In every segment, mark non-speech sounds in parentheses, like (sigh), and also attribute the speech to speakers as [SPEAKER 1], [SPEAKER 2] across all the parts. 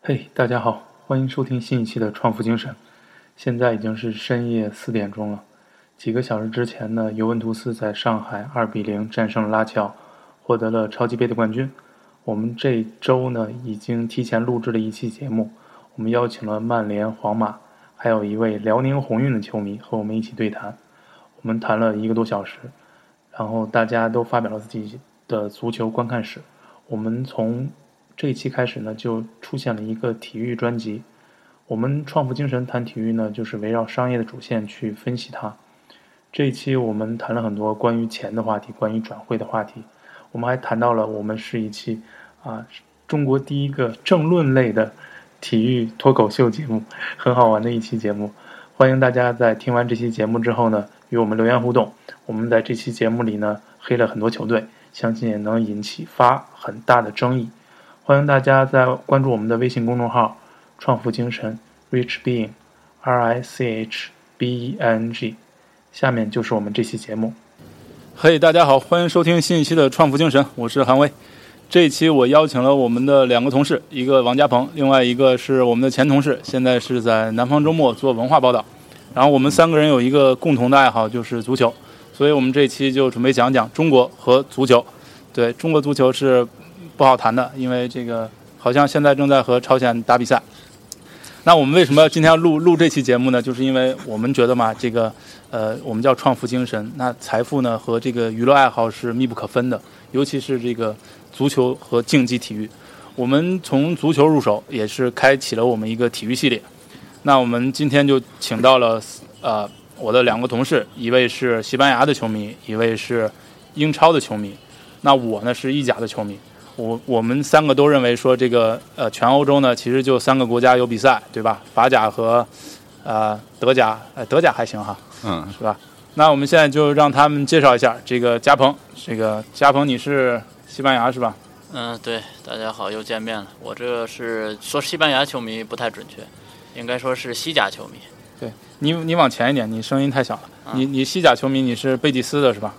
[SPEAKER 1] 嘿大家好，欢迎收听新一期的《创富精神》。现在已经是深夜四点钟了。几个小时之前呢，尤文图斯在上海二比零战胜拉齐奥，获得了超级杯的冠军。我们这周呢，已经提前录制了一期节目，我们邀请了曼联、皇马，还有一位辽宁宏运的球迷和我们一起对谈。我们谈了一个多小时，然后大家都发表了自己的足球观看史。我们从这一期开始呢，就出现了一个体育专辑。我们创富精神谈体育呢，就是围绕商业的主线去分析它。这一期我们谈了很多关于钱的话题，关于转会的话题。我们还谈到了我们是一期啊中国第一个政论类的体育脱口秀节目，很好玩的一期节目。欢迎大家在听完这期节目之后呢，与我们留言互动。我们在这期节目里呢，黑了很多球队，相信也能引起发很大的争议。欢迎大家在关注我们的微信公众号“创富精神 ”（Rich Being，R I C H B E I N G）。下面就是我们这期节目。
[SPEAKER 2] 嘿大家好，欢迎收听新一期的《创富精神》，我是韩威。这一期我邀请了我们的两个同事，一个王家鹏，另外一个是我们的前同事，现在是在南方周末做文化报道。然后我们三个人有一个共同的爱好，就是足球，所以我们这期就准备讲讲中国和足球。对中国足球是不好谈的，因为这个好像现在正在和朝鲜打比赛。那我们为什么要今天要录录这期节目呢？就是因为我们觉得嘛，这个呃，我们叫创富精神。那财富呢和这个娱乐爱好是密不可分的，尤其是这个足球和竞技体育。我们从足球入手，也是开启了我们一个体育系列。那我们今天就请到了呃我的两个同事，一位是西班牙的球迷，一位是英超的球迷。那我呢是意甲的球迷。我我们三个都认为说这个呃全欧洲呢其实就三个国家有比赛，对吧？法甲和呃德甲，呃德甲还行哈，
[SPEAKER 3] 嗯，
[SPEAKER 2] 是吧？那我们现在就让他们介绍一下这个加蓬，这个加蓬你是西班牙是吧？
[SPEAKER 4] 嗯，对，大家好，又见面了。我这是说西班牙球迷不太准确，应该说是西甲球迷。
[SPEAKER 2] 你你往前一点，你声音太小了。
[SPEAKER 4] 啊
[SPEAKER 2] 你你西甲球迷你是贝蒂斯的是吧？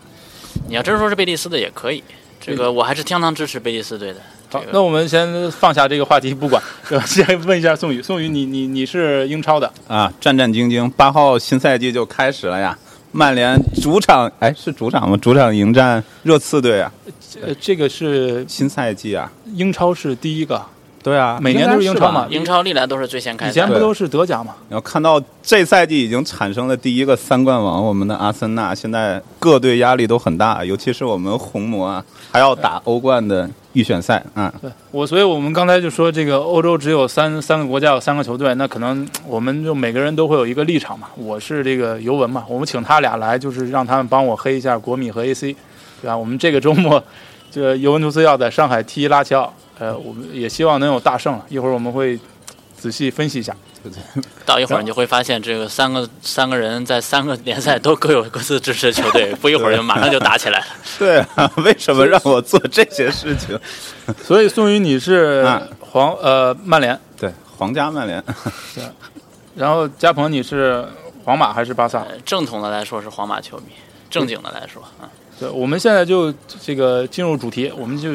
[SPEAKER 4] 你要真说是贝蒂斯的也可以，这个我还是相当支持贝蒂斯队的。这
[SPEAKER 2] 好，那
[SPEAKER 4] 个
[SPEAKER 2] 我们先放下这个话题不
[SPEAKER 4] (laughs)
[SPEAKER 2] 管，对吧？ (laughs) 先问一下宋宇，宋宇你你你是英超的，
[SPEAKER 3] 啊，战战兢兢，八号新赛季就开始了呀。曼联主场，哎，是主场吗？主场迎战热刺队啊，
[SPEAKER 2] 呃，这个是
[SPEAKER 3] 新赛季啊，
[SPEAKER 2] 英超是第一个，
[SPEAKER 3] 对啊，
[SPEAKER 2] 每年都是
[SPEAKER 3] 应
[SPEAKER 2] 英
[SPEAKER 3] 该
[SPEAKER 2] 超
[SPEAKER 3] 吧
[SPEAKER 2] 嘛，
[SPEAKER 4] 英超历来都是最先开
[SPEAKER 2] 以前
[SPEAKER 4] 赛
[SPEAKER 2] 不
[SPEAKER 4] 的。
[SPEAKER 2] 都是德甲嘛？
[SPEAKER 3] 然后看到这赛季已经产生了第一个三冠王，我们的阿森纳现在各队压力都很大，尤其是我们红魔啊，还要打欧冠的预选赛啊。
[SPEAKER 2] 对我，所以我们刚才就说，这个欧洲只有三三个国家有三个球队，那可能我们就每个人都会有一个立场嘛。我是这个尤文嘛，我们请他俩来，就是让他们帮我黑一下国米和 AC，对吧？我们这个周末，这个尤文图斯要在上海踢拉齐奥，呃，我们也希望能有大胜了。一会儿我们会仔细分析一下。
[SPEAKER 4] 到一会儿你就会发现，这个三个三个人在三个联赛都各有各自支持的球队，
[SPEAKER 3] (laughs)
[SPEAKER 4] 不一会儿就马上就打起来了。
[SPEAKER 3] 对啊，为什么让我做这些事情？
[SPEAKER 2] 所以宋宇你是
[SPEAKER 3] 嗯
[SPEAKER 2] 皇呃曼联，
[SPEAKER 3] 对，皇家曼联，
[SPEAKER 2] 然后加鹏你是皇马还是巴萨？
[SPEAKER 4] 呃正统的来说是皇马球迷，正经的来说啊，
[SPEAKER 2] 对，我们现在就这个进入主题，我们就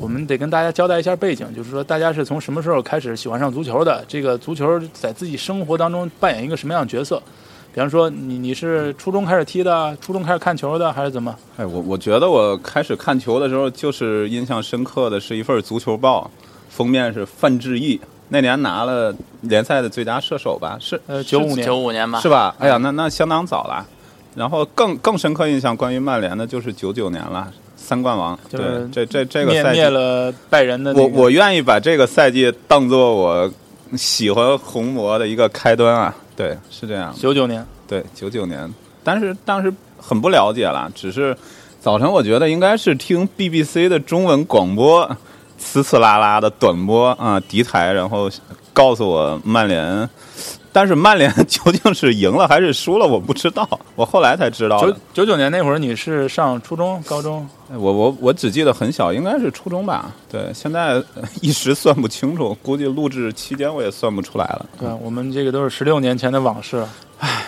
[SPEAKER 2] 我们得跟大家交代一下背景，就是说大家是从什么时候开始喜欢上足球的？这个足球在自己生活当中扮演一个什么样的角色？比方说你你是初中开始踢的，初中开始看球的，还是怎么？
[SPEAKER 3] 哎，我我觉得我开始看球的时候，就是印象深刻的是一份足球报，封面是范志毅，那年拿了联赛的最佳射手吧，是
[SPEAKER 2] 呃，九五年
[SPEAKER 4] 九五年吧
[SPEAKER 3] 是，吧？哎呀，那那相当早了。然后更更深刻印象关于曼联的就是九九年了，三冠王。
[SPEAKER 2] 就
[SPEAKER 3] 对
[SPEAKER 2] 是，
[SPEAKER 3] 这这这个
[SPEAKER 2] 灭
[SPEAKER 3] 赛季，
[SPEAKER 2] 灭了拜仁的、那
[SPEAKER 3] 我
[SPEAKER 2] 个
[SPEAKER 3] 我愿意把这个赛季当做我喜欢红魔的一个开端啊。对，是这样。
[SPEAKER 2] 九九年，
[SPEAKER 3] 对，九九年，但是当时很不了解啦，只是早晨我觉得应该是听 BBC 的中文广播，呲呲啦啦的短波啊，敌台，然后告诉我曼联，但是曼联究竟是赢了还是输了，我不知道，我后来才知道
[SPEAKER 2] 九
[SPEAKER 3] 的。
[SPEAKER 2] 九九年那会儿你是上初中、高中，
[SPEAKER 3] 我我我只记得很小，应该是初中吧。对，现在呃一时算不清楚，估计录制期间我也算不出来了。
[SPEAKER 2] 对吧？我们这个都是十六年前的往事了。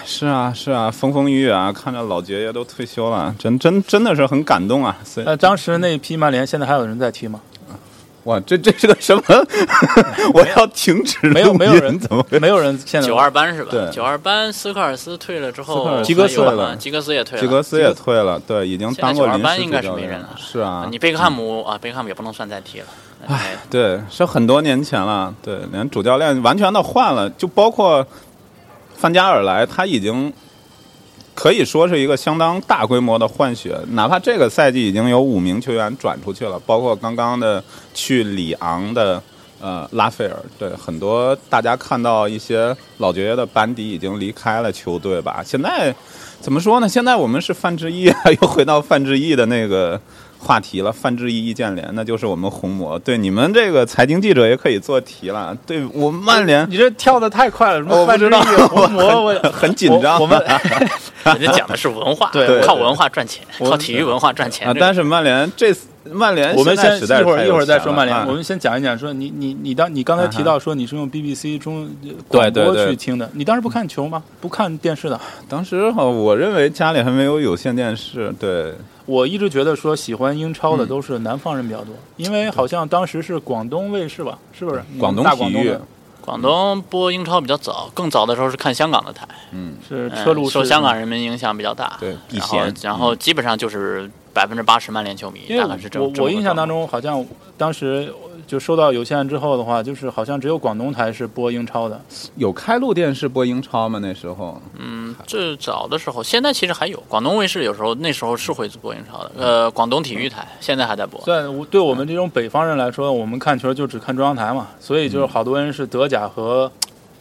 [SPEAKER 3] 是啊，是啊，风风雨雨啊，看着老爵爷都退休
[SPEAKER 2] 呃
[SPEAKER 3] 了，真真真的是很感动啊。所以
[SPEAKER 2] 那当时那批曼联现在还有人在踢吗？
[SPEAKER 3] 哇，这这是个
[SPEAKER 4] (laughs)
[SPEAKER 3] 什么？我要停止
[SPEAKER 2] 没有
[SPEAKER 3] 录
[SPEAKER 2] 没有
[SPEAKER 3] 音
[SPEAKER 2] 人
[SPEAKER 3] 怎么会？
[SPEAKER 2] 没有人现在
[SPEAKER 4] 九二班是吧？
[SPEAKER 3] 对
[SPEAKER 4] 九二班斯科尔斯退了之
[SPEAKER 3] 斯科
[SPEAKER 4] 后，
[SPEAKER 3] 尔斯吉格斯
[SPEAKER 4] 还有
[SPEAKER 3] 退了
[SPEAKER 4] 啊吉格斯也退了，
[SPEAKER 3] 吉格斯也退了，对，已经
[SPEAKER 4] 现在
[SPEAKER 3] 当过
[SPEAKER 4] 九二
[SPEAKER 3] 临
[SPEAKER 4] 班
[SPEAKER 3] 时
[SPEAKER 4] 应
[SPEAKER 3] 主
[SPEAKER 4] 该是
[SPEAKER 3] 教
[SPEAKER 4] 没人
[SPEAKER 3] 练
[SPEAKER 4] 了。
[SPEAKER 3] 是啊，
[SPEAKER 4] 你贝克汉姆啊，贝克汉姆也不能算代替了。哎，
[SPEAKER 3] 对，是很多年前了，对，连主教练完全的换了，就包括范加尔来，他已经可以说是一个相当大规模的换血，哪怕这个赛季已经有五名球员转出去了，包括刚刚的去里昂的呃拉斐尔，对，很多大家看到一些老爵爷的班底已经离开了球队吧，现在怎么说呢？现在我们是范志毅啊， (laughs) 又回到范志毅的那个。话题了，范志毅、易建联，那就是我们红魔。对你们这个财经记者也可以做题了。对我们曼
[SPEAKER 2] (laughs)
[SPEAKER 3] 联，
[SPEAKER 2] 你这跳的太快了，什么
[SPEAKER 3] 我不
[SPEAKER 2] 范志
[SPEAKER 3] 知
[SPEAKER 2] 毅、啊
[SPEAKER 3] 道，
[SPEAKER 2] 红魔，
[SPEAKER 3] (laughs) 我
[SPEAKER 2] 我
[SPEAKER 3] 很很紧张。啊
[SPEAKER 2] 我我们 (laughs)
[SPEAKER 4] 人家讲的是文
[SPEAKER 3] (laughs)
[SPEAKER 4] 化，
[SPEAKER 2] 对
[SPEAKER 4] 靠文化赚钱，
[SPEAKER 2] 我
[SPEAKER 4] 靠体育文化赚钱
[SPEAKER 3] 啊，。
[SPEAKER 4] 这个
[SPEAKER 3] 但是曼联这次曼联
[SPEAKER 2] 我们
[SPEAKER 3] 现在
[SPEAKER 2] 先
[SPEAKER 3] 实在
[SPEAKER 2] 哎一会儿
[SPEAKER 3] 是
[SPEAKER 2] 一会儿再说
[SPEAKER 3] 太有钱了
[SPEAKER 2] 曼联，
[SPEAKER 3] 啊
[SPEAKER 2] 我们先讲一讲说你你你当你刚才提到说你是用 BBC 中广
[SPEAKER 3] 对
[SPEAKER 2] 播
[SPEAKER 3] 对
[SPEAKER 2] 去听的，你当时不看球吗？不看电视的？
[SPEAKER 3] 当时哈，我认为家里还没有有线电视，对，
[SPEAKER 2] 我一直觉得说喜欢英超
[SPEAKER 3] 嗯
[SPEAKER 2] 的都是南方人比较多，因为好像当时是广东卫视吧，是不是？
[SPEAKER 3] 广东
[SPEAKER 2] 大
[SPEAKER 3] 体
[SPEAKER 2] 广
[SPEAKER 3] 育
[SPEAKER 2] 的
[SPEAKER 4] 广东播英超比较早，更早的时候是看香港的台，
[SPEAKER 2] 是
[SPEAKER 4] 嗯
[SPEAKER 2] 车路
[SPEAKER 4] 受
[SPEAKER 2] 士
[SPEAKER 4] 香港人民影响比较大。
[SPEAKER 3] 对嗯避
[SPEAKER 4] 然后
[SPEAKER 3] 嫌
[SPEAKER 4] 然后基本上就是百分之八十曼联球迷，
[SPEAKER 2] 因为
[SPEAKER 4] 大概是这
[SPEAKER 2] 我
[SPEAKER 4] 么这么
[SPEAKER 2] 我
[SPEAKER 4] 个
[SPEAKER 2] 印象当
[SPEAKER 4] 状况
[SPEAKER 2] 中，好像当时就收到有线之后的话，就是好像只有广东台是播英超的。
[SPEAKER 3] 有开路电视播英超吗？那时候，
[SPEAKER 4] 嗯，最早的时候，现在其实还有广东卫视，有时候那时候是会播英超的，呃，广东体育台现在还在播。
[SPEAKER 2] 在我对我们这种北方人来说，我们看球就只看中央台嘛，所以就是好多人是德甲和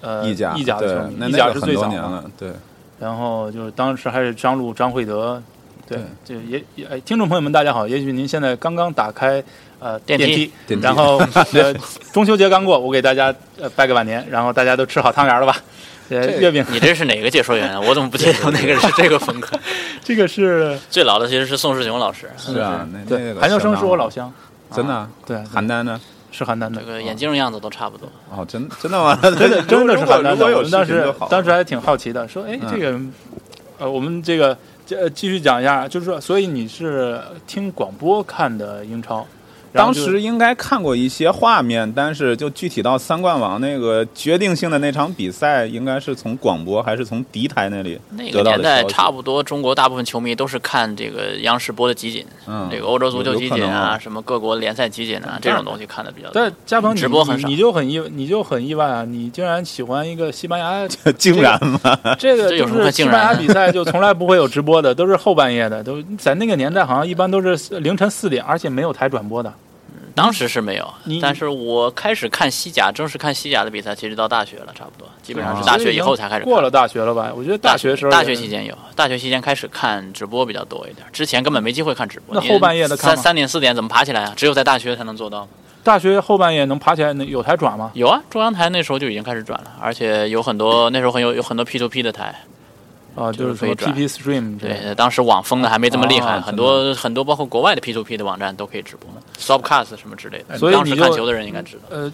[SPEAKER 2] 呃
[SPEAKER 3] 嗯意甲，
[SPEAKER 2] 意甲
[SPEAKER 3] 对
[SPEAKER 2] 的球
[SPEAKER 3] 那
[SPEAKER 2] 迷，意
[SPEAKER 3] 那
[SPEAKER 2] 甲
[SPEAKER 3] 个
[SPEAKER 2] 是
[SPEAKER 3] 很
[SPEAKER 2] 最
[SPEAKER 3] 多
[SPEAKER 2] 早
[SPEAKER 3] 年
[SPEAKER 2] 的。
[SPEAKER 3] 了，对，
[SPEAKER 2] 然后就是当时还是张路、张惠德，对，就也也哎，听众朋友们大家好，也许您现在刚刚打开呃
[SPEAKER 4] 电梯
[SPEAKER 2] 梯，
[SPEAKER 3] 电梯
[SPEAKER 2] 然
[SPEAKER 3] (laughs)
[SPEAKER 2] 后呃中秋节刚过，我给大家呃拜个晚年，然后大家都吃好汤圆了
[SPEAKER 3] (laughs)
[SPEAKER 2] 吧？呃，
[SPEAKER 3] 这
[SPEAKER 2] 月饼，
[SPEAKER 4] 你这是哪个解说员啊？我怎么不记得那个是这个风
[SPEAKER 2] (laughs)
[SPEAKER 4] 格？
[SPEAKER 2] 这个是
[SPEAKER 4] 最老的其实是宋世雄老师，
[SPEAKER 3] 是啊，那那
[SPEAKER 2] 对，
[SPEAKER 3] 个
[SPEAKER 2] 韩笑生是我老
[SPEAKER 3] 乡，
[SPEAKER 2] 乡，
[SPEAKER 3] 真的啊，
[SPEAKER 2] 对，
[SPEAKER 3] 邯郸呢？
[SPEAKER 2] 是邯郸的
[SPEAKER 4] 这，个眼镜样子都差不多。
[SPEAKER 3] 哦，真真的吗？真
[SPEAKER 2] 真
[SPEAKER 3] (laughs)
[SPEAKER 2] 的真的是邯郸
[SPEAKER 3] 如果
[SPEAKER 2] 的。我
[SPEAKER 3] 有
[SPEAKER 2] 们当
[SPEAKER 3] 视频
[SPEAKER 2] 时
[SPEAKER 3] 就好了
[SPEAKER 2] 当时还挺好奇的，说哎
[SPEAKER 3] 嗯
[SPEAKER 2] 这个，呃，我们这个呃继续讲一下，就是说，所以你是听广播看的英超，然后
[SPEAKER 3] 当
[SPEAKER 2] 就
[SPEAKER 3] 时应该看过一些画面，但是就具体到三冠王那个决定性的那场比赛，应该是从广播还是从敌台那里
[SPEAKER 4] 那个
[SPEAKER 3] 得到
[SPEAKER 4] 年
[SPEAKER 3] 的
[SPEAKER 4] 代
[SPEAKER 3] 消息
[SPEAKER 4] 差不多，中国大部分球迷都是看这个央视播的集锦，
[SPEAKER 3] 嗯，
[SPEAKER 4] 这个欧洲足球集锦
[SPEAKER 3] 有可能
[SPEAKER 4] 啊，
[SPEAKER 3] 啊
[SPEAKER 4] 什么各国联赛集锦啊，这种东西看的比较多。
[SPEAKER 2] 但嘉鹏你
[SPEAKER 4] 直播很少
[SPEAKER 2] 你你就很意你就很意外啊！你竟然喜欢一个西班
[SPEAKER 4] (laughs)
[SPEAKER 2] 牙，
[SPEAKER 3] 竟然嘛，
[SPEAKER 2] 这个
[SPEAKER 4] 这有
[SPEAKER 2] 就
[SPEAKER 4] 什么
[SPEAKER 2] 是
[SPEAKER 4] 可
[SPEAKER 2] 西
[SPEAKER 4] 竟
[SPEAKER 2] 班
[SPEAKER 4] 然的
[SPEAKER 2] 牙比赛就从来不会有直播的，都是后半夜的，都在那个年代好像一般都是凌晨四点，而且没有台转播的。
[SPEAKER 4] 当时是没有
[SPEAKER 2] 你，
[SPEAKER 4] 但是我开始看西甲，正式看西甲的比赛，其实到大学了，差不多，基本上
[SPEAKER 3] 啊
[SPEAKER 4] 是大学以后才开始看。
[SPEAKER 2] 过了大学了吧？我觉得大学时候也
[SPEAKER 4] 大学期间有，大学期间开始看直播比较多一点，之前根本没机会看直播。
[SPEAKER 2] 那
[SPEAKER 4] 你
[SPEAKER 2] 后半夜的看吗
[SPEAKER 4] 三三点四点怎么爬起来啊？只有在大学才能做到。
[SPEAKER 2] 大学后半夜能爬起来能有台转吗？
[SPEAKER 4] 有啊，中央台那时候就已经开始转了，而且有啊很多那时候很有有很多 P to P 的台，
[SPEAKER 2] 啊，就
[SPEAKER 4] 就是是
[SPEAKER 2] 什
[SPEAKER 4] 可
[SPEAKER 2] 么
[SPEAKER 4] 以转
[SPEAKER 2] PP Stream 之类的。
[SPEAKER 4] 对，当时网封的还没这么厉害，
[SPEAKER 3] 啊
[SPEAKER 4] 很多很多包括国外的 P to P 的网站都可以直播，Stopcast 什么之类的。
[SPEAKER 2] 所以
[SPEAKER 4] 当
[SPEAKER 2] 你
[SPEAKER 4] 时
[SPEAKER 2] 就
[SPEAKER 4] 看球的人应该知道，
[SPEAKER 2] 呃，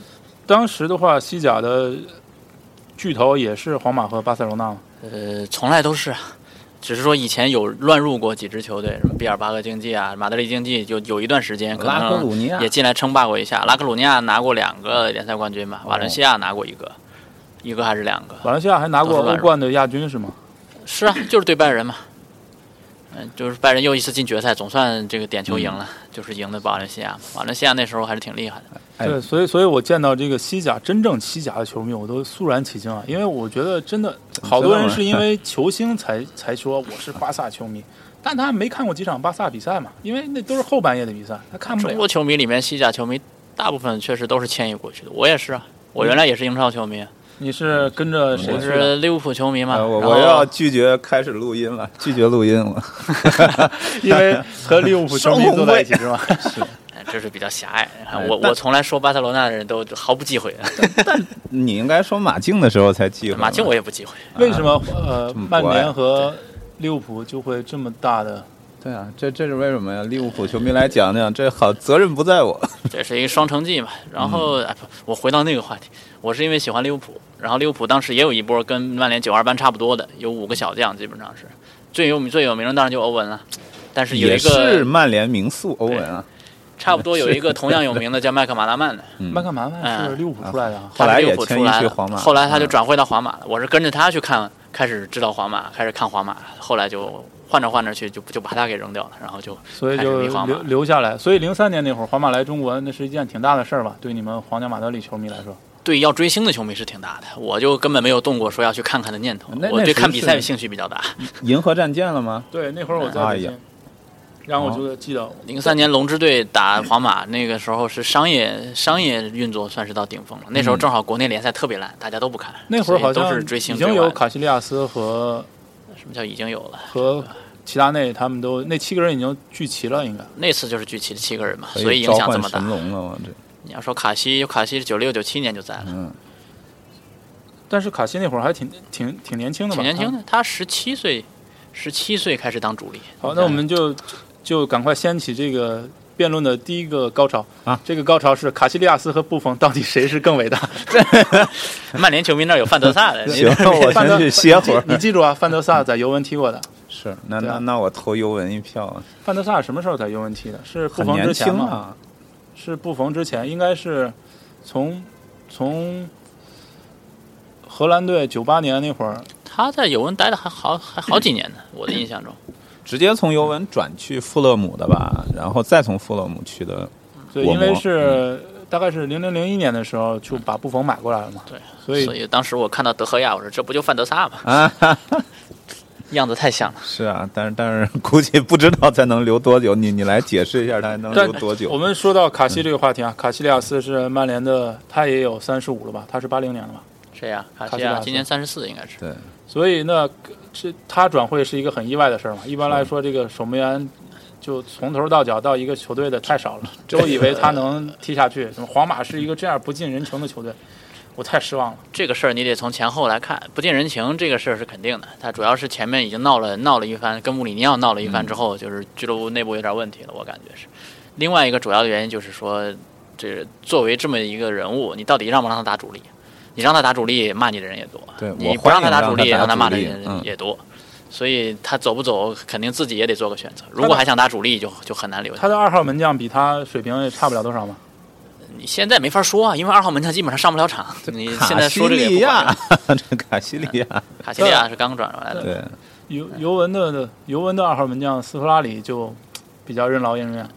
[SPEAKER 2] 当时的话，西甲的巨头也是皇马和巴塞罗那嘛。
[SPEAKER 4] 呃，从来都是啊。只是说以前有乱入过几支球队，什么毕尔巴鄂竞技啊、马德里竞技，就有一段时间可能
[SPEAKER 3] 拉科鲁尼亚
[SPEAKER 4] 也进来称霸过一下。拉科鲁尼亚拿过两个联赛冠军吧，瓦伦西亚拿过一个，一个还是两个？
[SPEAKER 2] 瓦伦西亚还拿过
[SPEAKER 4] 都是
[SPEAKER 2] 欧
[SPEAKER 4] 烂
[SPEAKER 2] 冠的亚军是吗？
[SPEAKER 4] 是啊，就是对拜仁嘛。嗯、就是拜仁又一次进决赛，总算这个点球赢了，就是赢的瓦伦西亚嘛。瓦伦西亚那时候还是挺厉害的。
[SPEAKER 3] 哎
[SPEAKER 2] 对，所以所以我见到这个西甲真正西甲的球迷，我都肃然起敬啊，因为我觉得真的好多人
[SPEAKER 4] 啊
[SPEAKER 2] 是因为球星才 (laughs) 才说我是巴萨球迷，但他没看过几场巴萨比赛嘛，因为那都是后半夜的比赛，他看
[SPEAKER 3] 嗯
[SPEAKER 2] 不
[SPEAKER 4] 中
[SPEAKER 2] 了
[SPEAKER 4] 国。球迷里面，西甲球迷大部分确实都是迁移过去的。我也是
[SPEAKER 3] 嗯
[SPEAKER 4] 啊，我原来也是英超球迷，
[SPEAKER 2] 你是跟着谁
[SPEAKER 4] 我
[SPEAKER 2] 去的？
[SPEAKER 4] 是利物浦球迷嘛。
[SPEAKER 3] 呃我
[SPEAKER 4] 然后
[SPEAKER 3] 我要拒绝开始录音了，拒绝录音了。
[SPEAKER 2] 因为和利物浦球迷坐在一
[SPEAKER 4] (laughs)
[SPEAKER 2] 起是吧？
[SPEAKER 4] 哎这是比较狭隘。我
[SPEAKER 3] 哎但
[SPEAKER 4] 我从来说巴塞罗那的人都毫不忌讳，
[SPEAKER 3] 你应该说马竞的时候才记
[SPEAKER 4] 马竞我也不忌讳。
[SPEAKER 2] 为什么呃
[SPEAKER 3] 啊这么
[SPEAKER 2] 曼
[SPEAKER 3] 博爱
[SPEAKER 2] 联和利物浦就会这么大的？
[SPEAKER 3] 对啊，这这是为什么呀？利物浦球迷来讲讲，这好责任不在我。
[SPEAKER 4] 这是一个双城记嘛。然后，
[SPEAKER 3] 嗯
[SPEAKER 4] 哎不，我回到那个话题，我是因为喜欢利物浦，然后利物浦当时也有一波跟曼联九二班差不多的，有五个小将，基本上是最有名最有名的当然就欧文了，但是有
[SPEAKER 3] 也
[SPEAKER 4] 一
[SPEAKER 3] 是
[SPEAKER 4] 个
[SPEAKER 3] 曼联名宿欧文啊，
[SPEAKER 4] 差不多有
[SPEAKER 3] (laughs)
[SPEAKER 4] 一个同样有名的叫麦克马拉曼的，
[SPEAKER 2] 麦克马曼是
[SPEAKER 4] 嗯
[SPEAKER 2] 利物浦出来的啊，
[SPEAKER 3] 后来
[SPEAKER 4] 他是利物
[SPEAKER 3] 也
[SPEAKER 4] 浦
[SPEAKER 3] 迁
[SPEAKER 4] 出
[SPEAKER 3] 移
[SPEAKER 4] 来
[SPEAKER 3] 去
[SPEAKER 4] 的
[SPEAKER 3] 皇马
[SPEAKER 4] 后来他就
[SPEAKER 3] 嗯
[SPEAKER 4] 转会到皇马了。我是跟着他去看，开始知道皇马，开始看皇马，后来就换着换着去，就就把他给扔掉了，然后就
[SPEAKER 2] 所以就
[SPEAKER 4] 开始迷皇马
[SPEAKER 2] 留留下来。所以零三年那会儿，皇马来中国，那是一件挺大的事儿吧？对你们皇家马德里球迷来说，
[SPEAKER 4] 对要追星的球迷是挺大的，我就根本没有动过说要去看看的念头
[SPEAKER 3] 那。那
[SPEAKER 4] 我对
[SPEAKER 3] 时
[SPEAKER 4] 看比
[SPEAKER 3] 是
[SPEAKER 4] 赛兴趣比较大。
[SPEAKER 3] 银河战舰了吗？
[SPEAKER 2] 对那会儿我在
[SPEAKER 3] 哎
[SPEAKER 2] 北
[SPEAKER 3] 呀
[SPEAKER 2] 京，然后我就记得
[SPEAKER 4] 零三年龙之队打皇马，那个时候是商业商业运作算是到顶峰了。那时候
[SPEAKER 3] 嗯
[SPEAKER 4] 正好国内联赛特别烂，大家都不看。
[SPEAKER 2] 那会儿好
[SPEAKER 4] 所以
[SPEAKER 2] 像
[SPEAKER 4] 都是追星
[SPEAKER 2] 已
[SPEAKER 4] 追
[SPEAKER 2] 经
[SPEAKER 4] 完
[SPEAKER 2] 有卡西利亚斯和
[SPEAKER 4] 什么叫已经有了？
[SPEAKER 2] 和齐达内他们都那七个人已经聚齐了，应该。
[SPEAKER 4] 那次就是聚齐了七个人嘛，
[SPEAKER 3] 可
[SPEAKER 4] 所以影
[SPEAKER 3] 召
[SPEAKER 4] 响
[SPEAKER 3] 唤
[SPEAKER 4] 这么大
[SPEAKER 3] 神。龙了吗？这
[SPEAKER 4] 你要说卡西，卡西九六九七年就在了，
[SPEAKER 3] 嗯，
[SPEAKER 2] 但是卡西那会儿还挺挺挺年轻的吧？
[SPEAKER 4] 挺年轻的。他十七岁，十七岁开始当主力。
[SPEAKER 2] 好，那我们就就赶快掀起这个辩论的第一个高潮
[SPEAKER 3] 啊！
[SPEAKER 2] 这个高潮是卡西利亚斯和布冯到底谁是更 (laughs) 伟大？
[SPEAKER 4] 曼联球迷那儿有范德萨
[SPEAKER 2] (laughs)
[SPEAKER 4] 的，
[SPEAKER 3] 行，我
[SPEAKER 2] 范德
[SPEAKER 3] 先去歇会儿
[SPEAKER 2] 你记。你记住啊，范德萨在尤文踢过的。
[SPEAKER 3] 是，那
[SPEAKER 2] 对啊
[SPEAKER 3] 那那我投尤文一票，
[SPEAKER 2] (laughs) 范德萨什么时候在尤文踢的？是布
[SPEAKER 3] 很
[SPEAKER 2] 冯
[SPEAKER 3] 年
[SPEAKER 2] 之前
[SPEAKER 3] 轻
[SPEAKER 2] 吗？
[SPEAKER 3] 啊，
[SPEAKER 2] 是布冯之前，应该是从从荷兰队九八年那会儿，
[SPEAKER 4] 他在尤文待的还好还好几年呢，我的印象中。
[SPEAKER 3] 直接从尤文转去富勒姆的吧，然后再从富勒姆去的。
[SPEAKER 2] 对，
[SPEAKER 3] 我
[SPEAKER 2] 因为
[SPEAKER 3] 摸
[SPEAKER 2] 是大概是零零零一年的时候就把布冯买过来了嘛。
[SPEAKER 4] 对，
[SPEAKER 2] 所以
[SPEAKER 4] 所以当时我看到德赫亚，我说这不就范德萨吗？
[SPEAKER 3] 啊，
[SPEAKER 4] 样子太像了。
[SPEAKER 3] 是啊，但是但是 (laughs) 估计不知道他能留多久，你你来解释一下他能
[SPEAKER 2] 但
[SPEAKER 3] 留啊多久？嗯
[SPEAKER 2] 我们说到卡西这个话题啊，卡西利亚斯是曼联的，他也有三十五了吧？他是八零年的吧？
[SPEAKER 4] 谁呀、卡
[SPEAKER 2] 卡
[SPEAKER 4] 西
[SPEAKER 2] 西亚
[SPEAKER 4] 亚
[SPEAKER 2] 斯
[SPEAKER 4] 今年三十四，应该是。
[SPEAKER 3] 对，
[SPEAKER 2] 所以那这他转会是一个很意外的事儿嘛。一般来说，这个守门员就从头到脚到一个球队的太少了，
[SPEAKER 3] (laughs)
[SPEAKER 2] 都以为他能踢下去。什么皇马是一个这样不近人情的球队，我太失望了。
[SPEAKER 4] 这个事儿你得从前后来看，不近人情这个事儿是肯定的。他主要是前面已经闹了闹了一番，跟穆里尼奥闹了一
[SPEAKER 3] 嗯
[SPEAKER 4] 番之后，就是俱乐部内部有点问题了，我感觉是。另外一个主要的原因就是说，这个作为这么一个人物，你到底让不让他打主力？你让他打主力，骂你的人也多；
[SPEAKER 3] 对我
[SPEAKER 4] 你不
[SPEAKER 3] 欢
[SPEAKER 4] 让
[SPEAKER 3] 迎
[SPEAKER 4] 打
[SPEAKER 3] 让
[SPEAKER 4] 主
[SPEAKER 3] 他
[SPEAKER 4] 力，
[SPEAKER 3] 打
[SPEAKER 4] 让他
[SPEAKER 3] 主
[SPEAKER 4] 骂的
[SPEAKER 3] 力
[SPEAKER 4] 人
[SPEAKER 3] 嗯
[SPEAKER 4] 也多。所以他走不走，肯定自己也得做个选择。如果还想打主力，就就很难留下
[SPEAKER 2] 他。的二号门将比他水平也差不了多少嘛。
[SPEAKER 4] 你现在没法说啊，因为二号门将基本上上不了场。你现
[SPEAKER 3] 卡
[SPEAKER 4] 在
[SPEAKER 3] 西
[SPEAKER 4] 说这个也
[SPEAKER 3] 利
[SPEAKER 4] 不管
[SPEAKER 3] 亚
[SPEAKER 4] 用。，
[SPEAKER 3] (laughs) 这卡西利亚，
[SPEAKER 4] 卡西利亚是刚转过来的，
[SPEAKER 3] 对，
[SPEAKER 2] 尤尤文的尤文的二号门将斯科拉里就比较任劳任怨。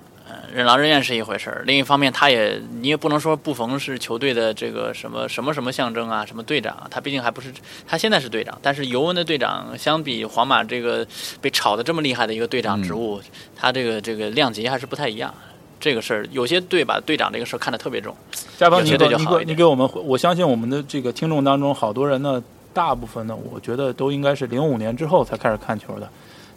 [SPEAKER 4] 任劳任怨是一回事儿，另一方面，他也你也不能说布冯是球队的这个什么什么什么象征啊，什么队长啊，他毕竟还不是他现在是队长，但是尤文的队长相比皇马这个被炒得这么厉害的一个队长职务，
[SPEAKER 2] 嗯
[SPEAKER 4] 他这个这个量级还是不太一样。这个事儿，有些队把队长这个事儿看得特别重，
[SPEAKER 2] 嘉鹏，
[SPEAKER 4] 有
[SPEAKER 2] 你
[SPEAKER 4] 些
[SPEAKER 2] 给
[SPEAKER 4] 队就
[SPEAKER 2] 你
[SPEAKER 4] 好
[SPEAKER 2] 给
[SPEAKER 4] 一点
[SPEAKER 2] 你给我们回，我相信我们的这个听众当中，好多人呢，大部分呢，我觉得都应该是零五年之后才开始看球的。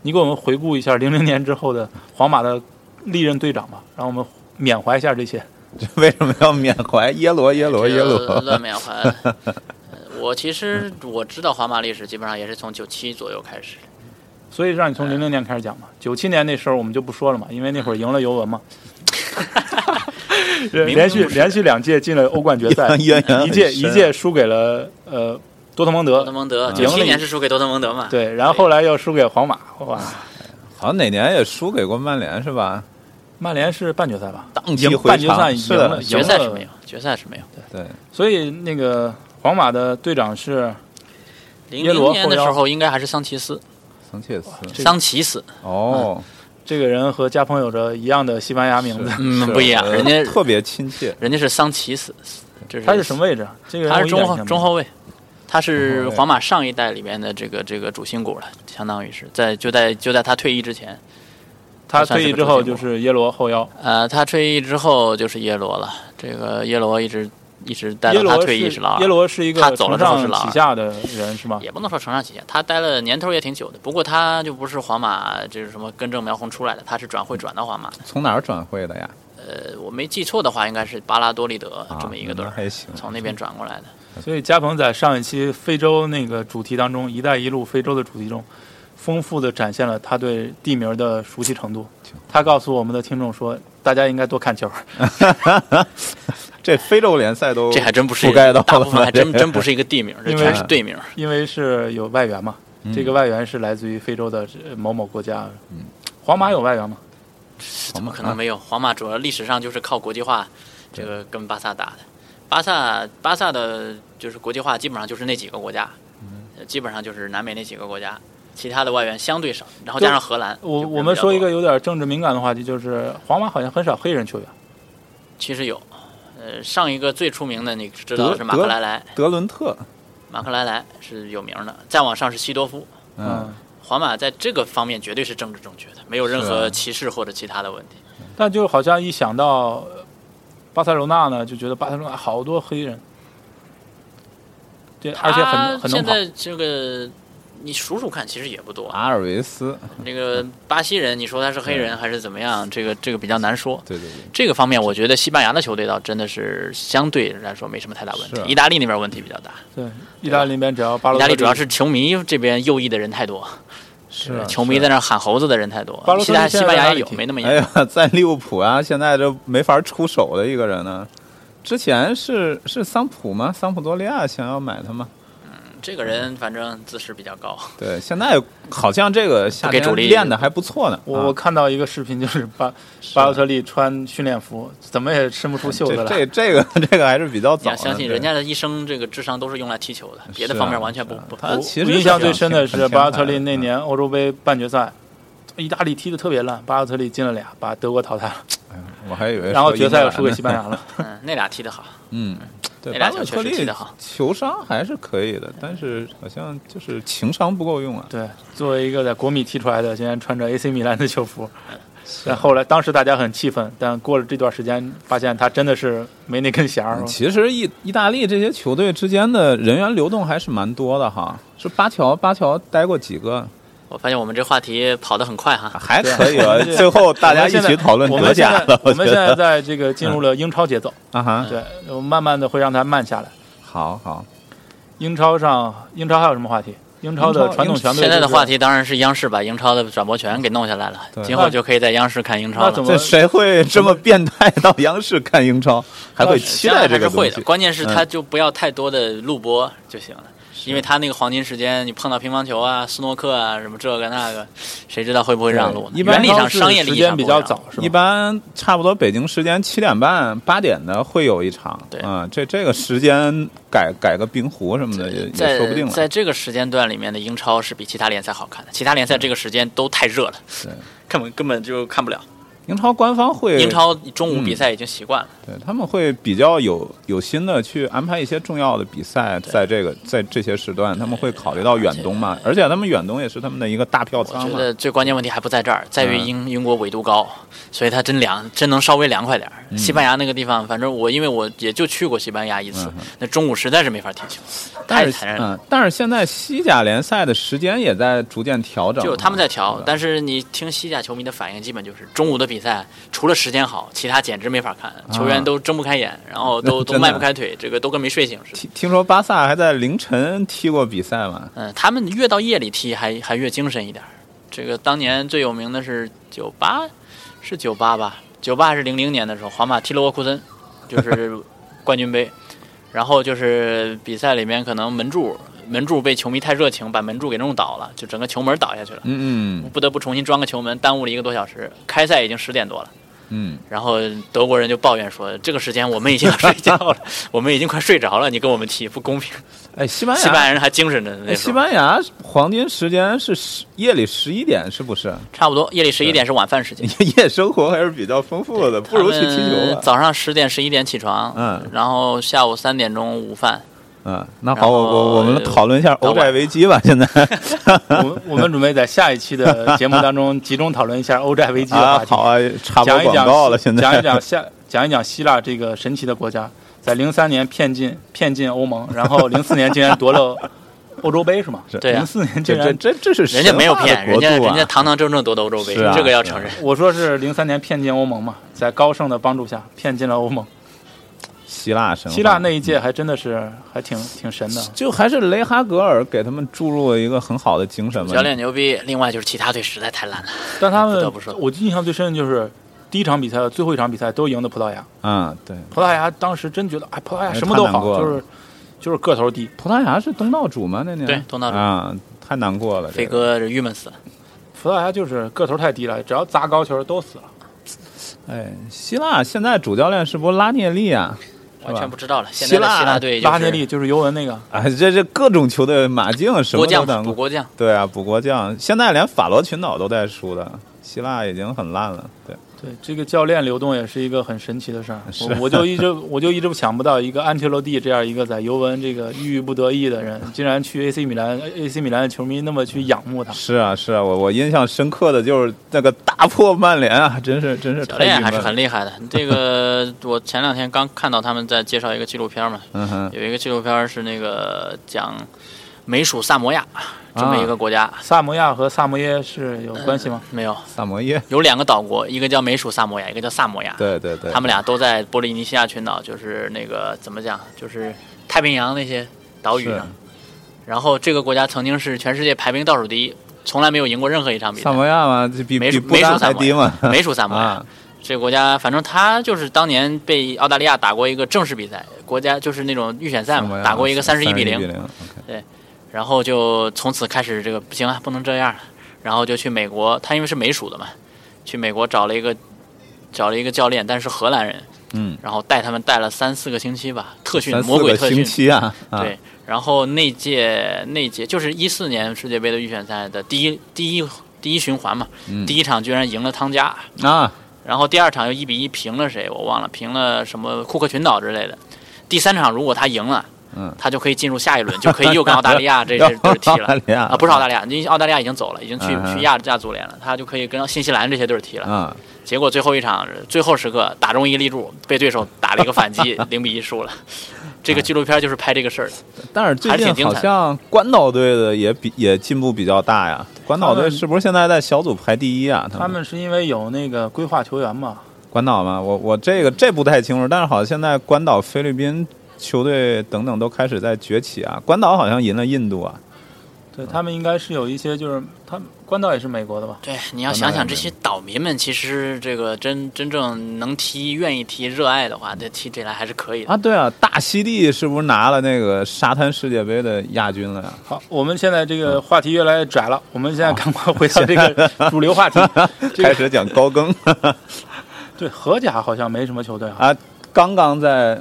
[SPEAKER 2] 你给我们回顾一下零零年之后的皇马的历任队长吧，让我们缅怀一下这些。
[SPEAKER 3] 这为什么要缅怀耶罗耶罗耶
[SPEAKER 4] 这个
[SPEAKER 3] 罗？
[SPEAKER 4] 乱缅怀。
[SPEAKER 2] (laughs)
[SPEAKER 4] 呃我其实我知道皇马历史基本上也是从九七左右开始，
[SPEAKER 2] 所以让你从零零年开始讲嘛，九七年那时候我们就不说了嘛，因为那会儿赢了尤文嘛，连续
[SPEAKER 4] 不是
[SPEAKER 2] 连续两届进了欧冠决赛，
[SPEAKER 3] 渊源很
[SPEAKER 2] 一届一
[SPEAKER 3] 深
[SPEAKER 2] 届输给了呃多特蒙
[SPEAKER 4] 多特
[SPEAKER 2] 德，
[SPEAKER 4] 蒙德
[SPEAKER 2] 嗯赢
[SPEAKER 4] 九
[SPEAKER 2] 了
[SPEAKER 4] 七
[SPEAKER 2] 一
[SPEAKER 4] 年是输给多特蒙德嘛？
[SPEAKER 2] 对，然后后来又输给皇马，哇，
[SPEAKER 3] 好像哪年也输给过曼联是吧？
[SPEAKER 2] 曼联是半决赛吧？
[SPEAKER 3] 荡气
[SPEAKER 2] 赢
[SPEAKER 3] 回
[SPEAKER 2] 半决赛
[SPEAKER 3] 肠，是
[SPEAKER 2] 赢
[SPEAKER 3] 的
[SPEAKER 2] 了，，
[SPEAKER 4] 决赛是
[SPEAKER 2] 有
[SPEAKER 4] 没有，，决赛是没有。
[SPEAKER 3] 对，
[SPEAKER 2] 所以那个皇马的队长是
[SPEAKER 4] 零
[SPEAKER 2] 耶罗
[SPEAKER 4] 零年的
[SPEAKER 2] 后腰
[SPEAKER 4] 时候应该还是桑奇斯，
[SPEAKER 3] 桑切斯，
[SPEAKER 2] 这
[SPEAKER 4] 桑奇斯，
[SPEAKER 3] 哦，
[SPEAKER 4] 啊
[SPEAKER 2] 这个人和加蓬有着一样的西班牙名字，
[SPEAKER 4] 嗯
[SPEAKER 3] 是，
[SPEAKER 4] 不一样，
[SPEAKER 3] 呃
[SPEAKER 4] 人家
[SPEAKER 3] 特别亲切，
[SPEAKER 4] 人家是桑奇斯，这
[SPEAKER 2] (laughs)
[SPEAKER 4] 是
[SPEAKER 2] 他是什么？位置啊？这个人
[SPEAKER 4] 他是
[SPEAKER 2] 我一点印象
[SPEAKER 4] 中后
[SPEAKER 2] 没有
[SPEAKER 4] 中后卫，他是
[SPEAKER 3] 中后卫
[SPEAKER 4] 皇马上一代里面的这个这个主心骨了，相当于是在就在就在他退役之前，
[SPEAKER 2] 他退役之后就是耶罗后腰，
[SPEAKER 4] 呃，他退役之后就是耶罗了，这个耶罗一直一直待
[SPEAKER 2] 耶
[SPEAKER 4] 到他
[SPEAKER 2] 罗
[SPEAKER 4] 退
[SPEAKER 2] 是
[SPEAKER 4] 役是老二
[SPEAKER 2] 耶罗是一个
[SPEAKER 4] 啊他走了
[SPEAKER 2] 承
[SPEAKER 4] 之后是
[SPEAKER 2] 上
[SPEAKER 4] 老二
[SPEAKER 2] 启下的人是吗？
[SPEAKER 4] 也不能说承上启下，他待了年头也挺久的，不过他就不是皇马这是什么根正苗红出来的，他是转会转到皇马的，
[SPEAKER 3] 从哪儿转会的呀？
[SPEAKER 4] 呃，我没记错的话，应该是巴拉多利德这么一个队
[SPEAKER 3] 啊
[SPEAKER 4] 儿
[SPEAKER 3] 那还行，
[SPEAKER 4] 从那边转过来的。
[SPEAKER 2] 所以加蓬在上一期非洲那个主题当中，“一带一路”非洲的主题中，丰富的展现了他对地名的熟悉程度。他告诉我们的听众说，大家应该多
[SPEAKER 4] (laughs)
[SPEAKER 2] 看球。
[SPEAKER 3] (laughs) 这非洲联赛都
[SPEAKER 4] 这还真不是一
[SPEAKER 3] 覆
[SPEAKER 4] 个
[SPEAKER 3] 盖到
[SPEAKER 4] 大部分
[SPEAKER 3] 了，
[SPEAKER 4] 还真真不是一个地名，这
[SPEAKER 2] 因为
[SPEAKER 4] 全是队名。
[SPEAKER 2] 因为是有外
[SPEAKER 3] 嗯
[SPEAKER 4] 嗯
[SPEAKER 2] 援嘛，这个外援是来自于非洲的呃某某国家。皇马有外援吗？
[SPEAKER 4] 怎么
[SPEAKER 3] 皇马
[SPEAKER 4] 可能没有？皇马主要历史上就是靠国际化这个跟巴萨打的。巴萨巴萨的就是国际化，基本上就是那几个国家，
[SPEAKER 3] 嗯
[SPEAKER 4] 呃基本上就是南美那几个国家，其他的外援相对少。然后加上荷兰，
[SPEAKER 2] 我
[SPEAKER 4] 就
[SPEAKER 2] 我们说一
[SPEAKER 4] 比较
[SPEAKER 2] 个有
[SPEAKER 4] 多，
[SPEAKER 2] 点政治敏感的话题，就是皇马好像很少黑人球员，
[SPEAKER 4] 其实有，呃，上一个最出名的你知
[SPEAKER 3] 德
[SPEAKER 4] 道的是马克
[SPEAKER 3] 德
[SPEAKER 4] 莱莱，
[SPEAKER 3] 德伦特，
[SPEAKER 4] 马克莱莱是有名的，再往上是西多夫。
[SPEAKER 3] 嗯，
[SPEAKER 4] 皇马在这个方面绝对是政治正确的，没有任
[SPEAKER 3] 是啊
[SPEAKER 4] 何歧视或者其他的问题。
[SPEAKER 2] 但就好像一想到呃巴塞罗那呢，就觉得巴塞罗那好多黑人，对，而且很
[SPEAKER 4] 他
[SPEAKER 2] 很能
[SPEAKER 4] 现
[SPEAKER 2] 跑。
[SPEAKER 4] 在这个你数数看，其实也不多。
[SPEAKER 3] 阿尔维斯，
[SPEAKER 4] 那个巴西人，你说他是黑人还是怎么样？这个这个比较难说。
[SPEAKER 3] 对对对，
[SPEAKER 4] 这个方面，我觉得西班牙的球队倒真的是相对来说没什么太大问题
[SPEAKER 3] 是啊。
[SPEAKER 4] 意大利那边问题比较大，
[SPEAKER 2] 对，意大利那边只要巴
[SPEAKER 4] 意
[SPEAKER 2] 洛特利，
[SPEAKER 4] 大利主要是球迷这边右翼的人太多，
[SPEAKER 3] 是
[SPEAKER 4] 球迷在那儿喊猴子的人太多
[SPEAKER 2] 巴。洛特
[SPEAKER 4] 西
[SPEAKER 2] 利
[SPEAKER 4] 班牙
[SPEAKER 2] 现
[SPEAKER 4] 西
[SPEAKER 2] 在
[SPEAKER 4] 班
[SPEAKER 2] 在
[SPEAKER 4] 牙
[SPEAKER 2] 哪
[SPEAKER 4] 也
[SPEAKER 2] 里
[SPEAKER 4] 有，
[SPEAKER 2] 踢
[SPEAKER 4] 没那么严
[SPEAKER 3] 哎
[SPEAKER 4] 重。
[SPEAKER 3] 呀， (laughs) 在利物浦啊，现在这没法出手的一个人呢。之前是是桑普吗？桑普多利亚想要买他吗？
[SPEAKER 4] 这个人反正自视比较高，
[SPEAKER 3] 对，现在好像这个夏
[SPEAKER 4] 不给
[SPEAKER 3] 天
[SPEAKER 4] 主力
[SPEAKER 3] 练的还不错呢。
[SPEAKER 2] 我
[SPEAKER 3] 啊
[SPEAKER 2] 我看到一个视频，就是巴巴洛特利穿训练服，怎么也伸不出袖子
[SPEAKER 3] 这
[SPEAKER 2] 来。
[SPEAKER 3] 这这个 (laughs) 这个还是比较
[SPEAKER 4] 你
[SPEAKER 3] 早
[SPEAKER 4] 要
[SPEAKER 3] 的，
[SPEAKER 4] 相信
[SPEAKER 3] 对
[SPEAKER 4] 人家的一生这个智商都是用来踢球的，别的
[SPEAKER 3] 是啊
[SPEAKER 4] 方面完全不
[SPEAKER 3] 是啊
[SPEAKER 4] 不。
[SPEAKER 3] 他
[SPEAKER 4] 不
[SPEAKER 3] 其实
[SPEAKER 2] 我
[SPEAKER 3] 是
[SPEAKER 2] 印象最深的
[SPEAKER 3] 挺
[SPEAKER 2] 是
[SPEAKER 3] 很天
[SPEAKER 2] 巴洛
[SPEAKER 3] 才
[SPEAKER 2] 特利
[SPEAKER 3] 的
[SPEAKER 2] 那
[SPEAKER 3] 嗯
[SPEAKER 2] 年欧洲杯半决赛，意大利踢得特别烂，巴洛特利进了俩，把德国淘汰了，
[SPEAKER 3] 我还以为
[SPEAKER 2] 然后
[SPEAKER 3] 说
[SPEAKER 2] 决赛
[SPEAKER 3] 英格
[SPEAKER 2] 又
[SPEAKER 3] 兰
[SPEAKER 2] 输给
[SPEAKER 3] 呢
[SPEAKER 2] 西班牙了。
[SPEAKER 4] 嗯，那俩踢得好，
[SPEAKER 3] (laughs) 嗯，对，
[SPEAKER 4] 那
[SPEAKER 3] 巴
[SPEAKER 4] 俩
[SPEAKER 3] 洛
[SPEAKER 4] 球确
[SPEAKER 3] 特
[SPEAKER 4] 实
[SPEAKER 3] 利
[SPEAKER 4] 踢得好
[SPEAKER 3] 球商还是可以的，但是好像就是情商不够用啊。
[SPEAKER 2] 对，作为一个在国米踢出来的，竟然穿着 AC 米兰的球服，但后来当时大家很气愤，但过了这段时间，发现他真的是没那根弦儿。
[SPEAKER 3] 其实意意大利这些球队之间的人员流动还是蛮多的哈。是巴乔，巴乔待过几个，
[SPEAKER 4] 我发现我们这话题跑得很快哈。
[SPEAKER 3] 还可以啊。
[SPEAKER 2] 对
[SPEAKER 3] 最后大家一起讨论
[SPEAKER 2] 我
[SPEAKER 3] 德
[SPEAKER 2] 们现
[SPEAKER 3] 甲
[SPEAKER 2] 在
[SPEAKER 3] 了，
[SPEAKER 2] 我
[SPEAKER 3] 觉
[SPEAKER 2] 们现在
[SPEAKER 3] 得
[SPEAKER 2] 在这个进入了英超节奏，
[SPEAKER 3] 啊哈，
[SPEAKER 2] 对，我慢慢的会让它慢下来。
[SPEAKER 3] 好好，
[SPEAKER 2] 英超上，英超还有什么话题？英超
[SPEAKER 3] 英
[SPEAKER 2] 的
[SPEAKER 3] 超
[SPEAKER 2] 传统
[SPEAKER 3] 英
[SPEAKER 2] 权威
[SPEAKER 4] 现在的
[SPEAKER 2] 就是
[SPEAKER 4] 话题当然是央视把英超的转播权给弄下来了
[SPEAKER 3] 对，
[SPEAKER 4] 今后就可以在央视看英超
[SPEAKER 2] 那怎
[SPEAKER 4] 了。呃
[SPEAKER 2] 么
[SPEAKER 3] 这谁会这么变态到央视看英超，还会期
[SPEAKER 4] 还
[SPEAKER 3] 待这
[SPEAKER 4] 是
[SPEAKER 3] 个东
[SPEAKER 4] 会
[SPEAKER 3] 西
[SPEAKER 4] 的，？关键是
[SPEAKER 3] 嗯
[SPEAKER 4] 他就不要太多的录播就行了，因为他那个黄金时间，你碰到乒乓球啊、斯诺克啊什么这个那个，谁知道会不会让路呢？
[SPEAKER 3] 对一般
[SPEAKER 4] 原理上、
[SPEAKER 2] 是
[SPEAKER 4] 商业利
[SPEAKER 2] 时
[SPEAKER 4] 益
[SPEAKER 2] 间
[SPEAKER 4] 上
[SPEAKER 2] 比
[SPEAKER 4] 不会
[SPEAKER 2] 较
[SPEAKER 4] 让路
[SPEAKER 2] 早，是吧？
[SPEAKER 3] 一般差不多北京时间七点半八点的会有一场，
[SPEAKER 4] 对
[SPEAKER 3] 啊，这这个时间改改个冰壶什么的也也
[SPEAKER 4] 在
[SPEAKER 3] 说不定了。
[SPEAKER 4] 在这个时间段里面的英超是比其他联赛好看的，其他联赛这个时间都太热了，
[SPEAKER 3] 嗯对
[SPEAKER 4] 根本根本就看不了。
[SPEAKER 3] 英超官方会，
[SPEAKER 4] 英超中
[SPEAKER 3] 嗯
[SPEAKER 4] 午比赛已经习惯了，
[SPEAKER 3] 对他们会比较有有心的去安排一些重要的比赛，在这个在这些时段，他们会考虑到远东嘛，而且他们远东也是他们的一个大票
[SPEAKER 4] 我
[SPEAKER 3] 仓
[SPEAKER 4] 觉
[SPEAKER 3] 嘛。
[SPEAKER 4] 得最关键问题还不在这儿，在于
[SPEAKER 3] 嗯
[SPEAKER 4] 英英国纬度高，所以它真凉，真能稍微凉快点儿。
[SPEAKER 3] 嗯
[SPEAKER 4] 西班牙那个地方，反正我因为我也就去过西班牙一次，那中午实在是没法踢球，
[SPEAKER 3] 嗯但
[SPEAKER 4] 太
[SPEAKER 3] 是
[SPEAKER 4] 残忍了。
[SPEAKER 3] 嗯，但是现在西甲联赛的时间也在逐渐调整，
[SPEAKER 4] 就他们在调
[SPEAKER 3] 对吧，
[SPEAKER 4] 但是你听西甲球迷的反应，基本就是中午的比赛除了时间好，其他简直没法看，球员都睁不开眼，然
[SPEAKER 3] (laughs)
[SPEAKER 4] 后都都
[SPEAKER 3] 啊真的
[SPEAKER 4] 迈不开腿，这个都跟没睡醒似的。
[SPEAKER 3] 听听说巴萨还在凌晨踢过比赛嘛？
[SPEAKER 4] 嗯，他们越到夜里踢还还越精神一点儿。这个当年最有名的是九八，是九八吧？九八还是零零年的时候，皇马踢了沃库森，就是冠军杯。 (laughs) 然后就是比赛里面可能门柱门柱被球迷太热情，把门柱给弄倒了，就整个球门倒下去了，
[SPEAKER 3] 嗯嗯
[SPEAKER 4] 不得不重新装个球门，耽误了一个多小时。开赛已经十点多了，
[SPEAKER 3] 嗯，
[SPEAKER 4] 然后德国人就抱怨说：“这个时间我们已经要睡觉了， (laughs) 我们已经快睡着了，你跟我们踢不公平。
[SPEAKER 3] 哎，西”班牙，
[SPEAKER 4] 西班牙人还精神着呢，那
[SPEAKER 3] 哎
[SPEAKER 4] 时
[SPEAKER 3] 西
[SPEAKER 4] 候。
[SPEAKER 3] 班牙黄金时间是十夜里十一点，是不是？ (laughs)
[SPEAKER 4] 差不多夜里十一点是晚饭时间，
[SPEAKER 3] 夜夜生活还是比较丰富的，不如去踢球
[SPEAKER 4] 他
[SPEAKER 3] 啊
[SPEAKER 4] 们
[SPEAKER 3] 了。
[SPEAKER 4] 早上十点十一点起床，
[SPEAKER 3] 嗯
[SPEAKER 4] 然后下午三点钟午饭，
[SPEAKER 3] 嗯，那
[SPEAKER 4] 然
[SPEAKER 3] 好，
[SPEAKER 4] 后
[SPEAKER 3] 我我我们讨论一下
[SPEAKER 4] 到
[SPEAKER 3] 欧
[SPEAKER 4] 晚
[SPEAKER 3] 债危机吧。现在
[SPEAKER 2] 我们我们准备在下一期的节目当中集中讨论一下欧债危机的
[SPEAKER 3] 啊，
[SPEAKER 2] 话题，
[SPEAKER 3] 好啊，插播
[SPEAKER 2] 讲一
[SPEAKER 3] 广
[SPEAKER 2] 讲
[SPEAKER 3] 告了。现在
[SPEAKER 2] 讲一讲下讲一讲希腊这个神奇的国家，在零三年骗进骗进欧盟，然后零四年竟然夺了欧洲杯是吗？
[SPEAKER 3] 是
[SPEAKER 4] 对啊
[SPEAKER 2] 零四年竟
[SPEAKER 3] 这这
[SPEAKER 2] 然。
[SPEAKER 3] 这这是
[SPEAKER 4] 人家没有
[SPEAKER 3] 神话的
[SPEAKER 4] 骗，人
[SPEAKER 3] 国
[SPEAKER 4] 家
[SPEAKER 3] 度啊
[SPEAKER 4] 人家堂堂正正夺得欧洲杯
[SPEAKER 3] 是啊，
[SPEAKER 4] 这个要承认。
[SPEAKER 2] 我说是零三年骗进欧盟嘛，在高盛的帮助下骗进了欧盟。
[SPEAKER 3] 希腊神话，
[SPEAKER 2] 希腊那一届还真的是还挺挺神的，
[SPEAKER 3] 就还嗯是雷哈格尔给他们注入了一个很好的精神吧。
[SPEAKER 4] 教练牛逼，另外就是其他队实在太烂了。
[SPEAKER 2] 但他们
[SPEAKER 4] 不得不说
[SPEAKER 2] 我印象最深的就是第一场比赛和最后一场比赛都赢的葡萄牙，
[SPEAKER 3] 嗯，对，
[SPEAKER 2] 葡萄牙当时真觉得哎，葡萄牙
[SPEAKER 3] 哎
[SPEAKER 2] 什么都
[SPEAKER 3] 太难
[SPEAKER 2] 好，
[SPEAKER 3] 过了
[SPEAKER 2] 就是就是个头低。
[SPEAKER 3] 葡萄牙是东道主吗？那年
[SPEAKER 4] 对东道主
[SPEAKER 3] 啊，太难过了。这
[SPEAKER 4] 飞
[SPEAKER 3] 个
[SPEAKER 4] 哥这郁闷死了，
[SPEAKER 2] 葡萄牙就是个头太低了，只要砸高球都死了。
[SPEAKER 3] 哎，希腊现在主教练是不是拉涅利啊？是吧
[SPEAKER 4] 完全不知道了。现在的希腊队、就是、
[SPEAKER 2] 拉涅利就是尤文那个，
[SPEAKER 3] 哎，这这各种球队马竞什么
[SPEAKER 4] 国
[SPEAKER 3] 都
[SPEAKER 4] 将
[SPEAKER 3] 干
[SPEAKER 4] 补
[SPEAKER 3] 过。
[SPEAKER 4] 国将，
[SPEAKER 3] 对啊，补国将，现在连法罗群岛都在输的，希腊已经很烂了。对，
[SPEAKER 2] 对这个教练流动也是一个很神奇的事儿。
[SPEAKER 3] 是
[SPEAKER 2] 我我就一直我就一直想不到，一个安切洛蒂这样一个在尤文这个郁郁不得意的人，竟然去 AC 米兰，AC 米兰的球迷那么去仰慕他。
[SPEAKER 3] 是啊，是啊，我我印象深刻的就是那个大破曼联啊，真是真是
[SPEAKER 4] 教
[SPEAKER 3] 太郁
[SPEAKER 4] 练还
[SPEAKER 3] 闷
[SPEAKER 4] 是
[SPEAKER 3] 了。
[SPEAKER 4] 很厉害
[SPEAKER 3] (laughs)
[SPEAKER 4] 的。这个我前两天刚看到他们在介绍一个纪录片嘛，
[SPEAKER 3] 嗯哼，
[SPEAKER 4] 有一个纪录片是那个讲美属萨摩亚这
[SPEAKER 3] 啊
[SPEAKER 4] 么一个国家，
[SPEAKER 2] 萨摩亚和萨摩耶是有关系吗？
[SPEAKER 4] 没有
[SPEAKER 3] 萨摩耶，
[SPEAKER 4] 有两个岛国，一个叫美属萨摩亚，一个叫萨摩亚。
[SPEAKER 3] 对对对，
[SPEAKER 4] 他们俩都在波利尼西亚群岛，就是那个怎么讲，就是太平洋那些岛屿上
[SPEAKER 3] 是。
[SPEAKER 4] 然后这个国家曾经是全世界排名倒数第一，从来没有赢过任何一场比赛
[SPEAKER 3] 萨。摩亚嘛，就比
[SPEAKER 4] 没
[SPEAKER 3] 比
[SPEAKER 4] 数
[SPEAKER 3] 不丹还低嘛。
[SPEAKER 4] (laughs) 美属萨摩亚、
[SPEAKER 3] 啊，
[SPEAKER 4] 这个国家，反正他就是当年被澳大利亚打过一个正式比赛，国家就是那种预选赛
[SPEAKER 3] 萨摩
[SPEAKER 4] 嘛，
[SPEAKER 3] 亚
[SPEAKER 4] 打过一个三十一比
[SPEAKER 3] 比
[SPEAKER 4] 零，
[SPEAKER 3] ，OK
[SPEAKER 4] 然后就从此开始这个不行啊，不能这样了，然后就去美国，他因为是美属的嘛，去美国找了一个找了一个教练，但是荷兰人，
[SPEAKER 3] 嗯，
[SPEAKER 4] 然后带他们带了三四个星期吧，特训
[SPEAKER 3] 三
[SPEAKER 4] 魔
[SPEAKER 3] 四
[SPEAKER 4] 鬼
[SPEAKER 3] 个
[SPEAKER 4] 特
[SPEAKER 3] 星
[SPEAKER 4] 训，
[SPEAKER 3] 期啊，啊
[SPEAKER 4] 对，然后那届那届就是一四年世界杯的预选赛的第一第一第一循环嘛，
[SPEAKER 3] 嗯
[SPEAKER 4] 第一场居然赢了汤加，
[SPEAKER 3] 啊，
[SPEAKER 4] 然后第二场又一比一平了谁我忘了，平了什么库克群岛之类的。第三场如果他赢了，
[SPEAKER 3] 嗯
[SPEAKER 4] 他就可以进入下一轮，就可以又跟澳大利亚这
[SPEAKER 3] (laughs)
[SPEAKER 4] 支队踢
[SPEAKER 3] 澳大
[SPEAKER 4] 了
[SPEAKER 3] 利亚
[SPEAKER 4] 啊，不是澳大利亚，因为澳大利亚已经走了，已经去
[SPEAKER 3] 嗯哼
[SPEAKER 4] 去亚亚足联了，他就可以跟新西兰这些队踢了。
[SPEAKER 3] 啊，
[SPEAKER 4] 结果最后一场最后时刻打中一立柱，被对手打了一个反
[SPEAKER 3] (laughs)
[SPEAKER 4] 击，零比一输了。这个纪录片就是拍这个事儿的，
[SPEAKER 3] 但是最
[SPEAKER 4] 还是挺精
[SPEAKER 3] 近
[SPEAKER 4] 彩的
[SPEAKER 3] 好像关岛队的也比也进步比较大呀。关岛队是不是现在在小组排第一啊？
[SPEAKER 2] 他们是因为有那个规划球员嘛？
[SPEAKER 3] 关岛吗？我我这个这不太清楚，但是好像现在关岛、菲律宾球队等等都开始在崛起啊。关岛好像赢了印度啊，
[SPEAKER 2] 对他们应该是有一些，就是他们关岛也是美国的吧？
[SPEAKER 4] 对，你要
[SPEAKER 3] 当
[SPEAKER 4] 想
[SPEAKER 3] 然
[SPEAKER 4] 想
[SPEAKER 3] 了
[SPEAKER 4] 这些岛民们，其实这个真真正能踢、愿意踢、热爱的话，这踢这来还是可以的。
[SPEAKER 3] 啊对啊，大溪地是不是拿了那个沙滩世界杯的亚军了呀？
[SPEAKER 2] 好，我们现在这个话题越来越窄了，我们现在赶快回到这个主流话题。这
[SPEAKER 3] 开
[SPEAKER 2] 个
[SPEAKER 3] 始讲高更
[SPEAKER 2] (laughs) 对荷甲好像没什么球队啊，
[SPEAKER 3] 啊， (laughs) 刚刚在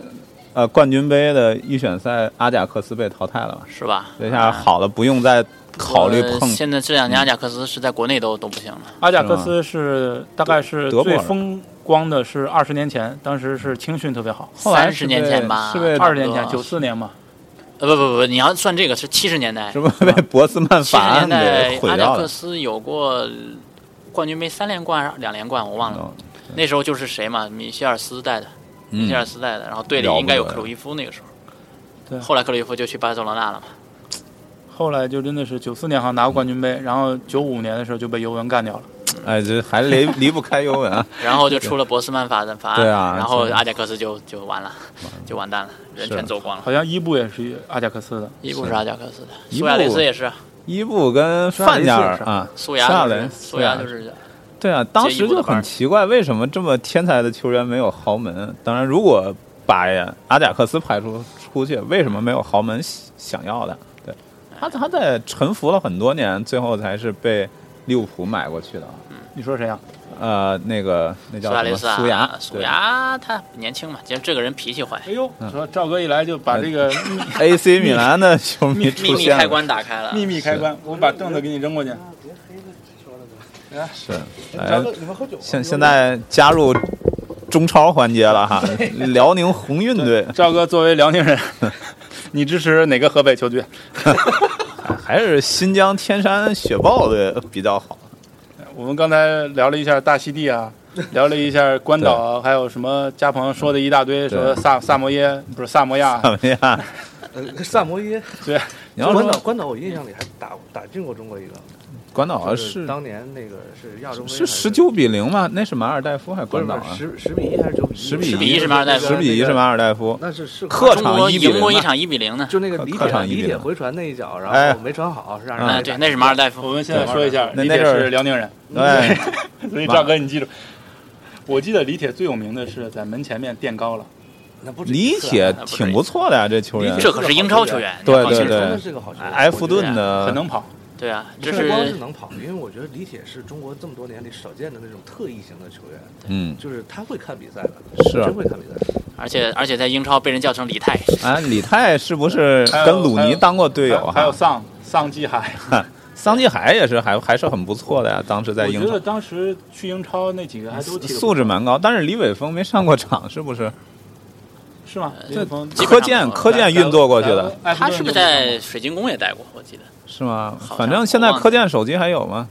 [SPEAKER 3] 呃冠军杯的预选赛，阿贾克斯被淘汰了嘛？
[SPEAKER 4] 是吧？
[SPEAKER 3] 这下好了，不用再考虑
[SPEAKER 4] 呃
[SPEAKER 3] 碰
[SPEAKER 4] 现在这两年阿贾克斯是在国内都都不行了，
[SPEAKER 2] 阿贾克斯是大概是
[SPEAKER 3] 德国
[SPEAKER 2] 最
[SPEAKER 3] 人
[SPEAKER 2] 风光的是二十年前，当时是青训特别好，
[SPEAKER 3] 后来
[SPEAKER 4] 三
[SPEAKER 3] 是
[SPEAKER 4] 十
[SPEAKER 3] 被
[SPEAKER 4] 年前吧，
[SPEAKER 3] 是被
[SPEAKER 4] 差
[SPEAKER 2] 二
[SPEAKER 4] 不
[SPEAKER 2] 十年前九
[SPEAKER 4] 多
[SPEAKER 2] 四年嘛，
[SPEAKER 4] 呃不不不，你要算这个是七十年代
[SPEAKER 3] 是，不是被博斯曼
[SPEAKER 4] 七
[SPEAKER 3] 法
[SPEAKER 4] 十年
[SPEAKER 3] 案
[SPEAKER 4] 代
[SPEAKER 3] 给毁
[SPEAKER 4] 哎阿
[SPEAKER 3] 掉
[SPEAKER 4] 贾克
[SPEAKER 3] 了？
[SPEAKER 4] 斯有过冠军杯三连冠还是两连冠，我忘了。
[SPEAKER 3] 嗯
[SPEAKER 4] 那时候就是谁嘛，米歇尔斯带的，米
[SPEAKER 3] 嗯
[SPEAKER 4] 歇尔斯带的，然后队里
[SPEAKER 3] 了不
[SPEAKER 4] 应该有
[SPEAKER 3] 得
[SPEAKER 4] 克鲁伊夫那个时候。
[SPEAKER 2] 对
[SPEAKER 4] 后来克鲁伊夫就去巴塞罗那了嘛，
[SPEAKER 2] 后来就真的是九四年好像拿过冠军杯，然后九五年的时候就被尤文干掉了。
[SPEAKER 3] 哎，这还离离不开尤文啊。
[SPEAKER 4] 然后就出了博斯曼法的法案，
[SPEAKER 3] 对啊
[SPEAKER 4] 然后
[SPEAKER 3] 是
[SPEAKER 4] 阿贾克斯就就完了，就完蛋了，人
[SPEAKER 3] 啊
[SPEAKER 4] 全走光了。
[SPEAKER 2] 好像伊布也是阿贾克斯的，
[SPEAKER 4] 伊布是阿贾克斯的，
[SPEAKER 3] 伊
[SPEAKER 4] 苏亚雷
[SPEAKER 3] 布
[SPEAKER 4] 斯也是，啊
[SPEAKER 3] 伊布跟范加尔啊，
[SPEAKER 4] 苏
[SPEAKER 3] 亚
[SPEAKER 4] 牙就
[SPEAKER 3] 雷
[SPEAKER 4] 是苏牙就是
[SPEAKER 3] 对啊，当时就很奇怪，为什么这么天才的球员没有豪门？当然，如果把阿贾克斯排除出去，为什么没有豪门想要的？对他，他在沉浮了很多年，最后才是被利物浦买过去的啊。
[SPEAKER 2] 你说谁啊？
[SPEAKER 3] 呃，那个那
[SPEAKER 4] 苏
[SPEAKER 3] 叫
[SPEAKER 4] 亚
[SPEAKER 3] 什
[SPEAKER 4] 雷
[SPEAKER 3] 么？
[SPEAKER 4] 斯啊，
[SPEAKER 3] 苏牙，
[SPEAKER 4] 苏
[SPEAKER 3] 对
[SPEAKER 4] 牙他年轻嘛，其实这个人脾气坏，
[SPEAKER 2] 哎呦，
[SPEAKER 3] 嗯
[SPEAKER 2] 说赵哥一来就把这个
[SPEAKER 3] 哎
[SPEAKER 4] (laughs)
[SPEAKER 3] (laughs) AC 米兰的球迷
[SPEAKER 4] 秘
[SPEAKER 3] 出
[SPEAKER 4] 密
[SPEAKER 3] 现
[SPEAKER 4] 开
[SPEAKER 3] 了，
[SPEAKER 4] 关打开了。
[SPEAKER 2] 秘密开关，我把凳子给你扔过去。
[SPEAKER 3] 是。
[SPEAKER 5] 找
[SPEAKER 3] 哎
[SPEAKER 5] 个你们喝酒吧。
[SPEAKER 3] 现现在加入中超环节了哈，辽宁宏
[SPEAKER 4] (laughs)
[SPEAKER 3] 运队。
[SPEAKER 2] 赵哥作为辽宁人， (laughs) 你支持哪个河北球队？
[SPEAKER 3] 还是新疆天山雪豹队比较好。 (laughs)
[SPEAKER 2] 我们刚才聊了一下大溪地啊，聊了一下关岛啊，还有什么嘉鹏说的一大堆，说萨萨摩耶不是萨摩
[SPEAKER 3] (laughs)
[SPEAKER 2] 亚，
[SPEAKER 3] 怎么样？
[SPEAKER 5] 呃，萨摩耶，
[SPEAKER 2] 对，
[SPEAKER 3] 你要
[SPEAKER 5] 关岛，
[SPEAKER 3] 说
[SPEAKER 5] 关岛，我印象里还打打进过中国一个，
[SPEAKER 3] 关岛
[SPEAKER 5] 就是当年那个是亚洲杯
[SPEAKER 3] 啊是
[SPEAKER 5] 还
[SPEAKER 3] 十九比零吗？那是马尔代夫还是
[SPEAKER 5] 不是
[SPEAKER 3] 关岛啊？
[SPEAKER 5] 十十比一还是九比一？
[SPEAKER 3] 10比一10
[SPEAKER 4] 比一是马尔代夫
[SPEAKER 3] 十比一是马尔代夫。
[SPEAKER 5] 那是是
[SPEAKER 3] 客
[SPEAKER 4] 中
[SPEAKER 3] 场
[SPEAKER 4] 国
[SPEAKER 3] 1比0
[SPEAKER 4] 赢过
[SPEAKER 3] 嘛
[SPEAKER 4] 一场一比零呢，
[SPEAKER 5] 就那个李
[SPEAKER 3] 客
[SPEAKER 5] 铁
[SPEAKER 3] 场一比
[SPEAKER 5] 李
[SPEAKER 3] 零
[SPEAKER 5] 铁回传那一脚，
[SPEAKER 3] 哎
[SPEAKER 5] 然后没传好，
[SPEAKER 3] 嗯
[SPEAKER 5] 让人
[SPEAKER 4] 啊，
[SPEAKER 5] 给
[SPEAKER 4] 对，
[SPEAKER 5] 打
[SPEAKER 4] 那是马尔代夫。
[SPEAKER 2] 我们现在说一下，
[SPEAKER 3] 那
[SPEAKER 2] 李
[SPEAKER 3] 那
[SPEAKER 2] 铁
[SPEAKER 3] 阵儿
[SPEAKER 2] 是辽宁
[SPEAKER 3] (laughs)
[SPEAKER 2] 人，
[SPEAKER 3] 对，
[SPEAKER 2] 所以赵哥你记住，我记得李铁最有名的是在门前面垫高了，
[SPEAKER 5] 那不止
[SPEAKER 3] 李
[SPEAKER 5] 一次
[SPEAKER 3] 铁
[SPEAKER 5] 啊
[SPEAKER 3] 挺不错的呀，这球员
[SPEAKER 5] 李铁
[SPEAKER 4] 这可是英超球员，你
[SPEAKER 3] 对
[SPEAKER 4] 要放
[SPEAKER 3] 对哎
[SPEAKER 4] 心
[SPEAKER 5] 真
[SPEAKER 3] 对
[SPEAKER 5] 的是个好球员。
[SPEAKER 3] 埃弗顿
[SPEAKER 4] 我觉
[SPEAKER 3] 的
[SPEAKER 2] 很能跑。
[SPEAKER 4] 对啊，
[SPEAKER 5] 不
[SPEAKER 4] 这
[SPEAKER 5] 光
[SPEAKER 4] 是
[SPEAKER 5] 是能跑，因为我觉得李铁是中国这么多年里少见的那种特异型的球员，
[SPEAKER 3] 嗯，
[SPEAKER 5] 就是他会看比赛的，
[SPEAKER 3] 是啊
[SPEAKER 5] 真会看比赛。
[SPEAKER 4] 而且而且在英超被人叫成李泰，
[SPEAKER 3] 哎，李泰是不是
[SPEAKER 2] 还有
[SPEAKER 3] 跟鲁
[SPEAKER 2] 还
[SPEAKER 3] 尼
[SPEAKER 2] 有
[SPEAKER 3] 当过队友
[SPEAKER 2] 还有
[SPEAKER 3] 哈？
[SPEAKER 2] 还有丧丧季海，
[SPEAKER 3] 桑季海也是还还是很不错的呀，当时在
[SPEAKER 2] 我
[SPEAKER 3] 英
[SPEAKER 2] 觉
[SPEAKER 3] 超
[SPEAKER 2] 得当时去英超那几个还都踢得不
[SPEAKER 3] 素质蛮高，但是李玮峰没上过场，是不是？
[SPEAKER 2] 是吗？
[SPEAKER 4] 呃
[SPEAKER 2] 林云峰哎
[SPEAKER 4] 基本
[SPEAKER 3] 柯
[SPEAKER 4] 上
[SPEAKER 3] 建
[SPEAKER 4] 没有
[SPEAKER 3] 柯建运作过去的，
[SPEAKER 2] 埃弗顿
[SPEAKER 4] 他是不
[SPEAKER 2] 就
[SPEAKER 4] 是在水晶宫也待过？我记得
[SPEAKER 3] 是吗
[SPEAKER 4] 好？像
[SPEAKER 3] 反正现在柯建手机还有吗？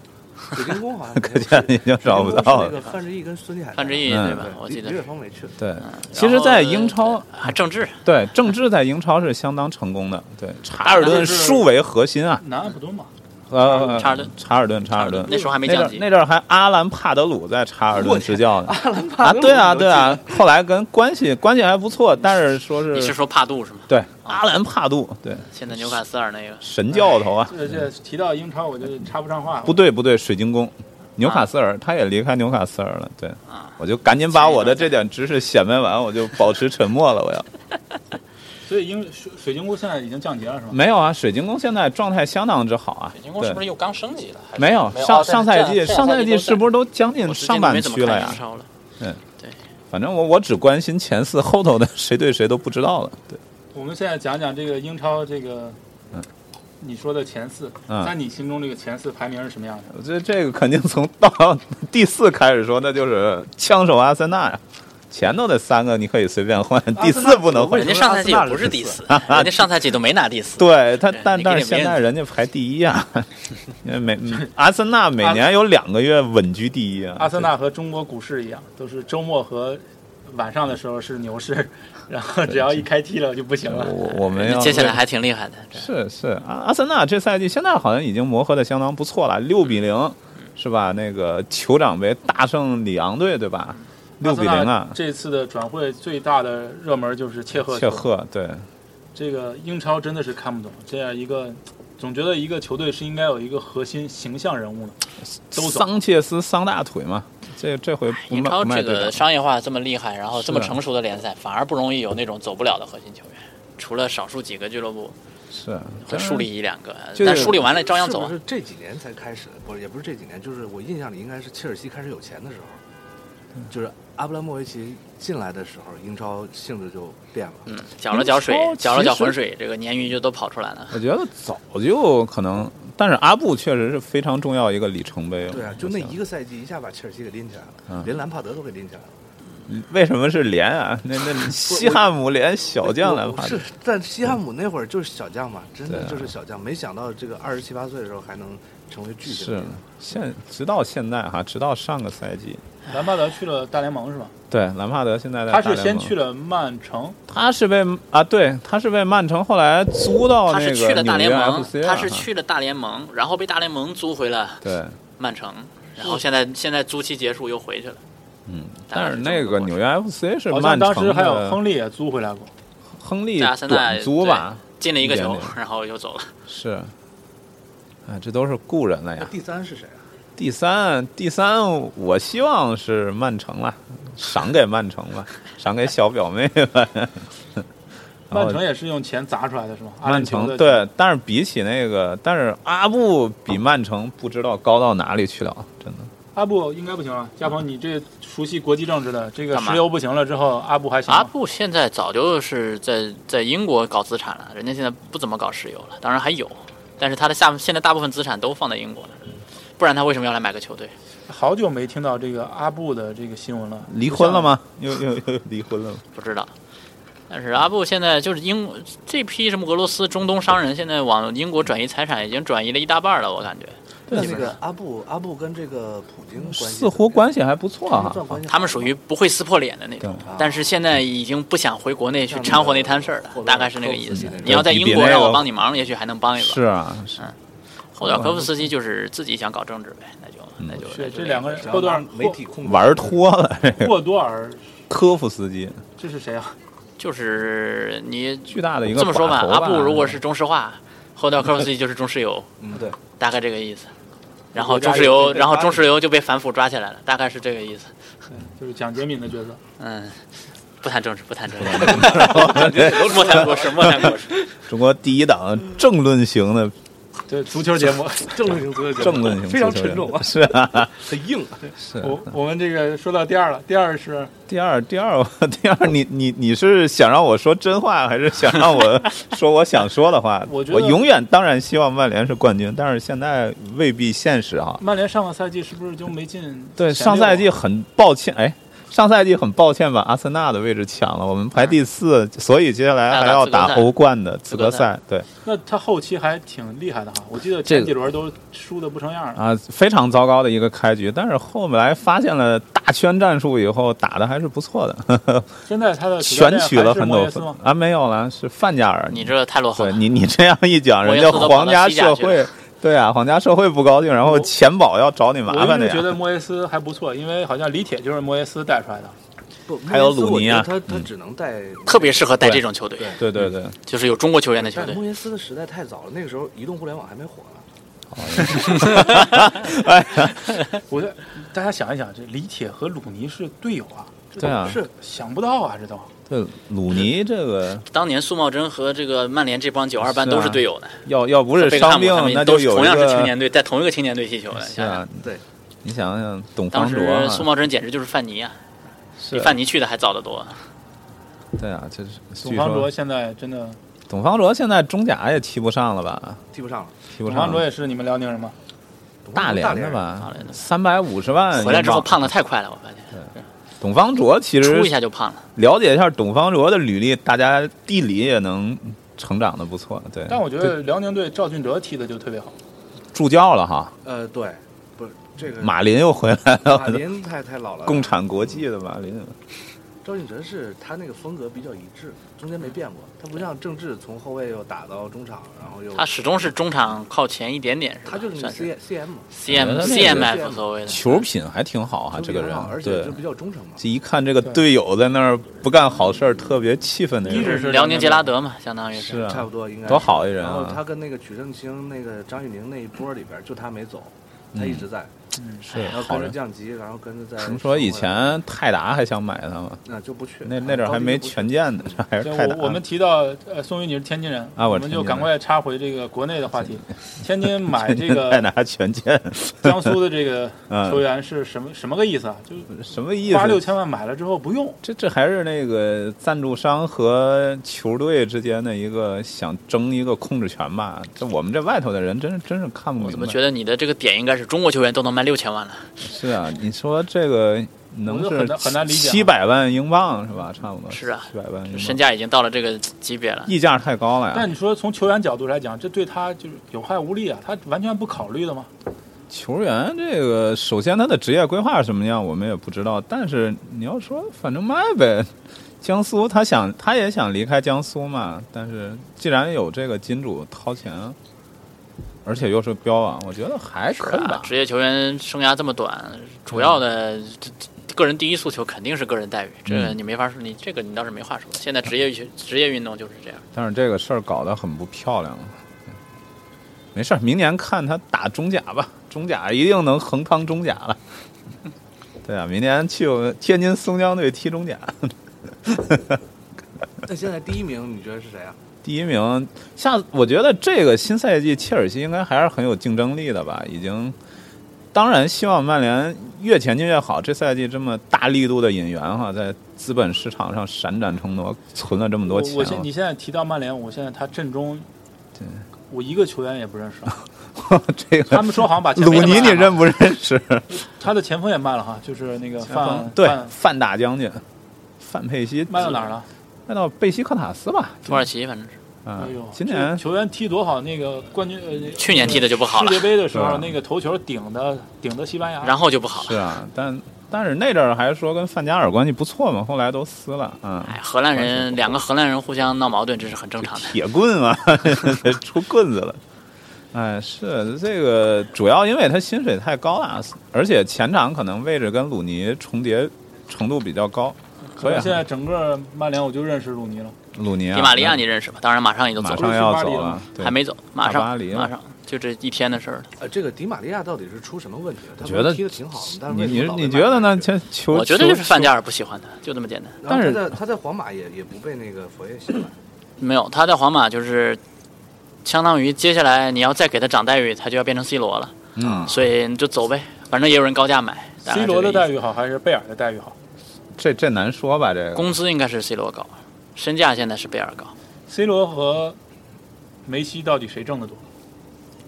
[SPEAKER 5] 水晶宫好
[SPEAKER 3] (laughs)
[SPEAKER 5] 像
[SPEAKER 3] 柯建已经找不到
[SPEAKER 5] 那
[SPEAKER 3] 了。
[SPEAKER 5] 个范志毅跟孙继海，
[SPEAKER 4] 范志毅
[SPEAKER 3] 嗯
[SPEAKER 4] 对吧
[SPEAKER 5] 对？
[SPEAKER 4] 我记得
[SPEAKER 5] 李
[SPEAKER 4] 是
[SPEAKER 5] 雪。峰没去，
[SPEAKER 3] 对，
[SPEAKER 4] 嗯
[SPEAKER 3] 其实，
[SPEAKER 4] 然后
[SPEAKER 3] 在英超
[SPEAKER 4] 对啊还郑智，
[SPEAKER 3] 对郑智在英超是相当成功的，对查尔
[SPEAKER 2] 但
[SPEAKER 3] 顿
[SPEAKER 2] 是
[SPEAKER 3] 数为核心啊，
[SPEAKER 2] 南安普顿嘛，
[SPEAKER 3] 呃，
[SPEAKER 4] 查尔顿
[SPEAKER 3] 查尔顿，查尔顿。
[SPEAKER 4] 那时候还没
[SPEAKER 3] 那阵
[SPEAKER 4] 降
[SPEAKER 3] 儿
[SPEAKER 4] 级，
[SPEAKER 3] 那阵儿还阿兰帕德鲁在查尔顿执教呢
[SPEAKER 5] 帕
[SPEAKER 3] 啊，
[SPEAKER 5] 德鲁
[SPEAKER 3] 对啊
[SPEAKER 5] 我记
[SPEAKER 3] 对
[SPEAKER 5] 得
[SPEAKER 3] 啊，后来跟关系关系还不错，但是说
[SPEAKER 4] 你是
[SPEAKER 3] 是
[SPEAKER 4] 说帕杜是吗？
[SPEAKER 3] 对阿兰帕杜对
[SPEAKER 4] 现在纽卡斯尔那个
[SPEAKER 3] 神教头啊，
[SPEAKER 2] 这这提到英超我就插不上话。
[SPEAKER 3] 不对不对，水晶宫，纽卡斯尔、他也离开纽卡斯尔了。对，
[SPEAKER 4] 啊
[SPEAKER 3] 我就赶紧把我的这点知识显摆完，我就保持沉默了。我要
[SPEAKER 2] 所以英水水晶宫现在已经降级了是吗？
[SPEAKER 3] 没有啊，水晶宫现在状态相当之好啊。
[SPEAKER 6] 北京宫是
[SPEAKER 3] 对
[SPEAKER 6] 不，是又刚升级了？还是
[SPEAKER 3] (laughs) 没有上
[SPEAKER 6] 哦
[SPEAKER 3] 上
[SPEAKER 6] 这
[SPEAKER 3] 赛
[SPEAKER 6] 样
[SPEAKER 3] 季
[SPEAKER 6] 这样
[SPEAKER 3] 上赛季是不
[SPEAKER 6] 都
[SPEAKER 3] 是都将近
[SPEAKER 4] 我最
[SPEAKER 3] 上
[SPEAKER 4] 近都
[SPEAKER 3] 半
[SPEAKER 4] 没怎么
[SPEAKER 3] 区了
[SPEAKER 4] 看
[SPEAKER 3] 呀
[SPEAKER 4] 英？超了，
[SPEAKER 3] 反正我我只关心前四，后头的 (laughs) 谁对谁都不知道了。对，
[SPEAKER 2] 我们现在讲讲这个英超这个
[SPEAKER 3] 嗯，
[SPEAKER 2] 你说的前四，
[SPEAKER 3] 嗯
[SPEAKER 2] 在你心中这个前四排名是什么样的？
[SPEAKER 3] 我觉得这个肯定从 (laughs) 到第四开始说，那就是枪手阿森纳呀。前头的三个你可以随便换，第四不能换
[SPEAKER 4] 人。家上赛季也不是第四，
[SPEAKER 3] (laughs)
[SPEAKER 4] 人家上赛季都没拿第四。
[SPEAKER 3] 对他
[SPEAKER 4] 对，
[SPEAKER 3] 但
[SPEAKER 4] 你给
[SPEAKER 3] 但是
[SPEAKER 4] 点
[SPEAKER 3] 现
[SPEAKER 4] 面
[SPEAKER 3] 在
[SPEAKER 4] 子
[SPEAKER 3] 人家排第
[SPEAKER 4] (laughs)
[SPEAKER 3] 一啊，因为每嗯阿森纳每年有两个月稳居第一啊。
[SPEAKER 2] 阿森纳和中国股市一样，都是周末和晚上的时候是牛
[SPEAKER 3] 嗯
[SPEAKER 2] 市，然后只要一开踢了就不行
[SPEAKER 3] 我
[SPEAKER 2] 了。
[SPEAKER 3] 我们要
[SPEAKER 4] 接下来还挺厉害的，这
[SPEAKER 3] 是是阿阿森纳这赛季现在好像已经磨合的相当不错了，六比零是吧？那个酋长杯大胜里昂队对吧？六比零
[SPEAKER 2] 阿森纳
[SPEAKER 3] 啊，
[SPEAKER 2] 这次的转会最大的热门就是切赫。
[SPEAKER 3] 切，赫对
[SPEAKER 2] 这个英超真的是看不懂，这样一个总觉得一个球队是应该有一个核心形象人物的。都走
[SPEAKER 3] 桑切斯桑大腿嘛，这这回不
[SPEAKER 4] 英
[SPEAKER 3] 卖
[SPEAKER 4] 超
[SPEAKER 3] 不卖
[SPEAKER 4] 哎这
[SPEAKER 3] 队
[SPEAKER 4] 个
[SPEAKER 3] 长。
[SPEAKER 4] 商业化这么厉害，然后这么
[SPEAKER 3] 是啊
[SPEAKER 4] 成熟的联赛，反而不容易有那种走不了的核心球员。除了少数几个俱乐部
[SPEAKER 3] 是
[SPEAKER 4] 会树立一两个，
[SPEAKER 3] 就是
[SPEAKER 4] 但树立完了照样走
[SPEAKER 5] 是
[SPEAKER 4] 啊
[SPEAKER 5] 不。是这几年才开始？不是，也不是这几年，就是我印象里应该是切尔西开始有钱的时候，就是阿布拉莫维奇进来的时候，英超性质就变了。
[SPEAKER 4] 嗯，搅了搅水
[SPEAKER 3] 英超，
[SPEAKER 4] 搅了搅
[SPEAKER 3] 其实
[SPEAKER 4] 浑水，这个鲶鱼就都跑出来了。
[SPEAKER 3] 我觉得早就可能，但是阿布确实是非常重要一个里程碑。
[SPEAKER 5] 对啊，就那一个赛季一下把切尔西给拎起来了
[SPEAKER 3] 嗯，
[SPEAKER 5] 连兰帕德都给拎起来了。
[SPEAKER 3] 为什么是连啊？那那 (laughs) 西汉姆连小将来
[SPEAKER 5] 我
[SPEAKER 3] 发
[SPEAKER 5] 是，但西汉姆那会儿就是小将嘛，真
[SPEAKER 3] 对
[SPEAKER 5] 的
[SPEAKER 3] 啊
[SPEAKER 5] 就是小将。没想到这个二十七八岁的时候还能成为巨星。
[SPEAKER 3] 是现直到现在哈，直到上个赛季，
[SPEAKER 2] 兰帕德去了大联盟是吧？
[SPEAKER 3] 对兰帕德现在在
[SPEAKER 2] 他
[SPEAKER 3] 大
[SPEAKER 2] 是
[SPEAKER 3] 联
[SPEAKER 2] 先
[SPEAKER 3] 盟
[SPEAKER 2] 去，了曼城，
[SPEAKER 3] 他是被啊，对，他是被曼城后来租到
[SPEAKER 4] 他
[SPEAKER 3] 那
[SPEAKER 4] 是去
[SPEAKER 3] 个
[SPEAKER 4] 了
[SPEAKER 3] 纽
[SPEAKER 4] 大
[SPEAKER 3] 约
[SPEAKER 4] 联盟
[SPEAKER 3] FC，，啊
[SPEAKER 4] 他是
[SPEAKER 3] 哈
[SPEAKER 4] 去了大联盟，然后被大联盟租回了
[SPEAKER 3] 对，
[SPEAKER 4] 曼城，然后现在现在租期结束又回去了。
[SPEAKER 3] 嗯，
[SPEAKER 4] 大概
[SPEAKER 3] 但是
[SPEAKER 4] 是
[SPEAKER 3] 那
[SPEAKER 4] 这么
[SPEAKER 3] 个
[SPEAKER 4] 过
[SPEAKER 3] 纽约 FC 是
[SPEAKER 2] 好像
[SPEAKER 3] 曼
[SPEAKER 2] 当
[SPEAKER 3] 城
[SPEAKER 2] 时还有
[SPEAKER 3] 的
[SPEAKER 2] 亨利也租回来过。
[SPEAKER 3] 亨利
[SPEAKER 4] 啊在阿森纳
[SPEAKER 3] 短租吧，
[SPEAKER 4] 进了一个
[SPEAKER 3] 一
[SPEAKER 4] 球
[SPEAKER 3] 点，
[SPEAKER 4] 然后又走了。
[SPEAKER 3] 是，哎，这都是故人了呀
[SPEAKER 5] 那。第三是谁啊？
[SPEAKER 3] 第三，第三，我希望是曼城了，赏给曼城吧，赏给小表妹吧。然
[SPEAKER 2] 曼
[SPEAKER 3] 后
[SPEAKER 2] 城也是用钱砸出来的是吗？阿
[SPEAKER 3] 曼
[SPEAKER 2] 联酋
[SPEAKER 3] 城
[SPEAKER 2] 的
[SPEAKER 3] 对，但是比起那个，但是阿布比曼城不知道高到哪里去了，真的。
[SPEAKER 2] 阿布应该不行了。加鹏，你这熟悉国际政治的，这个
[SPEAKER 4] 干嘛啊
[SPEAKER 2] 石油不行了之后，阿布还行吗
[SPEAKER 4] 阿布现在早就是在在英国搞资产了，人家现在不怎么搞石油了，当然还有，但是他的下现在大部分资产都放在英国了，不然他为什么要来买个球队？
[SPEAKER 2] 好久没听到这个阿布的这个新闻了。
[SPEAKER 3] 离婚了？吗？又又又离婚了吗？
[SPEAKER 4] 不知道。但是阿布现在就是英这批什么俄罗斯、中东商人，现在往英国转移财产，已经转移了一大半了，我感觉。
[SPEAKER 5] 那那个阿布阿布跟这个普京关系
[SPEAKER 3] 似乎关系还不错
[SPEAKER 5] 他
[SPEAKER 3] 哈、
[SPEAKER 5] 们算关系好
[SPEAKER 4] 他们属于不会撕破脸的那种
[SPEAKER 3] 对
[SPEAKER 5] 啊，
[SPEAKER 4] 但是现在已经不想回国内去掺和那摊事儿了，大概是那个意思
[SPEAKER 5] 霍格。
[SPEAKER 4] 你要在
[SPEAKER 3] 比
[SPEAKER 4] 英
[SPEAKER 3] 比
[SPEAKER 4] 国
[SPEAKER 3] 那
[SPEAKER 4] 让
[SPEAKER 3] 个
[SPEAKER 4] 我帮你忙，也许还能帮一把。
[SPEAKER 3] 是啊，是
[SPEAKER 4] 后脚科夫斯基就是自己想搞政治呗，那就那
[SPEAKER 3] 嗯
[SPEAKER 4] 就那
[SPEAKER 2] 是
[SPEAKER 4] 就
[SPEAKER 2] 这两个人
[SPEAKER 5] 只要
[SPEAKER 2] 过多尔
[SPEAKER 5] 媒体控制
[SPEAKER 3] 玩脱了。这个
[SPEAKER 2] 过多尔，
[SPEAKER 3] 科夫斯基，
[SPEAKER 2] 这是谁啊？
[SPEAKER 4] 就是你
[SPEAKER 3] 巨大的一个
[SPEAKER 4] 这么说吧，
[SPEAKER 3] 寡头
[SPEAKER 4] 阿布如
[SPEAKER 3] (laughs)
[SPEAKER 4] 果是中石化，后调科夫斯基就是中石油，
[SPEAKER 5] 嗯对，
[SPEAKER 4] 大概这个意思。然后中石油，然后中石油就被反腐抓起来了，大概是这个意思。
[SPEAKER 2] 就是蒋洁敏的
[SPEAKER 4] (laughs)
[SPEAKER 2] 角色。
[SPEAKER 4] 嗯，不谈政治，不谈政 (laughs)
[SPEAKER 3] (laughs)
[SPEAKER 4] 治，莫谈国事，莫谈国事。
[SPEAKER 3] 中国第一档政论型的
[SPEAKER 2] 对足球节目，
[SPEAKER 5] (laughs) 政论型足球节目，
[SPEAKER 3] 政论型
[SPEAKER 5] 非常
[SPEAKER 3] 足球节
[SPEAKER 5] 沉
[SPEAKER 3] 目
[SPEAKER 5] 重啊，
[SPEAKER 3] 是啊，
[SPEAKER 5] (laughs) 很硬。
[SPEAKER 3] (laughs) 是啊
[SPEAKER 2] 我我们这个说到第二了，第二是
[SPEAKER 3] 第二，第二， (laughs) 第二，你你你是想让我说真话，还是想让我说我想说的话？
[SPEAKER 2] 我
[SPEAKER 3] 我
[SPEAKER 2] 觉得
[SPEAKER 3] 永远当然希望曼联是冠军，但是现在未必现实啊。
[SPEAKER 2] 曼联上个赛季是不是就没进？
[SPEAKER 3] 对，上
[SPEAKER 2] 啊
[SPEAKER 3] 赛季很抱歉，哎，上赛季很抱歉把阿森纳的位置抢了，我们
[SPEAKER 2] 啊
[SPEAKER 3] 排第四，所以接下来还要打欧冠的资格赛。对
[SPEAKER 2] 那他后期还挺厉害的哈，我记得
[SPEAKER 3] 这
[SPEAKER 2] 前
[SPEAKER 3] 个
[SPEAKER 2] 几轮都输的不成样了。
[SPEAKER 3] 啊，非常糟糕的一个开局，但是后来发现了大圈战术以后，打的还是不错的，呵呵
[SPEAKER 2] 现在他的
[SPEAKER 3] (laughs)
[SPEAKER 2] 主教
[SPEAKER 3] 选
[SPEAKER 2] 练
[SPEAKER 3] 取
[SPEAKER 2] 还
[SPEAKER 3] 了
[SPEAKER 2] 是
[SPEAKER 3] 很
[SPEAKER 2] 莫
[SPEAKER 3] 多
[SPEAKER 2] 耶斯
[SPEAKER 3] 分
[SPEAKER 2] 吗？
[SPEAKER 3] 啊，没有了，是范加尔，
[SPEAKER 4] 你这太落后
[SPEAKER 3] 对
[SPEAKER 4] 了。
[SPEAKER 3] 你你这样一讲，
[SPEAKER 4] 我
[SPEAKER 3] 人
[SPEAKER 4] 也
[SPEAKER 3] 家
[SPEAKER 4] 不得
[SPEAKER 3] 皇
[SPEAKER 4] 跑到
[SPEAKER 3] 家
[SPEAKER 4] 西甲
[SPEAKER 3] 社
[SPEAKER 4] 去
[SPEAKER 3] 会，对啊，皇家社会不高兴，然后
[SPEAKER 2] 我
[SPEAKER 3] 钱宝要找你麻
[SPEAKER 2] 我
[SPEAKER 3] 烦
[SPEAKER 2] 一
[SPEAKER 3] 的
[SPEAKER 2] 直觉。
[SPEAKER 3] 呀
[SPEAKER 2] 得莫耶斯还不错，因为好像李铁就是莫耶斯带出来的。
[SPEAKER 5] 不，
[SPEAKER 3] 还有
[SPEAKER 5] 莫耶斯
[SPEAKER 3] 鲁
[SPEAKER 5] 我
[SPEAKER 3] 尼
[SPEAKER 5] 觉得
[SPEAKER 3] 啊
[SPEAKER 5] 他他
[SPEAKER 3] 嗯
[SPEAKER 5] 只能带，
[SPEAKER 4] 特别适合带这种球队，
[SPEAKER 3] 对对对，
[SPEAKER 2] 嗯
[SPEAKER 4] 就是有中国球员的球
[SPEAKER 5] 但
[SPEAKER 4] 队
[SPEAKER 5] 莫。耶斯的时代太早了，那个时候移动互联网还没火呢。
[SPEAKER 3] 哎
[SPEAKER 2] 我觉得大家想一想，这李铁和鲁尼是队友啊，这
[SPEAKER 3] 对啊
[SPEAKER 2] 是想不到啊，这都。
[SPEAKER 3] 对鲁尼这个
[SPEAKER 4] 当年苏茂贞和这个曼联这帮九二班
[SPEAKER 3] 是啊
[SPEAKER 4] 都是队友呢，
[SPEAKER 3] 要要不是
[SPEAKER 4] 贝克
[SPEAKER 3] 伤
[SPEAKER 4] 汉姆
[SPEAKER 3] 病
[SPEAKER 4] 他，们
[SPEAKER 3] 那
[SPEAKER 4] 都
[SPEAKER 3] 就是有
[SPEAKER 4] 同
[SPEAKER 3] 一
[SPEAKER 4] 样是青
[SPEAKER 3] 个
[SPEAKER 4] 年队，在同一个青年队踢球的。
[SPEAKER 3] 是
[SPEAKER 4] 想想
[SPEAKER 3] 啊，
[SPEAKER 5] 对，
[SPEAKER 3] 你想想董
[SPEAKER 4] 当
[SPEAKER 3] 方卓
[SPEAKER 4] 时
[SPEAKER 3] 啊，
[SPEAKER 4] 苏茂贞简直就是范尼啊，
[SPEAKER 3] 是
[SPEAKER 4] 比范尼去的还早得多。
[SPEAKER 3] 对啊，这是
[SPEAKER 2] 董
[SPEAKER 3] 据
[SPEAKER 2] 方卓
[SPEAKER 3] 说
[SPEAKER 2] 现在真的，
[SPEAKER 3] 董方卓现在中甲也踢不上了吧？
[SPEAKER 5] 踢不上了。
[SPEAKER 3] 踢不
[SPEAKER 2] 董
[SPEAKER 3] 上
[SPEAKER 2] 方卓
[SPEAKER 3] 了，
[SPEAKER 2] 也是你们辽宁人吗？
[SPEAKER 3] 大
[SPEAKER 5] 大
[SPEAKER 3] 连的
[SPEAKER 5] 连？
[SPEAKER 4] 大
[SPEAKER 3] 吧
[SPEAKER 4] 连的，
[SPEAKER 3] 三百五十万
[SPEAKER 4] 回来之后
[SPEAKER 3] 英镑
[SPEAKER 4] 胖的太快了，我发现，
[SPEAKER 3] 董方卓其
[SPEAKER 4] 出一
[SPEAKER 3] 实
[SPEAKER 4] 下就胖了。
[SPEAKER 3] 了解一下董方卓的履历，大家地理也能成长的不错。对，
[SPEAKER 2] 但我觉
[SPEAKER 3] 对
[SPEAKER 2] 得辽宁队赵俊哲踢的就特别好。
[SPEAKER 3] 助教了哈。
[SPEAKER 5] 呃，对，不是这个
[SPEAKER 3] 马林又回来
[SPEAKER 5] 马
[SPEAKER 3] 了，
[SPEAKER 5] 林太太老了。
[SPEAKER 3] 共产国际的马林。
[SPEAKER 5] 赵俊哲是他那个风格比较一致，中间没变过。他不像郑智从后卫又打到中场，然后又
[SPEAKER 4] 他始终是中场靠前一点点，吧
[SPEAKER 5] 他就是那
[SPEAKER 4] 算
[SPEAKER 5] C C M
[SPEAKER 4] C M
[SPEAKER 3] 对
[SPEAKER 4] C M
[SPEAKER 5] 对对
[SPEAKER 4] F 所谓的
[SPEAKER 3] 球品还挺好啊，这个人
[SPEAKER 5] 而且
[SPEAKER 3] 对
[SPEAKER 5] 就，比较忠诚嘛。
[SPEAKER 3] 这一看这个队友在那儿不干好事儿，特别气愤的
[SPEAKER 2] 一
[SPEAKER 3] 人
[SPEAKER 2] 直是
[SPEAKER 4] 辽宁杰拉德嘛，相当于
[SPEAKER 3] 是
[SPEAKER 4] 是。
[SPEAKER 5] 差
[SPEAKER 3] 啊
[SPEAKER 5] 不，多应该是
[SPEAKER 3] 多好一人
[SPEAKER 5] 然后他
[SPEAKER 3] 啊！
[SPEAKER 5] 跟那个曲正清、那个张玉宁那一波里边，就他没走，他一直在，
[SPEAKER 2] 哎
[SPEAKER 3] 是啊
[SPEAKER 5] 然后
[SPEAKER 3] 嗯好
[SPEAKER 5] 跟着
[SPEAKER 3] 人。
[SPEAKER 5] 降级，然后跟着在。
[SPEAKER 3] 听说以前泰达还想买他嘛，
[SPEAKER 5] 那就不去，
[SPEAKER 3] 那那阵儿还没权健呢， (laughs) 这还是
[SPEAKER 2] 对，
[SPEAKER 3] 泰达。
[SPEAKER 2] 我我们提到呃，宋宇你是天津人
[SPEAKER 3] 啊我
[SPEAKER 2] 我们
[SPEAKER 3] 是天津人
[SPEAKER 2] 就赶快插回这个国内的话题。 (laughs) 天津买
[SPEAKER 3] 天
[SPEAKER 2] 这
[SPEAKER 3] 津 (laughs) 泰
[SPEAKER 2] 个
[SPEAKER 3] 达
[SPEAKER 2] (laughs)
[SPEAKER 3] 权健，
[SPEAKER 2] 江苏的这个
[SPEAKER 3] (laughs) 嗯
[SPEAKER 2] 球员是什么什么个意思啊？就
[SPEAKER 3] 什么意思？
[SPEAKER 2] 花六千万买了之后不用，
[SPEAKER 3] 这这还是那个赞助商和球队之间的一个想争一个控制权吧。这我们这外头的人真是真是看不明白。
[SPEAKER 4] 我怎么觉得你的这个点应该是中国球员都能卖六千万了？
[SPEAKER 3] 是啊，你说这个能
[SPEAKER 2] 我就是很难很难理解啊
[SPEAKER 3] 七百万英镑是吧？差不多
[SPEAKER 4] 是啊
[SPEAKER 3] 七百万英
[SPEAKER 4] 身
[SPEAKER 3] 镑，
[SPEAKER 4] 价已经到了这个级别了。
[SPEAKER 3] 溢价太高了
[SPEAKER 2] 但
[SPEAKER 3] 呀。
[SPEAKER 2] 你说从球员角度来讲，这对他就是有害无利啊，他完全不考虑的嘛。
[SPEAKER 3] 球员这个，首先他的职业规划是什么样，我们也不知道。但是你要说，反正卖呗。江苏他想，他也想离开江苏嘛。但是既然有这个金主掏钱，而且又是标王，我觉得还
[SPEAKER 4] 是
[SPEAKER 3] 可以
[SPEAKER 4] 啊
[SPEAKER 3] 吧，。
[SPEAKER 4] 职业球员生涯这么短，主要的这这个人第一诉求肯定是个人待遇，这个
[SPEAKER 3] 嗯
[SPEAKER 4] 你没法说，你这个你倒是没话说。现在职业运职业运动就是这样，
[SPEAKER 3] 但是这个事儿搞得很不漂亮。没事儿，明年看他打中甲吧，中甲一定能横趟中甲了。对啊，明年去我们天津松江队踢中甲，
[SPEAKER 5] 那现在第一名你觉得是谁啊？
[SPEAKER 3] 第一名。下，我觉得这个新赛季切尔西应该还是很有竞争力的吧，已经。当然，希望曼联越前进越好。这赛季这么大力度的引援哈，在资本市场上闪展腾挪，存了这么
[SPEAKER 2] 我
[SPEAKER 3] 多钱啊
[SPEAKER 2] 我
[SPEAKER 3] 了。
[SPEAKER 2] 现
[SPEAKER 3] (laughs)
[SPEAKER 2] 你现在提到曼联，我现在他阵中，
[SPEAKER 3] 对
[SPEAKER 2] 我一个球员也不认识啊。
[SPEAKER 3] (laughs) 这
[SPEAKER 2] 他
[SPEAKER 3] 个
[SPEAKER 2] 们说好像把前
[SPEAKER 3] 鲁
[SPEAKER 2] 锋
[SPEAKER 3] 尼
[SPEAKER 2] 也
[SPEAKER 3] 你
[SPEAKER 2] 卖了
[SPEAKER 3] 认不认识？
[SPEAKER 2] 他的前锋也卖了哈，就是那个范
[SPEAKER 3] 对啊
[SPEAKER 2] 范
[SPEAKER 3] 范大将军，范佩西
[SPEAKER 2] 卖到哪儿？了？
[SPEAKER 3] 卖到贝西克塔斯吧。
[SPEAKER 4] 土耳其反正是
[SPEAKER 3] 啊
[SPEAKER 2] 哎呦，，
[SPEAKER 3] 今
[SPEAKER 2] 这
[SPEAKER 3] 年
[SPEAKER 2] 球员踢多好，那个冠军呃，
[SPEAKER 4] 去年踢的就不好
[SPEAKER 2] 世
[SPEAKER 4] 了
[SPEAKER 2] 界，杯的时
[SPEAKER 3] 对
[SPEAKER 2] 候
[SPEAKER 3] 啊
[SPEAKER 2] 那个头球顶的顶的西班牙，
[SPEAKER 4] 然后就不好
[SPEAKER 3] 是
[SPEAKER 4] 了。
[SPEAKER 3] 啊，但但是那阵儿还说跟范加尔关系不错嘛，后来都撕了。嗯，
[SPEAKER 4] 哎，荷兰
[SPEAKER 3] 完全
[SPEAKER 4] 人两个荷兰人互相闹矛盾，这是很正常的。
[SPEAKER 3] 铁棍嘛， (laughs) 出棍子了。哎，是这个主要因为他薪水太高了，而且前场可能位置跟鲁尼重叠程度比较高。
[SPEAKER 2] 可
[SPEAKER 3] 可以
[SPEAKER 2] 能现
[SPEAKER 3] 啊，
[SPEAKER 2] 在整个曼联我就认识鲁尼了。
[SPEAKER 3] 鲁尼啊、
[SPEAKER 4] 迪玛利亚你认识吧？当然，马上也就走
[SPEAKER 3] 马
[SPEAKER 4] 了，
[SPEAKER 3] 上要走了，对
[SPEAKER 4] 还没走，马
[SPEAKER 3] 大巴啊
[SPEAKER 4] 上
[SPEAKER 3] 黎了
[SPEAKER 4] 马上就这一天的事儿了。
[SPEAKER 5] 呃，这个迪玛利亚到底是出什么问题了？他
[SPEAKER 3] 觉得
[SPEAKER 5] 踢的挺好的，但是
[SPEAKER 3] 你
[SPEAKER 5] 为什
[SPEAKER 3] 你
[SPEAKER 5] 么老
[SPEAKER 3] 你
[SPEAKER 5] 被卖
[SPEAKER 3] 觉得呢？
[SPEAKER 5] 出去
[SPEAKER 3] 这球
[SPEAKER 4] 我觉得就
[SPEAKER 3] 球
[SPEAKER 4] 是范加尔不喜欢他，就这么简单。
[SPEAKER 5] 然后
[SPEAKER 3] 但是
[SPEAKER 5] 他在他在皇马也也不被那个佛爷喜欢，
[SPEAKER 4] 没有，他在皇马就是相当于接下来你要再给他涨待遇，他就要变成 C 罗了，
[SPEAKER 3] 啊
[SPEAKER 5] 嗯，
[SPEAKER 4] 所以你就走呗，反正也有人高价买。大
[SPEAKER 2] ，C
[SPEAKER 4] 概是
[SPEAKER 2] 罗的
[SPEAKER 4] 这个
[SPEAKER 2] 待
[SPEAKER 4] 意思
[SPEAKER 2] 遇好还是贝尔的待遇好
[SPEAKER 3] 这这难说吧？这个
[SPEAKER 4] 工资应该是 C 罗高，身价现在是贝尔高。
[SPEAKER 2] ？C 罗和梅西到底谁挣得多？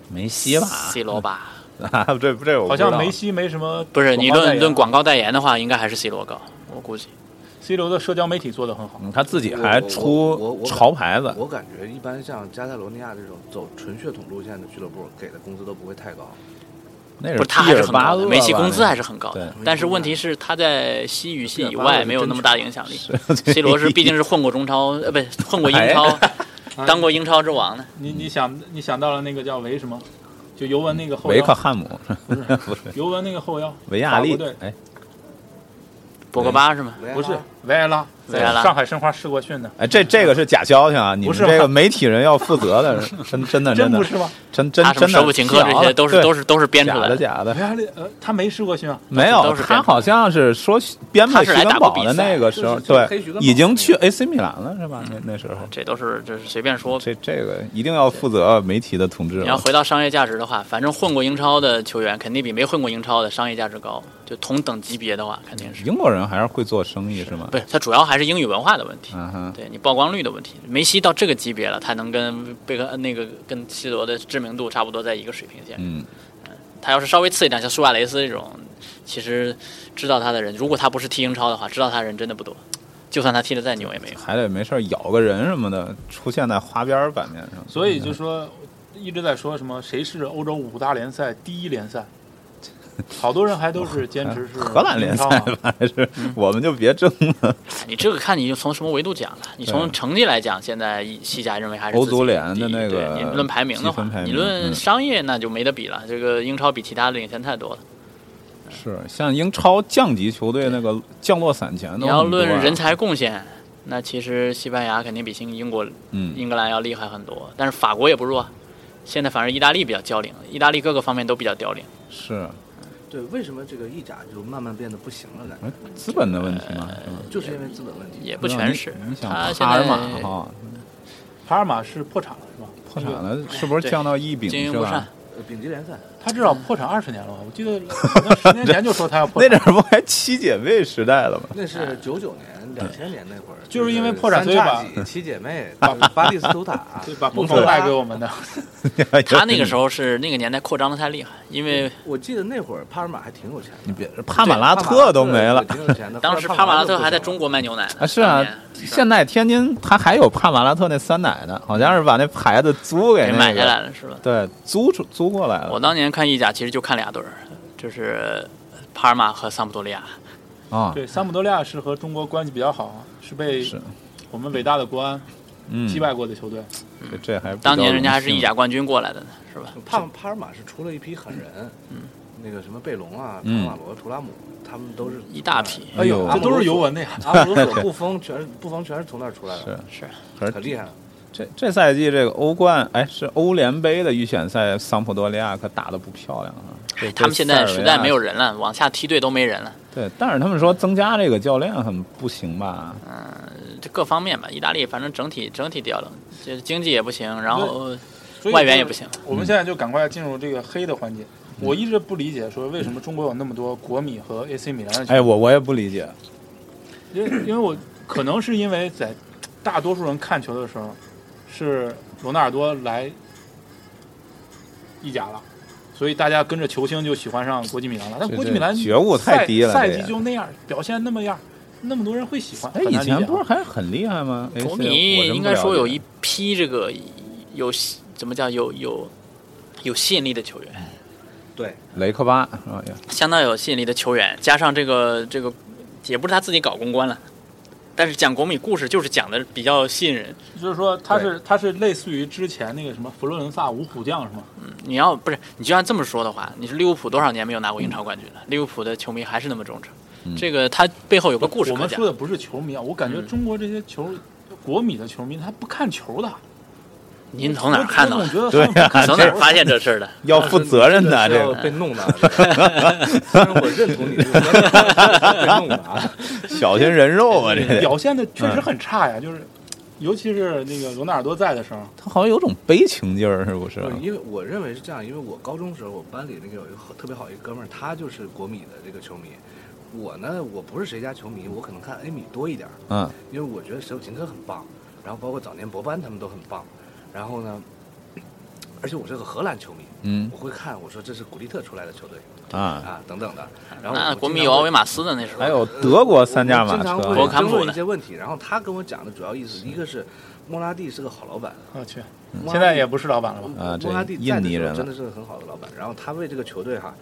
[SPEAKER 3] 梅西吧 (laughs)
[SPEAKER 4] C 罗吧，
[SPEAKER 3] 啊，这这我不
[SPEAKER 2] 好
[SPEAKER 3] 知道
[SPEAKER 2] 像梅西没什么
[SPEAKER 4] 不是你论论
[SPEAKER 2] 广告啊
[SPEAKER 4] 广告代言的话，应该还是 C 罗高，我估计。
[SPEAKER 2] 代言，C 罗的社交媒体做得很好。
[SPEAKER 3] 嗯他自己
[SPEAKER 5] 我
[SPEAKER 3] 还
[SPEAKER 5] 我我
[SPEAKER 3] 出
[SPEAKER 5] 我
[SPEAKER 3] 潮牌子，
[SPEAKER 5] 我感觉一般像加泰罗尼亚这种走纯血统路线的俱乐部，给的工资都不会太高。
[SPEAKER 3] 那
[SPEAKER 4] 不是他
[SPEAKER 3] 毕
[SPEAKER 4] 还是
[SPEAKER 3] 尔
[SPEAKER 4] 很
[SPEAKER 3] 巴
[SPEAKER 4] 高的，
[SPEAKER 3] 鄂
[SPEAKER 4] 梅西
[SPEAKER 3] 吧
[SPEAKER 4] 工资
[SPEAKER 3] 那 (laughs)
[SPEAKER 4] 还是很高的
[SPEAKER 3] 对，
[SPEAKER 4] 但是问题是他在西语系以
[SPEAKER 5] 毕尔巴鄂
[SPEAKER 4] 外
[SPEAKER 5] 是
[SPEAKER 4] 没有那么大的影响力。
[SPEAKER 3] 是
[SPEAKER 4] C 罗是毕竟是混过中超，呃，不，混过英超，
[SPEAKER 3] 哎
[SPEAKER 4] 当过英超之王的。
[SPEAKER 2] 你你想你想到了那个叫维什么？就尤文那个后
[SPEAKER 3] 维克
[SPEAKER 2] 腰，
[SPEAKER 3] 汉姆、
[SPEAKER 2] 尤文那个后腰，
[SPEAKER 3] 维亚利
[SPEAKER 2] 法国队，
[SPEAKER 3] 哎
[SPEAKER 4] 博格巴是吗？
[SPEAKER 2] 不是维埃拉，
[SPEAKER 4] 维埃拉
[SPEAKER 2] 上海申花试过训的，
[SPEAKER 3] 哎，这这个是假消息啊！你
[SPEAKER 2] 不
[SPEAKER 3] 们
[SPEAKER 2] 是吧
[SPEAKER 3] 这个媒体人要负责的， (laughs) 真嗯真的
[SPEAKER 2] 真
[SPEAKER 3] 的
[SPEAKER 2] 不是吗？
[SPEAKER 3] 真真
[SPEAKER 4] 他什么
[SPEAKER 3] 真的
[SPEAKER 4] 手不擒客这些都是
[SPEAKER 3] 辟谣了
[SPEAKER 4] 都是都是
[SPEAKER 3] 对
[SPEAKER 4] 编出
[SPEAKER 3] 假
[SPEAKER 4] 来
[SPEAKER 3] 的
[SPEAKER 4] 的。
[SPEAKER 3] 假的
[SPEAKER 2] 维，埃利呃，他没试过训啊，
[SPEAKER 3] 没
[SPEAKER 4] 都
[SPEAKER 3] 有
[SPEAKER 4] 是编
[SPEAKER 3] 他
[SPEAKER 4] 出来
[SPEAKER 3] 好像是说编
[SPEAKER 4] 他
[SPEAKER 3] 配
[SPEAKER 4] 是
[SPEAKER 3] 徐
[SPEAKER 4] 来
[SPEAKER 3] 根
[SPEAKER 4] 打过
[SPEAKER 3] 宝的
[SPEAKER 4] 比赛
[SPEAKER 3] 那个时候，
[SPEAKER 5] 就是就是黑
[SPEAKER 3] 对
[SPEAKER 5] 徐根，宝
[SPEAKER 3] 已经去
[SPEAKER 5] 那
[SPEAKER 3] AC 米兰了是吧？那那时候，
[SPEAKER 4] 这都是这是随便说。
[SPEAKER 3] 这啊这个一定要负责媒体的统治
[SPEAKER 4] 你要
[SPEAKER 3] 了。
[SPEAKER 4] 回到商业价值的话，反正混过英超的球员肯定比没混过英超的商业价值高。就同等级别的话，肯定是
[SPEAKER 3] 英国人还是会做生意是吗？
[SPEAKER 4] 不是？它主要还是英语文化的问题。
[SPEAKER 3] 嗯哼，
[SPEAKER 4] 对你曝光率的问题，梅西到这个级别了，他能跟贝克呃那个跟 C 罗的知名度差不多在一个水平线。
[SPEAKER 3] 嗯，
[SPEAKER 4] 他要是稍微次一点，像苏亚雷斯这种，其实知道他的人，如果他不是踢英超的话，知道他的人真的不多。就算他踢得再牛也没有。
[SPEAKER 3] 还得没事儿咬个人什么的，出现在花边儿版面上。
[SPEAKER 2] 所以就说一直在说什么谁是欧洲五大联赛第一联赛，好多人还都是坚持是
[SPEAKER 3] 哎荷兰联赛
[SPEAKER 2] 英超啊
[SPEAKER 3] 吧，还是
[SPEAKER 4] 嗯
[SPEAKER 3] 我们就别争了。
[SPEAKER 4] 你这个看你就从什么维度讲了。你从
[SPEAKER 3] 对
[SPEAKER 4] 成绩来讲，现在一西甲认为还是
[SPEAKER 3] 欧
[SPEAKER 4] 自己
[SPEAKER 3] 足联的
[SPEAKER 4] 第一
[SPEAKER 3] 那个
[SPEAKER 4] 对你论排名的话
[SPEAKER 3] 积分排，名
[SPEAKER 4] 你论
[SPEAKER 3] 嗯
[SPEAKER 4] 商业那就没得比了。这个英超比其他的领先太多了。
[SPEAKER 3] 是像英超降级球队那个降落伞钱都
[SPEAKER 4] 你要
[SPEAKER 3] 很多啊
[SPEAKER 4] 论人，才贡献，那其实西班牙肯定比新英国
[SPEAKER 3] 嗯，
[SPEAKER 4] 英格兰要厉害很多，但是法国也不弱。啊现在反而意大利比较凋零，意大利各个方面都比较凋零。
[SPEAKER 3] 是
[SPEAKER 5] 对，为什么这个意甲就慢慢变得不行了？感觉
[SPEAKER 3] 哎资本的问题嘛，是吧？
[SPEAKER 5] 就是因为资本问题。
[SPEAKER 4] 呃也不全是
[SPEAKER 3] 你你。想
[SPEAKER 4] 他现
[SPEAKER 3] 帕尔
[SPEAKER 4] 在
[SPEAKER 3] 马哈
[SPEAKER 2] 帕尔马是破产了是吧？
[SPEAKER 3] 破产了，是不是降到一丙
[SPEAKER 4] 经营
[SPEAKER 3] 是
[SPEAKER 4] 不善
[SPEAKER 3] 吧？，
[SPEAKER 5] 呃丙级联赛，
[SPEAKER 2] 他至少破产二十年了吧？我记得好像十年前就说他要破
[SPEAKER 3] (laughs) 那
[SPEAKER 2] 产
[SPEAKER 3] 阵。儿不还七姐妹时代了吗？
[SPEAKER 5] 那
[SPEAKER 4] 哎
[SPEAKER 5] 是九九年、两千年那会儿，
[SPEAKER 2] 就是因为破产
[SPEAKER 5] 三
[SPEAKER 2] 所以把
[SPEAKER 5] 叉戟七姐妹、啊就是巴蒂斯图塔
[SPEAKER 2] 对，把
[SPEAKER 5] 蒙
[SPEAKER 2] 梦
[SPEAKER 5] 特
[SPEAKER 2] 风
[SPEAKER 5] 拉
[SPEAKER 2] 带给我们的，
[SPEAKER 4] (laughs) 他那个时
[SPEAKER 3] (laughs) 候，
[SPEAKER 4] 候是那个年代扩张的太厉害，因为
[SPEAKER 5] 我记得那会儿帕尔马还挺有钱的，
[SPEAKER 3] 别帕马拉特都没了
[SPEAKER 5] 对挺有钱的。
[SPEAKER 4] 当时
[SPEAKER 5] 后来
[SPEAKER 4] 帕马拉特
[SPEAKER 5] 就
[SPEAKER 4] 还在
[SPEAKER 5] 不行
[SPEAKER 4] 中
[SPEAKER 5] 了
[SPEAKER 4] 国卖牛奶呢。
[SPEAKER 3] 啊！是啊
[SPEAKER 4] 当年，
[SPEAKER 3] 现在天津他还有帕马拉特那酸奶呢，好像是把那牌子租给
[SPEAKER 4] 给
[SPEAKER 3] 那
[SPEAKER 4] 买下
[SPEAKER 3] 个，
[SPEAKER 4] 来了是吧？
[SPEAKER 3] 对，租出租过来
[SPEAKER 4] 我
[SPEAKER 3] 了
[SPEAKER 4] 当年看意甲其实就看俩队儿，就是帕尔马和桑普多利亚。
[SPEAKER 3] 啊，
[SPEAKER 2] 对，桑普多利亚是和中国关系比较好，啊是被
[SPEAKER 3] 是，
[SPEAKER 2] 我们伟大的国安
[SPEAKER 3] 嗯，
[SPEAKER 2] 击败过的球队。
[SPEAKER 3] 这这还比较
[SPEAKER 4] 当年人家还是
[SPEAKER 3] 荣幸
[SPEAKER 4] 意甲冠军过来的呢，是吧？
[SPEAKER 5] 帕帕尔马是出了一批狠人，
[SPEAKER 4] 嗯
[SPEAKER 5] 那个什么贝隆啊、卡
[SPEAKER 3] 嗯
[SPEAKER 5] 马罗、图拉姆，他们都是
[SPEAKER 4] 嗯一大批。
[SPEAKER 3] 哎呦
[SPEAKER 2] 这都是尤文的呀。
[SPEAKER 5] (laughs) 阿姆罗索、布冯全是布冯全是从那儿出来的，
[SPEAKER 4] 是
[SPEAKER 3] 可是
[SPEAKER 5] 可厉害了。啊
[SPEAKER 3] 这这赛季这个欧冠，哎，是欧联杯的预选赛，桑普多利亚可打得不漂亮啊。这
[SPEAKER 4] 哎他们现在实在没，有
[SPEAKER 3] 这塞尔维亚
[SPEAKER 4] 人了，往下梯队都没人了。
[SPEAKER 3] 对，但是他们说增加这个教练很不行吧？
[SPEAKER 4] 嗯这各方面吧，意大利反正整体整体掉了，这经济也不行，然后
[SPEAKER 2] 所以
[SPEAKER 4] 外援也不行。
[SPEAKER 2] 我们现在就赶快进入这个黑的环节。我一直不理解，说为什么中国有那么多国米和 AC 米兰的球
[SPEAKER 3] 哎，
[SPEAKER 2] 队，
[SPEAKER 3] 我我也不理解，
[SPEAKER 2] 因为因为我可能是因为在大多数人看球的时候，是罗纳尔多来意甲了，所以大家跟着球星就喜欢上国际米兰了。但
[SPEAKER 3] 这
[SPEAKER 2] 国际米兰
[SPEAKER 3] 这觉悟太低了
[SPEAKER 2] 赛
[SPEAKER 3] 这
[SPEAKER 2] 赛季就那样，表现那么样，那么多人会喜欢。
[SPEAKER 3] 哎，
[SPEAKER 2] 很
[SPEAKER 3] 以
[SPEAKER 2] 难理解啊
[SPEAKER 3] 前不是还很厉害吗？哎
[SPEAKER 4] 国
[SPEAKER 3] 我
[SPEAKER 4] 米
[SPEAKER 3] 真不
[SPEAKER 4] 应该说有
[SPEAKER 3] 了啊
[SPEAKER 4] 一批这个有怎么叫有有有吸引力的球员，
[SPEAKER 5] 对，
[SPEAKER 3] 解雷克巴，啊呀，
[SPEAKER 4] 相当有吸引力的球员，加上这个这个也不是他自己搞公关了，但是讲国米故事就是讲的比较吸引人。
[SPEAKER 2] 就是说他是他是类似于之前那个什么佛罗伦萨五虎将是吗？
[SPEAKER 4] 你要不是你就按这么说的话，你是利物浦多少年没有拿过英超冠军了？利物浦的球迷还是那么忠诚，
[SPEAKER 3] 嗯
[SPEAKER 4] 这个他背后有个故事
[SPEAKER 2] 我
[SPEAKER 4] 可
[SPEAKER 2] 们
[SPEAKER 4] 讲嗯
[SPEAKER 2] 说。的不是球迷啊，我感觉中国这些球。国米的球迷他不看球的，
[SPEAKER 4] 您从哪儿看到
[SPEAKER 2] 我
[SPEAKER 4] 的
[SPEAKER 2] 总？ (laughs) 觉得
[SPEAKER 3] 对
[SPEAKER 2] 他们不看
[SPEAKER 4] 从哪儿发现这事
[SPEAKER 2] (laughs)
[SPEAKER 4] 儿的？
[SPEAKER 3] 要负责任的啊这
[SPEAKER 5] 这
[SPEAKER 3] 个
[SPEAKER 5] 个被 (laughs) 弄的啊。这个虽然我认同你，这个观点但是被弄的啊。
[SPEAKER 3] 小心人肉啊，这
[SPEAKER 2] 对嗯
[SPEAKER 3] 得
[SPEAKER 2] 表现的确实很差呀，就是尤其是那个罗纳尔多在的时候，
[SPEAKER 3] 他好像有种悲情劲儿，是不是？
[SPEAKER 5] 不是因为我认为是这样，因为我高中时候我们班里那个有一个很特别好一个哥们儿，他就是国米的这个球迷。我呢，我不是谁家球迷，我可能看 A 米多一点儿，
[SPEAKER 3] 嗯，
[SPEAKER 5] 因为我觉得舍甫琴科很棒，然后包括早年博班他们都很棒，然后呢，而且我是个荷兰球迷，
[SPEAKER 3] 嗯
[SPEAKER 5] 我会看，我说这是古利特出来的球队
[SPEAKER 3] 啊，
[SPEAKER 5] 啊等等的，然后我
[SPEAKER 4] 那
[SPEAKER 5] 经
[SPEAKER 4] 国米
[SPEAKER 5] 常
[SPEAKER 4] 有奥
[SPEAKER 5] 会
[SPEAKER 4] 维马斯的那时候，
[SPEAKER 3] 还有德国三驾
[SPEAKER 5] 我
[SPEAKER 3] 马
[SPEAKER 5] 经常
[SPEAKER 4] 国
[SPEAKER 5] 会
[SPEAKER 3] 车，
[SPEAKER 4] 坎
[SPEAKER 5] 争
[SPEAKER 4] 普
[SPEAKER 5] 论
[SPEAKER 4] 呢
[SPEAKER 5] 一些问题，然后他跟我讲的主要意思，一个是莫拉蒂是个好老板，
[SPEAKER 2] 我啊去，
[SPEAKER 5] 莫
[SPEAKER 2] (laughs)
[SPEAKER 5] 拉蒂
[SPEAKER 2] 现在也不是老板了吧？
[SPEAKER 3] 啊这
[SPEAKER 5] 莫拉蒂在
[SPEAKER 3] 印
[SPEAKER 5] 的
[SPEAKER 3] 尼
[SPEAKER 5] 时候
[SPEAKER 3] 人了
[SPEAKER 5] 真的是个很好的老板，然后他为这个球队哈，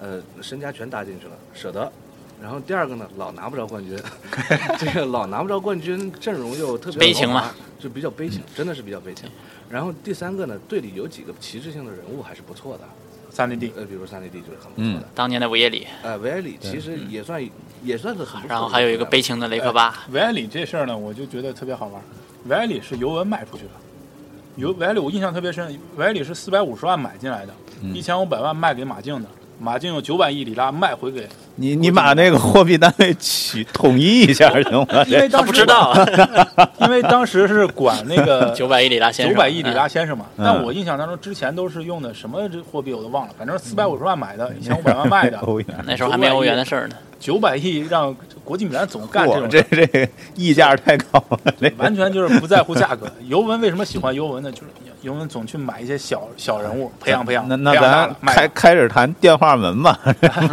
[SPEAKER 5] 呃，身家全搭进去了，舍得。然后第二个呢，老拿不着冠军，这个老拿不着冠军，阵容又特别
[SPEAKER 4] 悲情嘛
[SPEAKER 5] 豪华，就比较悲情，真的是比较悲情。然后第三个呢，队里有几个旗帜性的人物还是不错的，
[SPEAKER 2] 三 D D，
[SPEAKER 5] 呃，比如萨内蒂就是很不
[SPEAKER 3] 嗯
[SPEAKER 5] 错的，
[SPEAKER 4] 当年的维耶里，
[SPEAKER 5] 呃，维埃里其实也算也算是很不错的球员了。
[SPEAKER 4] 然后还有一个悲情的雷克巴，
[SPEAKER 2] 维埃里这事儿呢，我就觉得特别好玩。维埃里是尤文卖出去的，尤维埃里我印象特别深，维埃里是四百五十万买进来的，
[SPEAKER 3] 嗯
[SPEAKER 2] 一千五百万卖给马竞的，马竞有九百亿里拉卖回给，
[SPEAKER 3] 你你把那个货币单位取统一一下行吗？
[SPEAKER 2] 因为
[SPEAKER 3] 这
[SPEAKER 2] 当
[SPEAKER 4] 他
[SPEAKER 2] 时
[SPEAKER 4] 不知道，啊
[SPEAKER 2] 因为当时是管那个
[SPEAKER 4] 九百亿里拉先
[SPEAKER 2] 九
[SPEAKER 4] 生，
[SPEAKER 2] 百亿里拉
[SPEAKER 4] 嗯，
[SPEAKER 2] 先生嘛，
[SPEAKER 3] 嗯
[SPEAKER 2] 但我印象当中之前都是用的什么这货币我都忘了，反正四百五十万买的，
[SPEAKER 3] 嗯
[SPEAKER 2] 一千五百万卖
[SPEAKER 3] (laughs)
[SPEAKER 2] 的，
[SPEAKER 3] 欧元，
[SPEAKER 4] 嗯那时候还没有欧元的事儿呢。
[SPEAKER 2] 九百亿让国际米兰总干这
[SPEAKER 3] 我
[SPEAKER 2] 种
[SPEAKER 3] 这
[SPEAKER 2] 事，
[SPEAKER 3] 这个溢价太高了，这
[SPEAKER 2] 完全就是不在乎价格。尤文为什么喜欢尤文呢？就是尤文总去买一些小小人物培养培养，
[SPEAKER 3] 哎那那
[SPEAKER 2] 培养大
[SPEAKER 3] 咱
[SPEAKER 2] 了卖
[SPEAKER 3] 开开始谈电话门吧，
[SPEAKER 4] 哎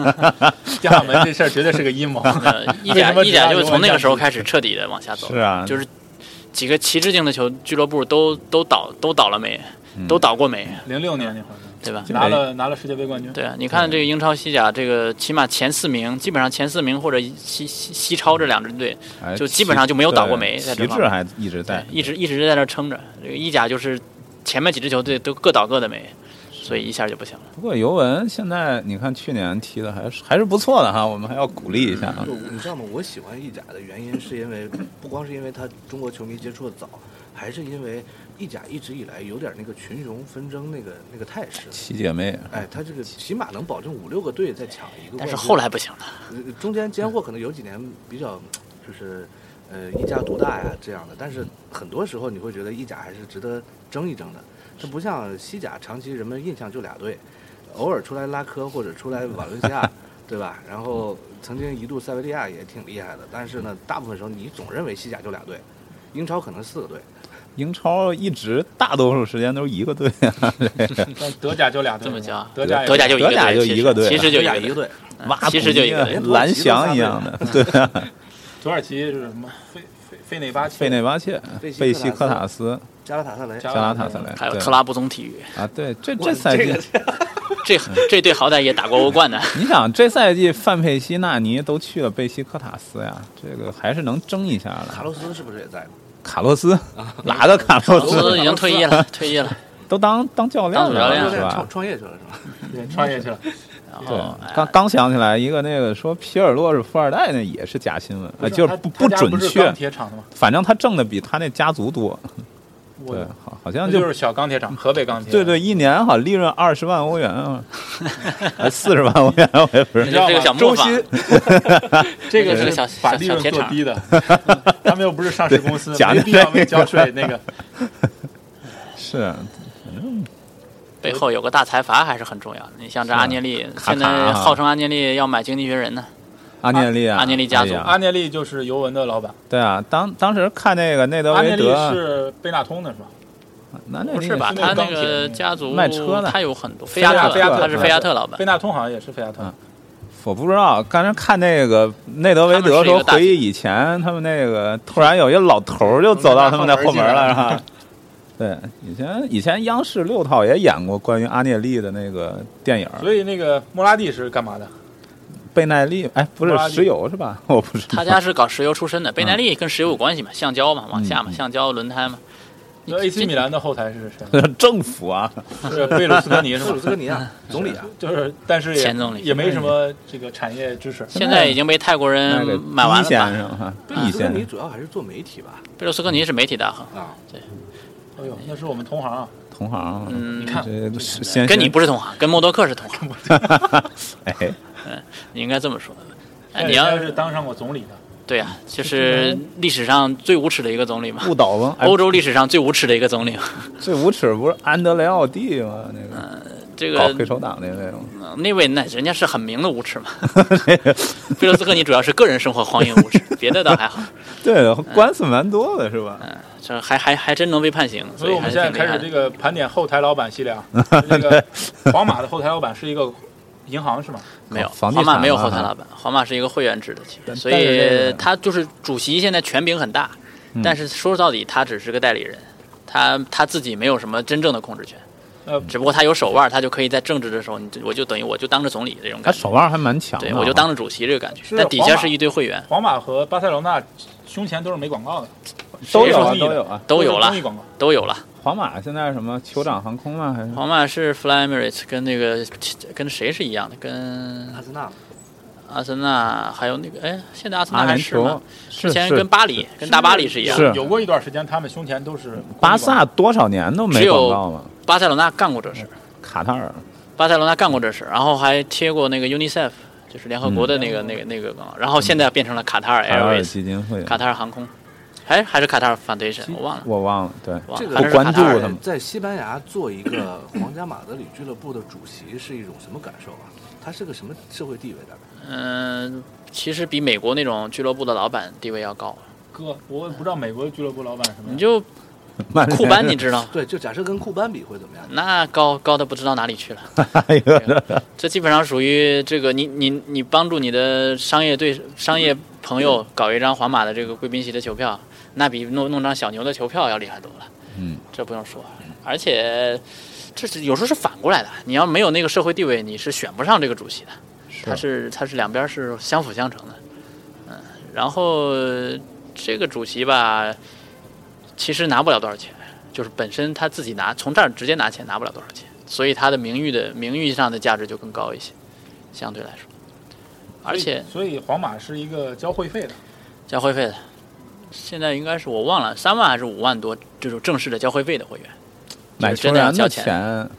[SPEAKER 2] 电话门这事儿绝对是个阴
[SPEAKER 3] (laughs)
[SPEAKER 2] 谋。
[SPEAKER 4] 呃，意
[SPEAKER 2] 为什
[SPEAKER 4] 甲
[SPEAKER 2] 么
[SPEAKER 4] 意
[SPEAKER 2] 只
[SPEAKER 4] 甲
[SPEAKER 2] 要
[SPEAKER 4] 就是
[SPEAKER 2] 尤
[SPEAKER 4] 从
[SPEAKER 2] 文
[SPEAKER 4] 那个
[SPEAKER 2] 降
[SPEAKER 4] 时候
[SPEAKER 2] 级
[SPEAKER 4] 开始彻底的往下走，
[SPEAKER 3] 是啊，
[SPEAKER 4] 就是几个旗帜性的球俱乐部都都倒都倒了霉，都倒过霉，
[SPEAKER 2] 零六年那会儿
[SPEAKER 3] 哎
[SPEAKER 4] 对吧？
[SPEAKER 2] 拿了拿了世界杯冠军，
[SPEAKER 4] 对啊，你看这个英超、西甲，这个起码前四名，基本上前四名或者西西西超这两支队，
[SPEAKER 3] 哎
[SPEAKER 4] 就基本上就没有倒过霉
[SPEAKER 3] 旗
[SPEAKER 4] 在这
[SPEAKER 3] 旗
[SPEAKER 4] 方
[SPEAKER 3] 帜
[SPEAKER 4] 面
[SPEAKER 3] 还一直在，
[SPEAKER 4] 一直一直在这撑着。这个意甲就是前面几支球队都各倒各的霉，所以一下就不行了。
[SPEAKER 3] 不过尤文现在你看去年踢的还是还是不错的哈，我们还要鼓励一下啊
[SPEAKER 5] 就。你知道吗？我喜欢意甲的原因是因为不光是因为他中国球迷接触的早，还是因为意甲一直以来有点那个群雄纷争那个那个态势。
[SPEAKER 3] 七姐妹，啊
[SPEAKER 5] 哎，他这个起码能保证五六个队在抢一个
[SPEAKER 4] 但
[SPEAKER 5] 冠军。
[SPEAKER 4] 是后来不行了，
[SPEAKER 5] 呃中间间或可能有几年比较就是呃一家独大呀这样的，但是很多时候你会觉得意甲还是值得争一争的。它不像西甲，长期人们印象就俩队，偶尔出来拉科或者出来瓦伦西
[SPEAKER 3] (laughs)
[SPEAKER 5] 亚，对吧？然后曾经一度塞维利亚也挺厉害的，但是呢，大部分时候你总认为西甲就俩队，英超可能四个队。
[SPEAKER 3] 英超一直大多数时间都是一个队啊，
[SPEAKER 2] 但德甲就俩队
[SPEAKER 4] 这么讲
[SPEAKER 2] 嘛德甲也
[SPEAKER 4] 德甲就
[SPEAKER 3] 德甲就
[SPEAKER 4] 一
[SPEAKER 3] 一个
[SPEAKER 4] 个
[SPEAKER 3] 队
[SPEAKER 4] 队，其实其实就
[SPEAKER 5] 西甲一
[SPEAKER 4] 个
[SPEAKER 5] 个队，
[SPEAKER 4] 嗯
[SPEAKER 3] 哇，
[SPEAKER 4] (laughs) 其实就一个队。
[SPEAKER 5] 队
[SPEAKER 3] 蓝翔一样的，对啊，
[SPEAKER 2] 土耳其是什么？费费费内巴切
[SPEAKER 3] 费内巴切、
[SPEAKER 5] 费
[SPEAKER 3] 费
[SPEAKER 5] 西
[SPEAKER 3] 西
[SPEAKER 5] 科
[SPEAKER 3] 科
[SPEAKER 5] 塔
[SPEAKER 3] 塔斯、
[SPEAKER 5] 加拉塔萨雷，
[SPEAKER 2] 加
[SPEAKER 3] 加拉塔萨雷，
[SPEAKER 4] 还有
[SPEAKER 3] 对
[SPEAKER 4] 特拉布宗体育，
[SPEAKER 3] 啊，对，这
[SPEAKER 5] 我
[SPEAKER 3] 这赛季，
[SPEAKER 5] 这个 (laughs)
[SPEAKER 4] 这这队好歹也打过欧
[SPEAKER 3] (laughs)
[SPEAKER 4] 冠呢。
[SPEAKER 3] 你想这赛季范佩西、纳尼都去了贝西科塔斯呀，这个还是能争一下
[SPEAKER 5] 卡
[SPEAKER 3] 的。
[SPEAKER 5] 洛斯是不是也在呢？
[SPEAKER 3] 卡洛斯，
[SPEAKER 2] 啊
[SPEAKER 3] 哪个卡洛
[SPEAKER 4] 罗斯
[SPEAKER 3] 斯
[SPEAKER 4] 已经退役了，退
[SPEAKER 3] (laughs)
[SPEAKER 4] 役了。
[SPEAKER 3] 都当当教练
[SPEAKER 4] 当主教练
[SPEAKER 3] 了
[SPEAKER 4] 了
[SPEAKER 3] 是吧
[SPEAKER 5] 创？创业去了是吧？
[SPEAKER 2] 对穿越去了。
[SPEAKER 4] 然
[SPEAKER 3] 对
[SPEAKER 4] 后，哎呀
[SPEAKER 3] 刚刚想起来一个那个说皮尔洛是富二代，那也是假新闻，呃，就是不
[SPEAKER 2] 他
[SPEAKER 3] 不
[SPEAKER 2] 家
[SPEAKER 3] 准
[SPEAKER 2] 不是
[SPEAKER 3] 确
[SPEAKER 2] 钢，铁厂的吗？
[SPEAKER 3] 反正他挣的比他那家族多，
[SPEAKER 2] 我
[SPEAKER 3] 对，好，好像
[SPEAKER 2] 那
[SPEAKER 3] 就
[SPEAKER 2] 就是小钢铁厂，河北钢铁。
[SPEAKER 3] 对对，一年好像利润二十万欧元啊，呃四十万欧元我也不
[SPEAKER 4] 这 (laughs)
[SPEAKER 3] 是。
[SPEAKER 4] 就是个小
[SPEAKER 2] 周
[SPEAKER 4] 木法，
[SPEAKER 2] 薪，这个
[SPEAKER 4] 这
[SPEAKER 2] 是
[SPEAKER 4] 是小
[SPEAKER 2] 把
[SPEAKER 4] 小
[SPEAKER 2] 利润
[SPEAKER 4] 小铁
[SPEAKER 2] 做
[SPEAKER 4] 厂 (laughs)
[SPEAKER 2] 低的，他们又不是上市公司，
[SPEAKER 3] 讲
[SPEAKER 2] 没
[SPEAKER 3] 的
[SPEAKER 2] 必要
[SPEAKER 3] 这
[SPEAKER 2] 为
[SPEAKER 3] 个
[SPEAKER 2] 交税那 (laughs) 个。
[SPEAKER 3] 是
[SPEAKER 4] 背后有个大财阀还是很重要的。你像这
[SPEAKER 3] 是
[SPEAKER 4] 阿涅利，
[SPEAKER 3] 卡
[SPEAKER 4] 现
[SPEAKER 3] 卡啊
[SPEAKER 4] 在号称阿涅利要买经济学人呢，
[SPEAKER 3] 阿涅利啊，
[SPEAKER 4] 阿涅利家族
[SPEAKER 3] 哎呀
[SPEAKER 2] 阿涅利就是尤文的老板，
[SPEAKER 3] 对啊，当当时看那个内德
[SPEAKER 2] 阿涅啊
[SPEAKER 3] 维
[SPEAKER 2] 利
[SPEAKER 3] 德，
[SPEAKER 2] 是贝纳通的是吧？
[SPEAKER 3] 那那
[SPEAKER 4] 不是吧？
[SPEAKER 2] 是那个
[SPEAKER 4] 他那
[SPEAKER 2] 钢铁那
[SPEAKER 4] 个
[SPEAKER 2] 个
[SPEAKER 4] 家族
[SPEAKER 3] 卖车的
[SPEAKER 4] 他有很多菲
[SPEAKER 3] 亚
[SPEAKER 4] 亚
[SPEAKER 3] 特菲亚特
[SPEAKER 4] 他是菲亚特老板
[SPEAKER 2] 贝。纳通好像也是菲亚特
[SPEAKER 3] 嗯。我不知道，刚才看那个内德维德说
[SPEAKER 4] 他们是
[SPEAKER 3] 回
[SPEAKER 4] 一个大
[SPEAKER 3] 忆以前，他们那个突然有一老头儿就走到他们的后门了，是吧？ (laughs) 对，以前以前央视六套也演过关于阿涅利的那个电影儿，
[SPEAKER 2] 所以那个莫拉蒂是干嘛的？
[SPEAKER 3] 贝奈利，哎，不是
[SPEAKER 2] 布拉利
[SPEAKER 3] 石油是吧？ (laughs) 我不知道。
[SPEAKER 4] 他家是搞石油出身的，贝奈利跟石油有关系嘛？橡胶嘛，往下
[SPEAKER 3] 嗯
[SPEAKER 4] 嘛，橡胶轮胎嘛。你
[SPEAKER 2] 那 AC
[SPEAKER 4] 这
[SPEAKER 2] 米兰的后台是谁？
[SPEAKER 3] 政府啊，
[SPEAKER 2] 是贝鲁斯科尼是
[SPEAKER 5] 布
[SPEAKER 2] 吧
[SPEAKER 5] 鲁？斯科尼亚总理啊，
[SPEAKER 2] 就是，但是
[SPEAKER 4] 前总
[SPEAKER 2] 也
[SPEAKER 4] 理嗯
[SPEAKER 2] 也没什么这个产业支持。
[SPEAKER 4] 现在已经被泰国
[SPEAKER 3] 那
[SPEAKER 4] 人
[SPEAKER 3] 个
[SPEAKER 4] 买嗯完
[SPEAKER 3] 毕
[SPEAKER 4] 了
[SPEAKER 3] 先
[SPEAKER 4] 吧？
[SPEAKER 3] 生啊哈，
[SPEAKER 5] 贝鲁
[SPEAKER 3] 毕
[SPEAKER 5] 斯科
[SPEAKER 3] 先
[SPEAKER 5] 尼
[SPEAKER 3] 生，
[SPEAKER 5] 主要还是做媒体吧？
[SPEAKER 4] 贝洛斯科尼是媒体大亨，
[SPEAKER 5] 啊，
[SPEAKER 2] 哎呦，那是我们同行啊！
[SPEAKER 3] 同行啊，
[SPEAKER 4] 嗯
[SPEAKER 2] 你，看，
[SPEAKER 3] 这个嗯是先
[SPEAKER 4] 跟你不是同行，跟默多克是同行，
[SPEAKER 3] 哎，
[SPEAKER 4] 你应该这么说。
[SPEAKER 2] 那
[SPEAKER 4] 哎哎你
[SPEAKER 2] 人
[SPEAKER 4] 要
[SPEAKER 2] 家是当上过总理的，
[SPEAKER 4] 对呀、就是历史上最无耻的一个总理嘛，
[SPEAKER 3] 误导吗？
[SPEAKER 4] (laughs)
[SPEAKER 3] 哎
[SPEAKER 4] 欧洲历史上最无耻的一个总理嘛。
[SPEAKER 3] 最无耻不是安德雷奥蒂吗？那个
[SPEAKER 4] 这
[SPEAKER 3] 搞
[SPEAKER 4] 个
[SPEAKER 3] 黑手党那位吗？
[SPEAKER 4] 那位那人家是很明的无耻嘛。 (laughs) 菲罗斯科尼主要是个人生活荒淫无耻，别的倒还好，
[SPEAKER 3] (laughs) 对，官司蛮多的是吧？
[SPEAKER 4] 这还还还真能被判刑，
[SPEAKER 2] 所以我
[SPEAKER 4] 还
[SPEAKER 2] 们
[SPEAKER 4] 是
[SPEAKER 2] 现在
[SPEAKER 4] 挺厉
[SPEAKER 2] 开
[SPEAKER 4] 害
[SPEAKER 2] 始这
[SPEAKER 4] 的。
[SPEAKER 2] 个盘点后台老板系列
[SPEAKER 4] (laughs)
[SPEAKER 2] 啊，这个皇马的后台老板是一个银行是吗？
[SPEAKER 4] 没有，
[SPEAKER 3] 房地
[SPEAKER 4] 皇马
[SPEAKER 3] 产
[SPEAKER 4] 没有
[SPEAKER 3] 嘛
[SPEAKER 4] 后台
[SPEAKER 3] 哈
[SPEAKER 4] 老板，皇马是一个会员制的，其实，
[SPEAKER 3] 但
[SPEAKER 4] 所
[SPEAKER 3] 但是这
[SPEAKER 4] 以
[SPEAKER 3] 个嗯
[SPEAKER 4] 他就是主席现在权柄很大，但是说到底他只是个代理人，他他自己没有什么真正的控制权
[SPEAKER 2] 呃。
[SPEAKER 4] 只不过他有手腕，他就可以在政治的时候，你我就等于我就当着总理这种
[SPEAKER 3] 他
[SPEAKER 4] 感觉，
[SPEAKER 3] 手腕还蛮强的
[SPEAKER 4] 对
[SPEAKER 3] 啊，
[SPEAKER 4] 我就当着主席这个感觉
[SPEAKER 2] 是，
[SPEAKER 4] 但底
[SPEAKER 2] 皇
[SPEAKER 4] 下
[SPEAKER 2] 马
[SPEAKER 4] 是一堆会员，
[SPEAKER 2] 皇马和巴塞罗那胸前都是没广告的，
[SPEAKER 3] 都
[SPEAKER 4] 谁
[SPEAKER 3] 有
[SPEAKER 4] 说
[SPEAKER 3] 啊
[SPEAKER 2] 是你
[SPEAKER 3] 都
[SPEAKER 2] 的
[SPEAKER 3] 有啊。
[SPEAKER 4] 都有
[SPEAKER 2] 是
[SPEAKER 4] 了
[SPEAKER 2] 公益，广告。
[SPEAKER 4] 都有了。
[SPEAKER 3] 皇马现在什么酋长航空啊吗？还是
[SPEAKER 4] 皇马是 Fly Emirates 跟那个跟谁是一样的？跟
[SPEAKER 5] 阿森纳
[SPEAKER 4] 阿森纳还有那个哎，现在阿森
[SPEAKER 3] 阿
[SPEAKER 4] 纳还
[SPEAKER 3] 联
[SPEAKER 4] 是吗
[SPEAKER 3] 酋？？
[SPEAKER 4] 之
[SPEAKER 3] 是
[SPEAKER 4] 前
[SPEAKER 3] 是
[SPEAKER 4] 跟巴黎、跟大巴黎是一样的。
[SPEAKER 3] 是
[SPEAKER 2] 有过一段时间，他们胸前都是公益广告
[SPEAKER 3] 巴萨多少年都
[SPEAKER 4] 只
[SPEAKER 3] 没
[SPEAKER 4] 有
[SPEAKER 3] 广告嘛？
[SPEAKER 4] 巴塞罗那干过这事儿，
[SPEAKER 3] 卡塔尔
[SPEAKER 4] 巴塞罗那干过这事儿，然后还贴过那个 UNICEF，就是联合国
[SPEAKER 3] 嗯
[SPEAKER 4] 的那个、那个那个广告，然后现在变成了卡塔尔
[SPEAKER 3] 卡嗯塔尔
[SPEAKER 4] Airways，、
[SPEAKER 3] 基金会，
[SPEAKER 4] 卡塔尔航空，还还是卡塔尔 Foundation，我忘了，
[SPEAKER 3] 我忘了。对，
[SPEAKER 4] 忘
[SPEAKER 5] 这
[SPEAKER 4] 了，反
[SPEAKER 5] 个
[SPEAKER 4] 正是
[SPEAKER 3] 不关
[SPEAKER 4] 卡塔尔
[SPEAKER 3] 注他们
[SPEAKER 5] 在西班牙做一个皇家马德里俱乐部的主席是一种什么感受啊？他是个什么社会地位的？
[SPEAKER 4] 嗯、其实比美国那种俱乐部的老板地位要高，
[SPEAKER 2] 哥，我也不知道美国俱乐部老板
[SPEAKER 3] 嗯
[SPEAKER 2] 什么样。
[SPEAKER 4] 你
[SPEAKER 3] (laughs)
[SPEAKER 4] 就
[SPEAKER 3] 曼联
[SPEAKER 4] 库班你知道吗？
[SPEAKER 5] 对，就假设跟库班比会怎么样？
[SPEAKER 4] 那高高的不知道哪里去了。
[SPEAKER 3] 哎呦
[SPEAKER 4] 这基本上属于这个你你你帮助你的商业对商业朋友搞一张皇马的这个贵宾席的球票，那比弄弄张小牛的球票要厉害多了。
[SPEAKER 3] 嗯，
[SPEAKER 4] 这不用说，啊而且这是有时候是反过来的，你要没有那个社会地位，你是选不上这个主席的。它是它是两边是相辅相成的，嗯，然后这个主席吧，其实拿不了多少钱，就是本身他自己拿从这儿直接拿钱拿不了多少钱，所以他的名誉的名誉上的价值就更高一些，相对来说，而且
[SPEAKER 2] 所以，所以皇马是一个交会费的，
[SPEAKER 4] 交会费的，现在应该是我忘了三万还是五万多这种正式的交会费的会员，
[SPEAKER 3] (laughs) 买
[SPEAKER 4] 就是真
[SPEAKER 3] 球
[SPEAKER 4] 的要
[SPEAKER 3] 员
[SPEAKER 4] 交
[SPEAKER 3] 的
[SPEAKER 4] 钱
[SPEAKER 3] 钱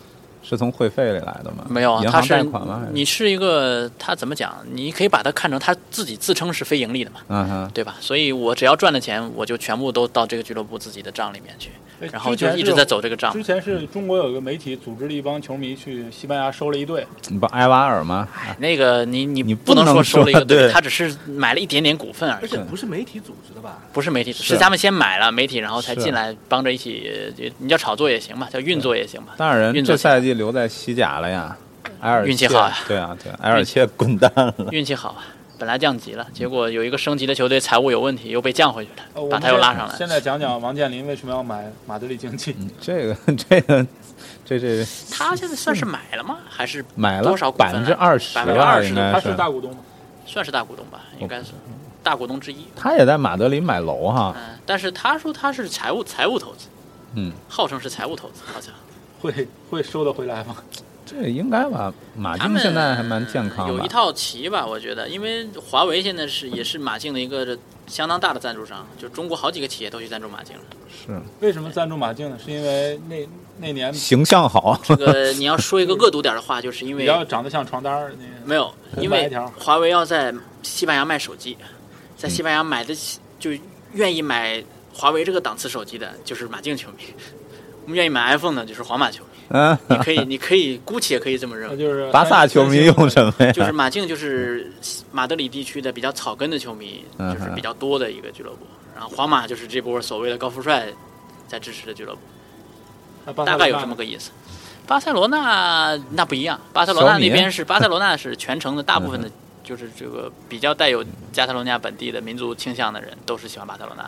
[SPEAKER 3] 是从会费里来的吗？
[SPEAKER 4] 没有啊，
[SPEAKER 3] 银
[SPEAKER 4] 他
[SPEAKER 3] 行贷
[SPEAKER 4] 是
[SPEAKER 3] 款吗？还是
[SPEAKER 4] 你是一个他怎么讲？你可以把它看成他自己自称是非盈利的嘛。
[SPEAKER 3] 嗯哼，
[SPEAKER 4] 对吧？所以我只要赚了钱，我就全部都到这个俱乐部自己的账里面去，
[SPEAKER 2] 哎
[SPEAKER 4] 然后
[SPEAKER 2] 之前
[SPEAKER 4] 就是一直在走这个账
[SPEAKER 2] 之。前是中国有一个媒体组织了一帮球迷去西班牙收了一队，
[SPEAKER 3] 你不埃瓦尔吗？
[SPEAKER 4] 啊那个你你
[SPEAKER 3] 你
[SPEAKER 4] 不能
[SPEAKER 3] 不能
[SPEAKER 4] 说收了一个
[SPEAKER 3] 说对
[SPEAKER 4] 他只是买了一点点股份而
[SPEAKER 5] 而
[SPEAKER 4] 已，
[SPEAKER 5] 且不是媒体组织的吧？
[SPEAKER 4] 不是媒体，是
[SPEAKER 3] 是啊
[SPEAKER 4] 他们先买了媒体，然后才
[SPEAKER 3] 是啊
[SPEAKER 4] 进来帮着一起，呃你叫炒作也行吧，叫运作也行吧。
[SPEAKER 3] 当然，
[SPEAKER 4] 运
[SPEAKER 3] 这
[SPEAKER 4] 作起来
[SPEAKER 3] 赛季留在西甲了呀。埃尔切
[SPEAKER 4] 运气好呀
[SPEAKER 3] 对啊，对啊，埃尔切滚蛋 (laughs) 了。
[SPEAKER 4] 运气好啊，本来降级了，结果有一个升级的球队财务有问题，又被降回去
[SPEAKER 2] 呃
[SPEAKER 4] 了，
[SPEAKER 3] 哦
[SPEAKER 2] 我
[SPEAKER 4] 把
[SPEAKER 2] 们
[SPEAKER 4] 他又拉上
[SPEAKER 2] 现
[SPEAKER 4] 来。
[SPEAKER 2] 在讲讲王健林为什么要买马德里竞
[SPEAKER 3] (laughs)
[SPEAKER 2] 技？
[SPEAKER 3] 这个，这个，这这
[SPEAKER 4] 他现在算是买了
[SPEAKER 3] 嗯
[SPEAKER 4] 吗？还是
[SPEAKER 3] 买了
[SPEAKER 4] 多少股
[SPEAKER 3] 百
[SPEAKER 4] 份
[SPEAKER 3] 分
[SPEAKER 4] 啊
[SPEAKER 3] 之二十吧，
[SPEAKER 4] 20%
[SPEAKER 3] 应
[SPEAKER 2] 他
[SPEAKER 3] 该
[SPEAKER 2] 是大股东吗？
[SPEAKER 4] 算是大股东吧？
[SPEAKER 3] 嗯
[SPEAKER 4] 应该是大股东之一。
[SPEAKER 3] 他也在马德里买楼哈，
[SPEAKER 4] 嗯，但是他说他是财务财务投资，
[SPEAKER 3] 嗯，
[SPEAKER 4] 号称是财务投资，好像。
[SPEAKER 2] 会会收得回来吗？ (laughs)
[SPEAKER 3] 这应该吧？马
[SPEAKER 4] 他
[SPEAKER 3] 竞
[SPEAKER 4] 们
[SPEAKER 3] 现在还蛮健康
[SPEAKER 4] 有一
[SPEAKER 3] 吧？
[SPEAKER 4] 套棋吧，我觉得，因为华为现在是也是马竞的一个相当大的赞助商，就中国好几个企业都去赞助马竞了。
[SPEAKER 3] 是
[SPEAKER 2] 为什么赞助马竞呢？是因为那那年
[SPEAKER 3] 形象好， (laughs)
[SPEAKER 4] 这个你要说一个恶毒点的话，就是因
[SPEAKER 2] 比
[SPEAKER 4] 为
[SPEAKER 2] 较长得像床单儿，那
[SPEAKER 4] 没有，因为华为要在西班牙卖手机，在西班牙买得起就愿意买华为这个档次手机的，就是马竞球迷； (laughs) 我们愿意买 iPhone 的，就是皇马球
[SPEAKER 3] (laughs)
[SPEAKER 4] 迷。
[SPEAKER 3] 嗯，
[SPEAKER 4] 你可以，你可以姑且可以这么认
[SPEAKER 2] (laughs) 那
[SPEAKER 4] 为。
[SPEAKER 2] 就是
[SPEAKER 3] 巴萨球迷用什么呀？
[SPEAKER 4] 就是马竞就是马德里地区的比较草根的球迷，
[SPEAKER 3] 嗯
[SPEAKER 4] 就是比较多的一个俱乐部。然后皇马就是这波所谓的高富帅在支持的俱乐部，
[SPEAKER 2] 那巴萨
[SPEAKER 4] 大概有这么个意思。巴塞罗那那不一样，巴塞罗那
[SPEAKER 3] 小米嗯
[SPEAKER 4] 那边是巴塞罗那是全城的大部分的，就是这个比较带有加泰罗尼亚本地的民族倾向的人都是喜欢巴塞罗那。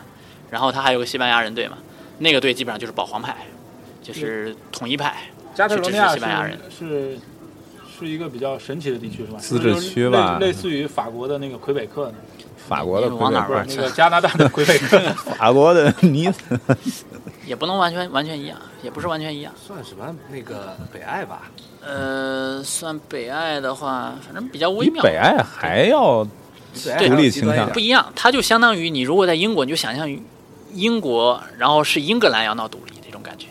[SPEAKER 4] 然后他还有个西班牙人队嘛，那个队基本上就是保皇派，
[SPEAKER 3] 嗯
[SPEAKER 4] 就是统一派。
[SPEAKER 2] 加泰罗尼亚
[SPEAKER 4] 去支持西班牙人
[SPEAKER 2] 是是是一个比较神奇的地区是吧？
[SPEAKER 3] 自治区吧
[SPEAKER 2] 类类似于法国的那个魁北克呢，
[SPEAKER 3] 法国的
[SPEAKER 4] 你往哪儿
[SPEAKER 2] 不
[SPEAKER 3] 魁
[SPEAKER 2] 是
[SPEAKER 4] 玩
[SPEAKER 2] 那个加拿大的魁北克。
[SPEAKER 3] (laughs) 北克 (laughs) 法国的尼斯，
[SPEAKER 4] 也不能完全完全一样，也不是完全一样。
[SPEAKER 5] 算什么那个北爱吧？
[SPEAKER 4] 呃，算北爱的话，反正比较微
[SPEAKER 3] 比
[SPEAKER 4] 妙，
[SPEAKER 3] 北爱还要
[SPEAKER 5] 比北爱
[SPEAKER 4] 对
[SPEAKER 5] 还要
[SPEAKER 3] 独立
[SPEAKER 5] 极端
[SPEAKER 3] 倾
[SPEAKER 5] 一
[SPEAKER 3] 向
[SPEAKER 5] 点
[SPEAKER 4] 啊不一样。它就相当于你如果在英国，你就想象于英国，然后是英格兰要闹独立这种感觉，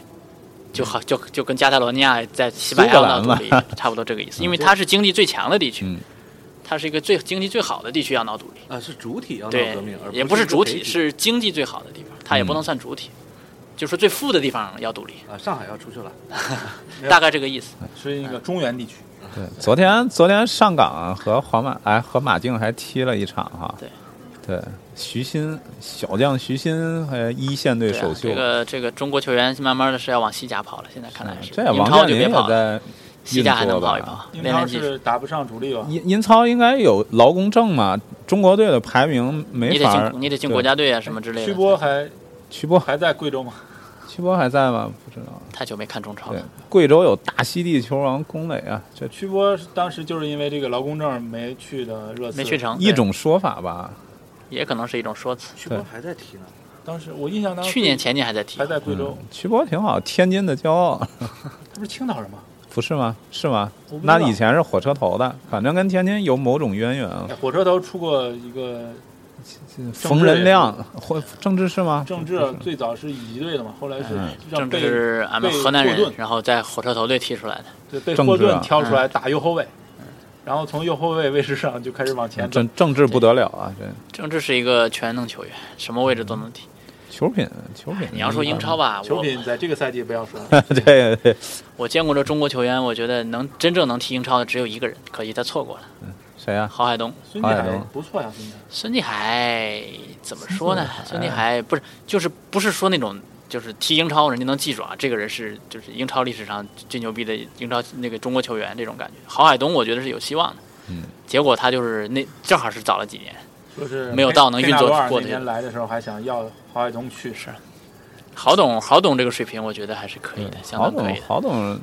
[SPEAKER 4] 就好就就跟加泰罗尼亚在西班牙要闹独立 (laughs)
[SPEAKER 3] 苏格兰 (laughs)
[SPEAKER 4] 差不多这个意思，因为它是经济最强的地区
[SPEAKER 3] 嗯，
[SPEAKER 4] 它是一个最经济最好的地区要闹独立，
[SPEAKER 5] 啊，是主体要闹
[SPEAKER 4] 对
[SPEAKER 5] 革命，而，
[SPEAKER 4] 也
[SPEAKER 5] 不
[SPEAKER 4] 不是主
[SPEAKER 5] 主
[SPEAKER 4] 体，是经济最好的地方，它也不能算主体，
[SPEAKER 3] 嗯
[SPEAKER 4] 就说最富的地方要独立，
[SPEAKER 5] 啊，上海要出去了，嗯
[SPEAKER 4] 大概这个意思。
[SPEAKER 2] 是一个中原地区。
[SPEAKER 3] 对，昨天昨天上港和皇马哎和马竞还踢了一场哈。
[SPEAKER 4] 对
[SPEAKER 3] 对，徐新小将徐新还一线队
[SPEAKER 4] 对啊
[SPEAKER 3] 首秀
[SPEAKER 4] 这。个这个中国球员慢慢的是要往西甲跑了，现在看来是。
[SPEAKER 3] 哎这
[SPEAKER 4] 英
[SPEAKER 3] 王
[SPEAKER 4] 超
[SPEAKER 3] 健
[SPEAKER 4] 就别
[SPEAKER 3] 林也
[SPEAKER 4] 跑了，
[SPEAKER 3] 在
[SPEAKER 4] 西甲还能
[SPEAKER 3] 运作吧
[SPEAKER 4] 跑一跑，
[SPEAKER 2] 英
[SPEAKER 4] 练
[SPEAKER 2] 超
[SPEAKER 4] 练技术。
[SPEAKER 2] 是打不上主力吧？
[SPEAKER 3] 英英超应该有劳工证嘛？中国队的排名
[SPEAKER 4] 你
[SPEAKER 3] 没
[SPEAKER 4] 得
[SPEAKER 3] 法儿
[SPEAKER 4] 进，你得进
[SPEAKER 3] 对
[SPEAKER 4] 国家队啊什么之类
[SPEAKER 2] 曲
[SPEAKER 4] 的。
[SPEAKER 2] 波还
[SPEAKER 3] 曲波
[SPEAKER 2] 还在贵州吗？
[SPEAKER 3] 曲波还在吗？不知道。
[SPEAKER 4] 太久没看中超
[SPEAKER 3] 对
[SPEAKER 4] 了，，
[SPEAKER 3] 贵州有大溪地球王龚磊啊，这
[SPEAKER 2] 曲波当时就是因为这个劳工证没去的热刺，
[SPEAKER 4] 没去成。
[SPEAKER 3] 一
[SPEAKER 4] 对
[SPEAKER 3] 种说法吧。
[SPEAKER 4] 也可能是一种说辞。
[SPEAKER 5] 徐波还在踢呢，
[SPEAKER 2] 当时我印象当中
[SPEAKER 4] 去年前年还在踢
[SPEAKER 2] 还，在贵州，
[SPEAKER 3] 曲波挺好，天津的骄傲， (laughs)
[SPEAKER 2] 他不是青岛人吗？
[SPEAKER 3] 不是吗？是吗
[SPEAKER 2] 我不？知道
[SPEAKER 3] 那以前是火车头的，反正跟天津有某种渊源啊
[SPEAKER 2] 哎。火车头出过一个
[SPEAKER 3] 冯仁亮或政治是吗？
[SPEAKER 2] 郑智
[SPEAKER 3] 嗯不是，
[SPEAKER 2] 最早是乙级队的嘛，后来是
[SPEAKER 3] 嗯
[SPEAKER 2] 让
[SPEAKER 4] 郑
[SPEAKER 2] 贝
[SPEAKER 4] 智是俺们
[SPEAKER 2] 被
[SPEAKER 4] 河南
[SPEAKER 2] 霍
[SPEAKER 4] 人
[SPEAKER 2] 顿，
[SPEAKER 4] 然后在火车头队踢出来的。
[SPEAKER 2] 就被
[SPEAKER 3] 郑
[SPEAKER 2] 霍
[SPEAKER 3] 智啊
[SPEAKER 2] 顿挑出来
[SPEAKER 4] 嗯
[SPEAKER 2] 打右后卫，然后从右后卫位置上就开始往前走。
[SPEAKER 3] 政政治不得了啊！这
[SPEAKER 4] 郑智是一个全能球员，什么位置都能踢。
[SPEAKER 3] 球品球品，
[SPEAKER 4] 你要
[SPEAKER 3] (laughs)
[SPEAKER 4] 说英超吧，
[SPEAKER 2] 嗯球
[SPEAKER 4] 我
[SPEAKER 2] 品在这个赛季不要
[SPEAKER 3] 哎
[SPEAKER 2] 说了，
[SPEAKER 3] 对，对
[SPEAKER 4] 我见过这中国球员，我觉得能真正能踢英超的只有一个人，可惜他错过了。
[SPEAKER 3] 谁啊呀？
[SPEAKER 4] 郝海东、
[SPEAKER 2] 孙继
[SPEAKER 3] 哎
[SPEAKER 2] 海
[SPEAKER 3] 呦
[SPEAKER 2] 不错呀，孙继海。
[SPEAKER 4] 孙继海怎么说呢？孙继海不是就是不是说那种就是踢英超人家能记住啊，这个人是就是英超历史上最牛逼的英超那个中国球员这种感觉。郝海东我觉得是有希望的，
[SPEAKER 3] 嗯，
[SPEAKER 4] 结果他就是那正好是早了几年。
[SPEAKER 2] 说是
[SPEAKER 4] 没有到能运作
[SPEAKER 2] 那
[SPEAKER 4] 过的
[SPEAKER 2] 年来的时候还想要郝海东去，
[SPEAKER 4] 是郝董，郝董这个水平，我觉得还是可以的，相
[SPEAKER 3] 郝
[SPEAKER 4] 当可
[SPEAKER 3] 董
[SPEAKER 4] 以的。
[SPEAKER 3] 郝董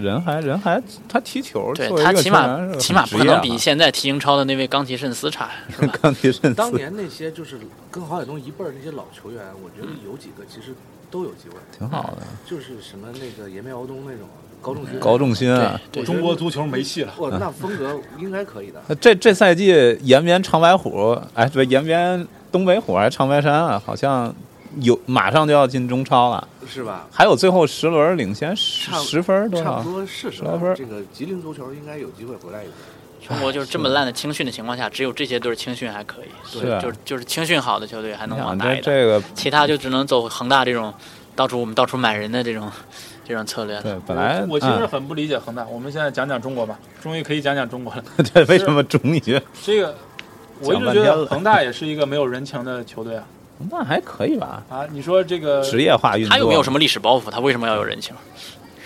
[SPEAKER 3] 人还人还他踢球，
[SPEAKER 4] 对
[SPEAKER 3] 作为一
[SPEAKER 4] 他
[SPEAKER 3] 个
[SPEAKER 4] 起
[SPEAKER 3] 球员
[SPEAKER 4] 码
[SPEAKER 3] 是
[SPEAKER 4] 起码
[SPEAKER 3] 很职
[SPEAKER 4] 不可
[SPEAKER 3] 业
[SPEAKER 4] 能
[SPEAKER 3] 啊？
[SPEAKER 4] 比现在踢英超的那位冈崎慎司差，是吧
[SPEAKER 3] (laughs) 钢铁慎
[SPEAKER 5] 当
[SPEAKER 3] 司
[SPEAKER 5] 年那些就是跟郝海东一辈儿那些老球员，我觉得有几个其实都有机会，
[SPEAKER 3] 挺好的，
[SPEAKER 5] 就是什么那个颜面敖东那种高中军，
[SPEAKER 3] 高重心啊。
[SPEAKER 4] 嗯对
[SPEAKER 2] 中国足球没戏了。
[SPEAKER 5] 哇，那风格应该可以的。
[SPEAKER 3] 这这赛季延边长白虎，哎，不，延边东北虎还是长白山啊，好像有马上就要进中超了，
[SPEAKER 5] 是吧？
[SPEAKER 3] 还有最后十轮领先十
[SPEAKER 5] 差不
[SPEAKER 3] 十分多
[SPEAKER 5] 差
[SPEAKER 3] 少
[SPEAKER 5] 不？多是时
[SPEAKER 3] 十来分
[SPEAKER 5] 候
[SPEAKER 3] 儿，
[SPEAKER 5] 这个吉林足球应该有机会回来一次。
[SPEAKER 4] 中国就是这么烂的青训的情况下，只有这些队儿青训还可以，
[SPEAKER 3] 是
[SPEAKER 4] 对
[SPEAKER 3] 啊
[SPEAKER 4] 就是就是青训好的球队还
[SPEAKER 3] 你
[SPEAKER 4] 能往
[SPEAKER 3] 想
[SPEAKER 4] 大
[SPEAKER 3] 这
[SPEAKER 4] 一点，
[SPEAKER 3] 这个
[SPEAKER 4] 其他就只能走恒大这种到处我们到处买人的这种这种策略了。
[SPEAKER 3] 对，本来
[SPEAKER 2] 我我其实
[SPEAKER 3] 嗯
[SPEAKER 2] 很不理解恒大。我们现在讲讲中国吧，终于可以讲讲中国了。
[SPEAKER 3] (laughs) 这嗯为什么中于
[SPEAKER 2] 这个我一直
[SPEAKER 3] 讲半
[SPEAKER 2] 觉
[SPEAKER 3] 天
[SPEAKER 2] 得
[SPEAKER 3] 了
[SPEAKER 2] 恒大也是一个没有人情的球队啊
[SPEAKER 3] 那还可以吧？
[SPEAKER 2] 啊！你说这个
[SPEAKER 3] 职业化运作，
[SPEAKER 4] 呃他有没有什么历史包袱？他为什么要有人情？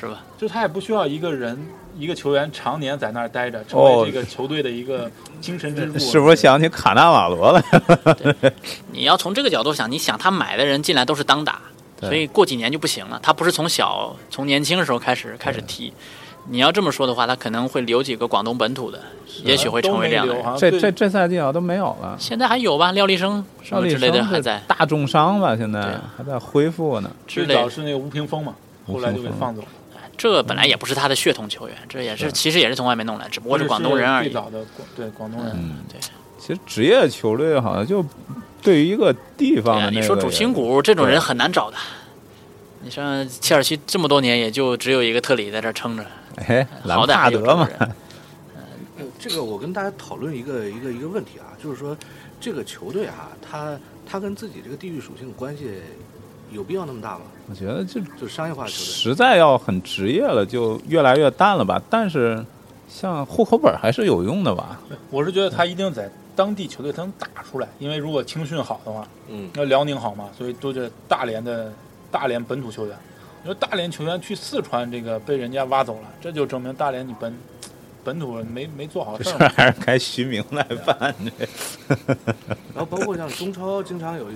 [SPEAKER 4] 是吧？
[SPEAKER 2] 就他也不需要一个人、一个球员常年在那儿待着，成
[SPEAKER 3] 哦
[SPEAKER 2] 为这个球队的一个精神支柱。啊
[SPEAKER 3] 是不是想起卡纳瓦罗了？
[SPEAKER 4] 你要从这个角度想，你想他买的人进来都是当打，
[SPEAKER 3] 对
[SPEAKER 4] 所以过几年就不行了。他不是从小从年轻的时候开始开始踢，你要这么说的话，他可能会留几个广东本土的，也许会成为这样的人。
[SPEAKER 3] 这这这赛季好像都没有了。
[SPEAKER 4] 现在还有吧，廖立生什
[SPEAKER 3] 赵
[SPEAKER 4] 么
[SPEAKER 3] 立
[SPEAKER 4] 之类的
[SPEAKER 3] 生
[SPEAKER 4] 还
[SPEAKER 3] 是
[SPEAKER 4] 在
[SPEAKER 3] 大重伤吧？现
[SPEAKER 4] 对
[SPEAKER 3] 在
[SPEAKER 4] 啊
[SPEAKER 3] 还在恢复呢。
[SPEAKER 4] 之
[SPEAKER 2] 最
[SPEAKER 4] 类
[SPEAKER 2] 早
[SPEAKER 4] 的，
[SPEAKER 2] 是那个吴屏峰嘛，后来就给放走了。
[SPEAKER 4] 这本来也不是他的血统球员，这也是其实也是从外面弄来，只不过
[SPEAKER 2] 这
[SPEAKER 4] 是广东人而
[SPEAKER 2] 最
[SPEAKER 4] 已。
[SPEAKER 2] 早的广对广东人，
[SPEAKER 4] 嗯，对。
[SPEAKER 3] 其实职业球队好像就对于一个地方
[SPEAKER 4] 对啊
[SPEAKER 3] 的那个，
[SPEAKER 4] 你说主心，骨这种
[SPEAKER 3] 对
[SPEAKER 4] 人很难找的。你像切尔西这么多年，也就只有一个特里在这儿撑着，
[SPEAKER 3] 哎，
[SPEAKER 4] 好
[SPEAKER 3] 兰
[SPEAKER 4] 歹
[SPEAKER 3] 帕
[SPEAKER 4] 还有
[SPEAKER 3] 德嘛
[SPEAKER 4] 这，种人
[SPEAKER 5] 呃，这个我跟大家讨论一个一个一个问题啊，就是说这个球队啊，它它跟自己这个地域属性关系有必要那么大吗？
[SPEAKER 3] 我觉得就
[SPEAKER 5] 就商业化球队，
[SPEAKER 3] 实在要很职业了，就越来越淡了吧。但是像户口本还是有用的吧？
[SPEAKER 4] 嗯
[SPEAKER 2] 我是觉得他一定在当地球队才能打出来，因为如果青训好的话，
[SPEAKER 5] 嗯，
[SPEAKER 2] 那辽宁好嘛，所以都是大连的大连本土球员。你说大连球员去四川，这个被人家挖走了，这就证明大连你本本土人没没做好
[SPEAKER 3] 这
[SPEAKER 2] 事
[SPEAKER 3] 事
[SPEAKER 2] 儿
[SPEAKER 3] (laughs) 儿
[SPEAKER 2] 嘛。
[SPEAKER 3] 还是该徐明来办。这
[SPEAKER 5] 然后包括像中超，经常有就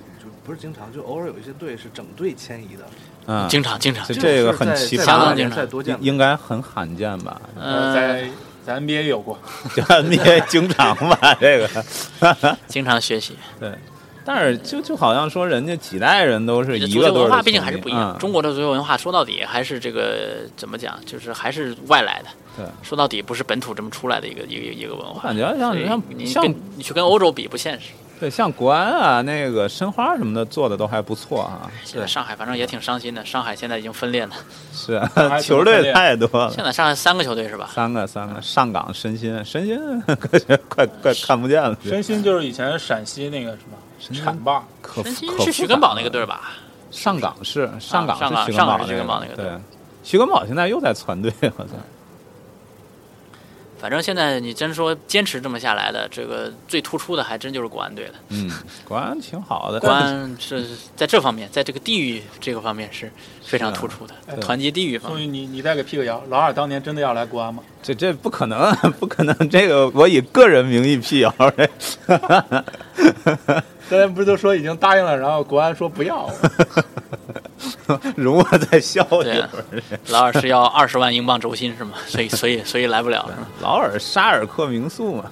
[SPEAKER 5] 不是经常，就偶尔有一些队是整队迁移的，
[SPEAKER 3] 啊，
[SPEAKER 4] 嗯经常经常
[SPEAKER 3] 这
[SPEAKER 5] 个
[SPEAKER 3] 这个
[SPEAKER 5] 事儿
[SPEAKER 3] 很
[SPEAKER 5] 在
[SPEAKER 3] 奇
[SPEAKER 5] 在
[SPEAKER 4] 相
[SPEAKER 3] 葩
[SPEAKER 4] 当
[SPEAKER 5] 大
[SPEAKER 4] 经
[SPEAKER 5] 联赛
[SPEAKER 4] 常
[SPEAKER 5] 多见吗，
[SPEAKER 3] 应该很罕见吧？ (laughs)
[SPEAKER 4] 呃，
[SPEAKER 2] 在在 NBA 有过，
[SPEAKER 3] 就 NBA 经常
[SPEAKER 4] (laughs)
[SPEAKER 3] 吧，这个。
[SPEAKER 4] 经常学习。
[SPEAKER 3] 但是就就好像说人家几代人都是一
[SPEAKER 4] 足
[SPEAKER 3] 个
[SPEAKER 4] 球
[SPEAKER 3] 队
[SPEAKER 4] 文
[SPEAKER 3] 儿
[SPEAKER 4] 化
[SPEAKER 3] 的
[SPEAKER 4] 毕竟
[SPEAKER 3] 球
[SPEAKER 4] 还是
[SPEAKER 3] 迷
[SPEAKER 4] 不一样，
[SPEAKER 3] 嗯
[SPEAKER 4] 中国的足球文化说到底还是这个怎么讲，就是还是外来的。
[SPEAKER 3] 对
[SPEAKER 4] 说到底不是本土这么出来的一个一个一个文
[SPEAKER 3] 我
[SPEAKER 4] 化。
[SPEAKER 3] 感觉像
[SPEAKER 4] 所以
[SPEAKER 3] 像
[SPEAKER 4] 你
[SPEAKER 3] 像
[SPEAKER 4] 跟你去跟欧洲比不现实，
[SPEAKER 3] 对，像国安啊，那个申花什么的做的都还不错啊。
[SPEAKER 4] 现在上海反正也挺伤心的，上海现在已经分裂了。(laughs)
[SPEAKER 3] 是啊
[SPEAKER 2] 还，挺
[SPEAKER 3] 球
[SPEAKER 2] 分
[SPEAKER 3] 队
[SPEAKER 2] 裂
[SPEAKER 3] 太多了，
[SPEAKER 4] 现在上海三个球队是吧？
[SPEAKER 3] 三个三个，上港申鑫，申鑫 (laughs) 感觉快快看不见了，
[SPEAKER 2] 申鑫就是以前陕西那个什么
[SPEAKER 3] 鑫
[SPEAKER 2] 浐灞，
[SPEAKER 3] 可
[SPEAKER 4] 申鑫
[SPEAKER 3] 可
[SPEAKER 4] 是
[SPEAKER 3] 复
[SPEAKER 4] 徐
[SPEAKER 3] 杂
[SPEAKER 4] 根宝那
[SPEAKER 3] 了
[SPEAKER 4] 个队儿吧？
[SPEAKER 3] 上港是
[SPEAKER 4] 上
[SPEAKER 3] 上港
[SPEAKER 4] 港
[SPEAKER 3] 是徐
[SPEAKER 4] 上港
[SPEAKER 3] 根宝
[SPEAKER 4] 是徐根宝那个
[SPEAKER 3] 对
[SPEAKER 4] 对，
[SPEAKER 3] 徐根宝现在又在团队，好像
[SPEAKER 4] 反正现在你真说坚持这么下来的，这个最突出的还真就是国安队了。
[SPEAKER 3] 嗯，国安挺好的，
[SPEAKER 4] 国安是在这方面，在这个地域这个方面是非常突出的，
[SPEAKER 3] 对
[SPEAKER 4] 团结地域方
[SPEAKER 2] 宋
[SPEAKER 4] 面。
[SPEAKER 2] 宇，你你再给辟个谣，老二当年真的要来国安吗？
[SPEAKER 3] 这这不可能，不可能，这个我以个人名义辟谣，这
[SPEAKER 2] 刚才不是都说已经答应了，然后国安说不要，
[SPEAKER 3] (laughs) (laughs) 容我再笑一
[SPEAKER 4] 对啊
[SPEAKER 3] 会儿。
[SPEAKER 4] 老二是要 (laughs) 二十万英镑周薪是吗？所以所以所以来不了是吗？
[SPEAKER 3] 劳尔沙尔克名宿嘛，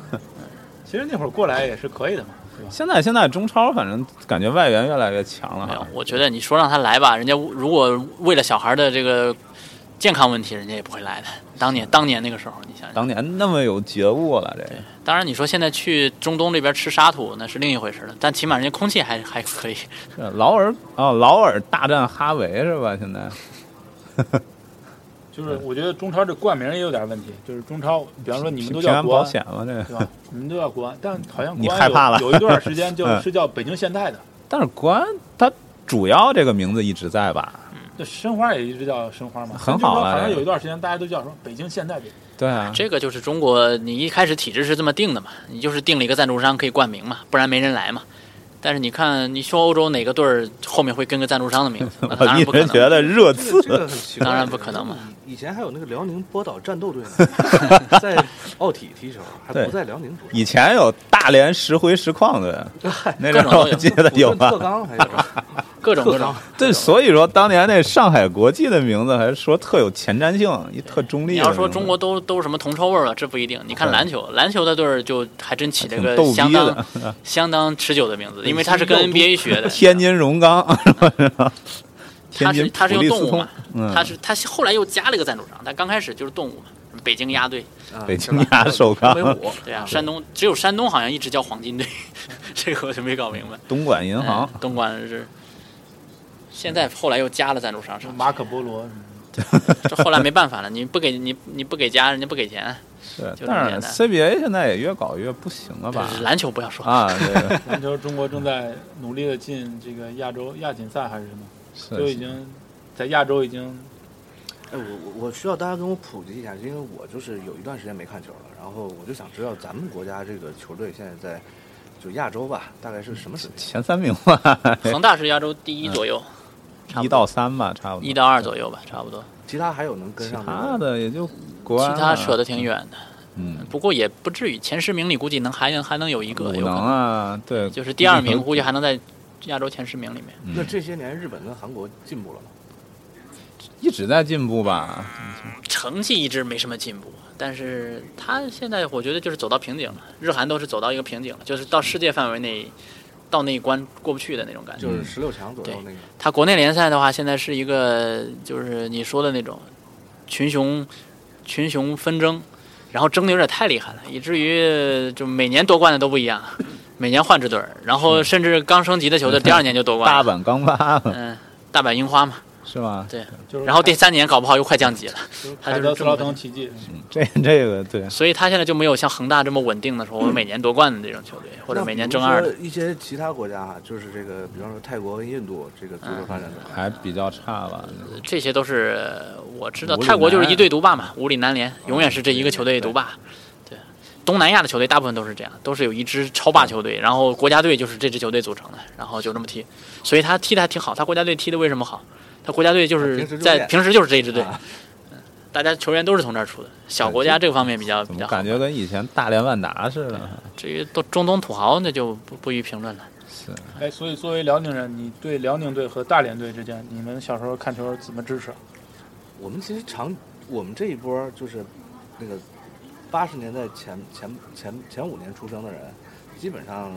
[SPEAKER 2] 其实那会儿过来也是可以的嘛，对吧？
[SPEAKER 3] 现在现在中超反正感觉外援越来越强了
[SPEAKER 4] 没有
[SPEAKER 3] 哈，，
[SPEAKER 4] 我觉得你说让他来吧，人家如果为了小孩的这个健康问题，人家也不会来的。当年当年那个时候，你想想，
[SPEAKER 3] 当年那么有觉悟了，这
[SPEAKER 4] 当然你说现在去中东这边吃沙土那是另一回事了，但起码人家空气还还可以。
[SPEAKER 3] 是劳尔哦，劳尔大战哈维是吧？现在
[SPEAKER 2] 就是我觉得中超这冠名也有点问题，就是中超，比方说你们都
[SPEAKER 3] 平
[SPEAKER 2] 叫
[SPEAKER 3] 安
[SPEAKER 2] 国
[SPEAKER 3] 保
[SPEAKER 2] 安，
[SPEAKER 3] 险嘛，这个。
[SPEAKER 2] 对吧？你们都叫国安，但好像
[SPEAKER 3] 你
[SPEAKER 2] 国安
[SPEAKER 3] 害怕了
[SPEAKER 2] 有有一段时
[SPEAKER 3] (laughs)
[SPEAKER 2] 间就
[SPEAKER 3] 嗯
[SPEAKER 2] 是叫北京现代的，
[SPEAKER 3] 但是国安它主要这个名字一直在吧？
[SPEAKER 2] 那申花也一直叫申花嘛，
[SPEAKER 3] 很好了
[SPEAKER 2] 好像有一段时间大家都叫什么北京现代队，
[SPEAKER 3] 对啊，
[SPEAKER 4] 这个就是中国，你一开始体制是这么定的嘛，你就是定了一个赞助商可以冠名嘛，不然没人来嘛。但是你看，你说欧洲哪个队儿后面会跟个赞助商的名字？
[SPEAKER 3] (laughs)
[SPEAKER 4] 那
[SPEAKER 3] 我
[SPEAKER 4] 当然
[SPEAKER 3] 啊一
[SPEAKER 4] 不可
[SPEAKER 3] 直
[SPEAKER 4] 能。
[SPEAKER 3] 觉得热
[SPEAKER 5] 这
[SPEAKER 3] 刺
[SPEAKER 5] 个这个很奇怪，
[SPEAKER 4] 当然不可能嘛。
[SPEAKER 5] 以前还有那个辽宁波岛战斗队
[SPEAKER 4] (laughs)
[SPEAKER 5] 呢，在奥体踢球，还
[SPEAKER 3] 对
[SPEAKER 5] 不在辽宁足球。
[SPEAKER 3] 以前有大连石灰石矿的，那时
[SPEAKER 4] 各种
[SPEAKER 3] 候
[SPEAKER 4] 都
[SPEAKER 3] 我
[SPEAKER 4] 有
[SPEAKER 3] 记得有啊吧？ (laughs)
[SPEAKER 5] 特钢还有啊
[SPEAKER 4] 各种各
[SPEAKER 5] 特
[SPEAKER 4] 种
[SPEAKER 5] 钢，，
[SPEAKER 3] 对，所以说当年那上海国际的名字还说特有前瞻性，一特中立
[SPEAKER 4] 你
[SPEAKER 3] 的名字。
[SPEAKER 4] 要说中国都都是什么铜臭味儿了，这不一定。你看
[SPEAKER 3] 对
[SPEAKER 4] 篮球，篮球的队儿就还真起了
[SPEAKER 3] 挺
[SPEAKER 4] 个
[SPEAKER 3] 逗逼
[SPEAKER 4] 相当
[SPEAKER 3] (laughs) 的，
[SPEAKER 4] 相当持久的名字，因为它是跟 NBA 学的。
[SPEAKER 3] (laughs) 天津荣钢，
[SPEAKER 4] 它
[SPEAKER 3] (laughs) 天
[SPEAKER 4] 是
[SPEAKER 3] 津
[SPEAKER 4] 它是用
[SPEAKER 3] 普利
[SPEAKER 4] 动
[SPEAKER 3] 斯
[SPEAKER 4] 物
[SPEAKER 3] 通
[SPEAKER 4] 嘛，，它
[SPEAKER 3] 嗯，
[SPEAKER 4] 是它后来又加了一个赞助商，它刚开始就是动物嘛，什么北京鸭队，
[SPEAKER 5] 啊
[SPEAKER 3] 北京亚首钢
[SPEAKER 5] 东北五，
[SPEAKER 4] 对啊，山东只有山东好像一直叫黄金队， (laughs) 这个我就没搞明白。
[SPEAKER 3] 东莞银行
[SPEAKER 4] 嗯，东莞是。现在后来又加了赞助商，
[SPEAKER 2] 马可波罗，
[SPEAKER 4] 这后来没办法了，你不给你你不给加，人家不给钱。
[SPEAKER 3] 是
[SPEAKER 4] 就这么
[SPEAKER 3] 但
[SPEAKER 4] 简
[SPEAKER 3] 是
[SPEAKER 4] 单
[SPEAKER 3] CBA 现在也越搞越不行了吧
[SPEAKER 4] 这？是篮球不要说，
[SPEAKER 3] 啊，这个
[SPEAKER 2] 篮球中国正在努力的进这个亚洲亚锦赛还是什么，
[SPEAKER 5] (laughs)
[SPEAKER 3] 是
[SPEAKER 2] 都已经在亚洲已经
[SPEAKER 5] 哎，我我我需要大家跟我普及一下，因为我就是有一段时间没看球了，然后我就想知道咱们国家这个球队现在在就亚洲吧，大概是什么水平？
[SPEAKER 3] 前三名吧，
[SPEAKER 4] (laughs) 恒大是亚洲第一左右，差
[SPEAKER 3] 嗯一
[SPEAKER 4] 不多
[SPEAKER 3] 到三吧，差不多
[SPEAKER 4] 一到二左右吧，差不多。
[SPEAKER 5] 其他还有能跟
[SPEAKER 3] 其
[SPEAKER 5] 上
[SPEAKER 3] 他
[SPEAKER 5] 的吗？
[SPEAKER 3] 的也就国
[SPEAKER 4] 其
[SPEAKER 3] 安啊，
[SPEAKER 4] 他扯得挺远的，
[SPEAKER 3] 嗯，
[SPEAKER 4] 不过也不至于前十名里估计能还能还能有一
[SPEAKER 3] 鲁
[SPEAKER 4] 个，有可
[SPEAKER 3] 能
[SPEAKER 4] 能
[SPEAKER 3] 啊，对，
[SPEAKER 4] 就是第二名
[SPEAKER 3] 嗯
[SPEAKER 4] 估计还能在亚洲前十名里面。
[SPEAKER 3] 嗯
[SPEAKER 5] 那这些年日本跟韩国进步了吗？
[SPEAKER 3] 一直在进步吧，
[SPEAKER 4] 成绩一直没什么进步，但是他现在我觉得就是走到瓶颈了，日韩都是走到一个瓶颈了，就是到世界范围内到那一关过不去的那种感觉。
[SPEAKER 5] 就是十六强
[SPEAKER 3] 嗯
[SPEAKER 5] 左右那个，
[SPEAKER 4] 他国内联赛的话，现在是一个就是你说的那种群雄群雄纷争，然后争的有点太厉害了，以至于就每年夺冠的都不一样，每年换支队儿，然后甚至刚升级的球队第二年就夺冠
[SPEAKER 3] 大
[SPEAKER 4] 了，
[SPEAKER 3] 阪钢巴嘛
[SPEAKER 4] 嗯，大阪樱花嘛，
[SPEAKER 3] 是吧？
[SPEAKER 2] 就是
[SPEAKER 4] 然后第三年搞不好又快降级了，他
[SPEAKER 2] 海嗯
[SPEAKER 4] 就是
[SPEAKER 2] 德
[SPEAKER 4] 这
[SPEAKER 2] 斯
[SPEAKER 4] 么
[SPEAKER 2] 劳
[SPEAKER 4] 个
[SPEAKER 2] 滕奇迹，
[SPEAKER 3] 嗯这这个对，
[SPEAKER 4] 所以他现在就没有像恒大这么稳定的说，我每年夺冠的这种球队，或者
[SPEAKER 5] 那
[SPEAKER 4] 每
[SPEAKER 5] 比
[SPEAKER 4] 年
[SPEAKER 5] 如
[SPEAKER 4] 争二
[SPEAKER 5] 说
[SPEAKER 4] 的。
[SPEAKER 5] 一些其他国家哈，啊就是这个，比方说泰国跟印度这个足球发展怎么样？
[SPEAKER 3] 还比较差吧，
[SPEAKER 4] 这些都是呃我知道，
[SPEAKER 3] 五里
[SPEAKER 4] 泰国就是
[SPEAKER 3] 南
[SPEAKER 4] 一队独霸嘛，五里南联永远是这一个球队独霸。对，东南亚的球队大部分都是这样，都是有一支超霸球队，然后国家队就是这支球队组成的，然后就这么踢。所以他踢的还挺好，他国家队踢的为什么好？他国家队就是
[SPEAKER 5] 平时就
[SPEAKER 4] 在
[SPEAKER 5] 练
[SPEAKER 4] 平时就是这一支队
[SPEAKER 5] 啊，
[SPEAKER 4] 嗯大家球员都是从这儿出的。小国家这个方面比较
[SPEAKER 3] 怎
[SPEAKER 4] 比
[SPEAKER 3] 么
[SPEAKER 4] 较好
[SPEAKER 3] 感。觉跟以前大连万达似的？
[SPEAKER 4] 至于都中东土豪，那就不不予评论了。
[SPEAKER 2] 哎，所以作为辽宁人，你对辽宁队和大连队之间，你们小时候看球怎么支持？
[SPEAKER 5] 我们其实长，我们这一波就是那个八十年代前前前前五年出生的人，基本上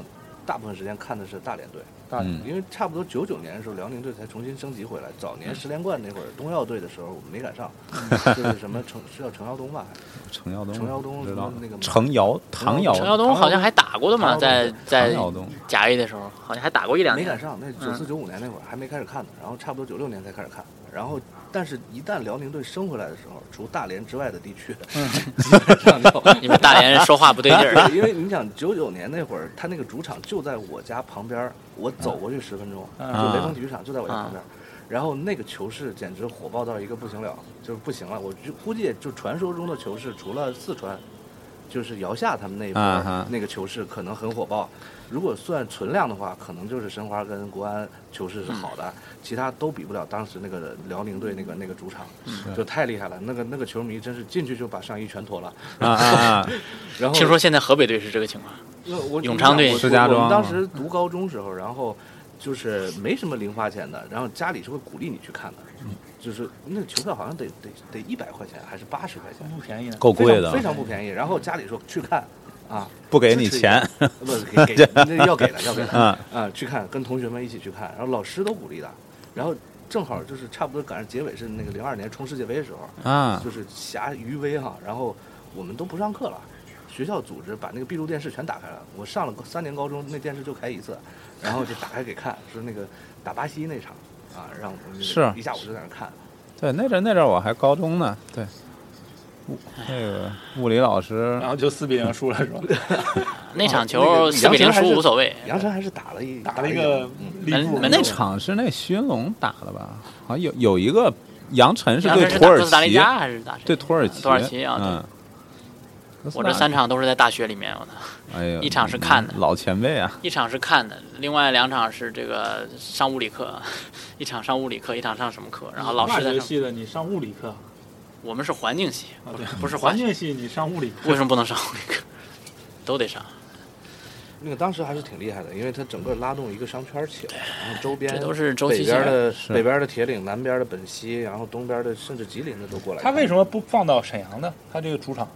[SPEAKER 5] 大部分时间看的是大连队，大
[SPEAKER 3] 嗯
[SPEAKER 5] 因为差不多九九年的时候，辽宁队才重新升级回来。早年十连冠那会儿，东耀队的时候我们没赶上， (laughs) 就是什么程是叫程耀东吧，
[SPEAKER 3] 程耀东，
[SPEAKER 5] 程耀东
[SPEAKER 3] 知道
[SPEAKER 5] 那个
[SPEAKER 3] 程尧、唐尧、
[SPEAKER 4] 程耀东好像还打过的嘛，
[SPEAKER 5] 唐
[SPEAKER 4] 在
[SPEAKER 5] 耀
[SPEAKER 3] 唐
[SPEAKER 4] 在
[SPEAKER 3] 尧东，
[SPEAKER 4] 甲 A 的时候，好像还打过一两
[SPEAKER 5] 没赶
[SPEAKER 4] 年。
[SPEAKER 5] 上。那九四九五年那会儿还没开始看呢，然后差不多九六年才开始看。然后，但是一旦辽宁队升回来的时候，除大连之外的地区， (laughs)
[SPEAKER 4] 你们大连人说话不对劲儿，
[SPEAKER 5] 对，因为你想九九年那会儿，他那个主场就在我家旁边儿，我走过去十分钟，
[SPEAKER 2] 啊
[SPEAKER 5] 就雷锋体育场就在我家旁边儿。然后那个球市简直火爆到一个不行了，就是不行了。我就估计也就传说中的球市，除了四川，就是姚夏他们那一波、
[SPEAKER 3] 啊哈
[SPEAKER 5] 那个球市可能很火爆。如果算存量的话，可能就是申花跟国安球市是好的，其他都比不了当时那个辽宁队那个那个主场，就太厉害了。那个那个球迷真是进去就把上衣全脱了，
[SPEAKER 3] 啊啊
[SPEAKER 4] (laughs)
[SPEAKER 3] 啊！
[SPEAKER 5] 然后
[SPEAKER 4] 听说现在河北队是这个情况。
[SPEAKER 5] 那我
[SPEAKER 4] 永昌队
[SPEAKER 5] 我
[SPEAKER 3] 石家庄
[SPEAKER 5] 我们当时读高中时候，然后就是没什么零花钱的，然后家里是会鼓励你去看的，
[SPEAKER 3] 嗯
[SPEAKER 5] 就是那球票好像得得得一百块钱还是八十块钱，
[SPEAKER 2] 不便宜呢。
[SPEAKER 3] 够
[SPEAKER 5] 非
[SPEAKER 3] 贵
[SPEAKER 5] 常
[SPEAKER 3] 的
[SPEAKER 5] 非，常不便宜。然后家里说去看啊，
[SPEAKER 3] 不给你钱，
[SPEAKER 5] 不是给给
[SPEAKER 3] (laughs)
[SPEAKER 5] 那要给的要给的
[SPEAKER 3] 啊
[SPEAKER 5] 啊，去看跟同学们一起去看，然后老师都鼓励的，然后正好就是差不多赶上结尾是那个零二年冲世界杯的时候，
[SPEAKER 3] 啊
[SPEAKER 5] 就是侠余威哈，然后我们都不上课了，学校组织把那个闭路电视全打开了。我上了三年高中，那电视就开一次，然后就打开给看，说那个打巴西那场啊，让我们
[SPEAKER 3] 是
[SPEAKER 5] 一下午就在那看。
[SPEAKER 3] 对，那阵那阵我还高中呢，对，物那个物理老师
[SPEAKER 4] 啊
[SPEAKER 2] 然后就四比零输了是吧？
[SPEAKER 4] 那场
[SPEAKER 5] 那
[SPEAKER 4] 球
[SPEAKER 5] 个
[SPEAKER 4] 四比零
[SPEAKER 5] 杨晨还
[SPEAKER 4] 输
[SPEAKER 5] 是
[SPEAKER 4] 无所谓，
[SPEAKER 5] 杨晨还是打了一嗯
[SPEAKER 2] 打了一个立柱，
[SPEAKER 4] 门
[SPEAKER 3] 那
[SPEAKER 4] 柱
[SPEAKER 3] 场是那徐云龙打的吧？好像有有一个杨晨是
[SPEAKER 4] 杨
[SPEAKER 3] 对
[SPEAKER 4] 晨是
[SPEAKER 3] 土
[SPEAKER 4] 打
[SPEAKER 3] 耳
[SPEAKER 4] 哥斯达黎
[SPEAKER 3] 其，
[SPEAKER 4] 加还是打谁？
[SPEAKER 3] 对土耳其，
[SPEAKER 4] 土耳其啊！
[SPEAKER 3] 嗯，哥斯
[SPEAKER 4] 我
[SPEAKER 3] 达
[SPEAKER 4] 这三场都是在大学里面，我操，
[SPEAKER 3] 哎呦，
[SPEAKER 4] 一场是看的
[SPEAKER 3] 老前辈啊，
[SPEAKER 4] 一场是看的，另外两场是这个上物理课，一场上物理课，一场上什么课？然后啊老师
[SPEAKER 2] 化
[SPEAKER 4] 在
[SPEAKER 2] 学
[SPEAKER 4] 上，
[SPEAKER 2] 系的你上物理课啊？
[SPEAKER 4] 我们是环境系，
[SPEAKER 2] 对，
[SPEAKER 4] 不是化
[SPEAKER 2] 环
[SPEAKER 4] 学，
[SPEAKER 2] 境系你上物理课
[SPEAKER 4] 为什么不能上物理课？都得上，
[SPEAKER 5] 那个当时还是挺厉害的，因为它整个拉动一个商圈起来，然后周边
[SPEAKER 4] 这都是周期
[SPEAKER 5] 北
[SPEAKER 4] 性
[SPEAKER 5] 边
[SPEAKER 4] 的。
[SPEAKER 5] 的北边的铁岭，南边的本溪，然后东边的甚至吉林的都过来
[SPEAKER 2] 他
[SPEAKER 5] 看。
[SPEAKER 2] 为什么不放到沈阳呢？他这个主场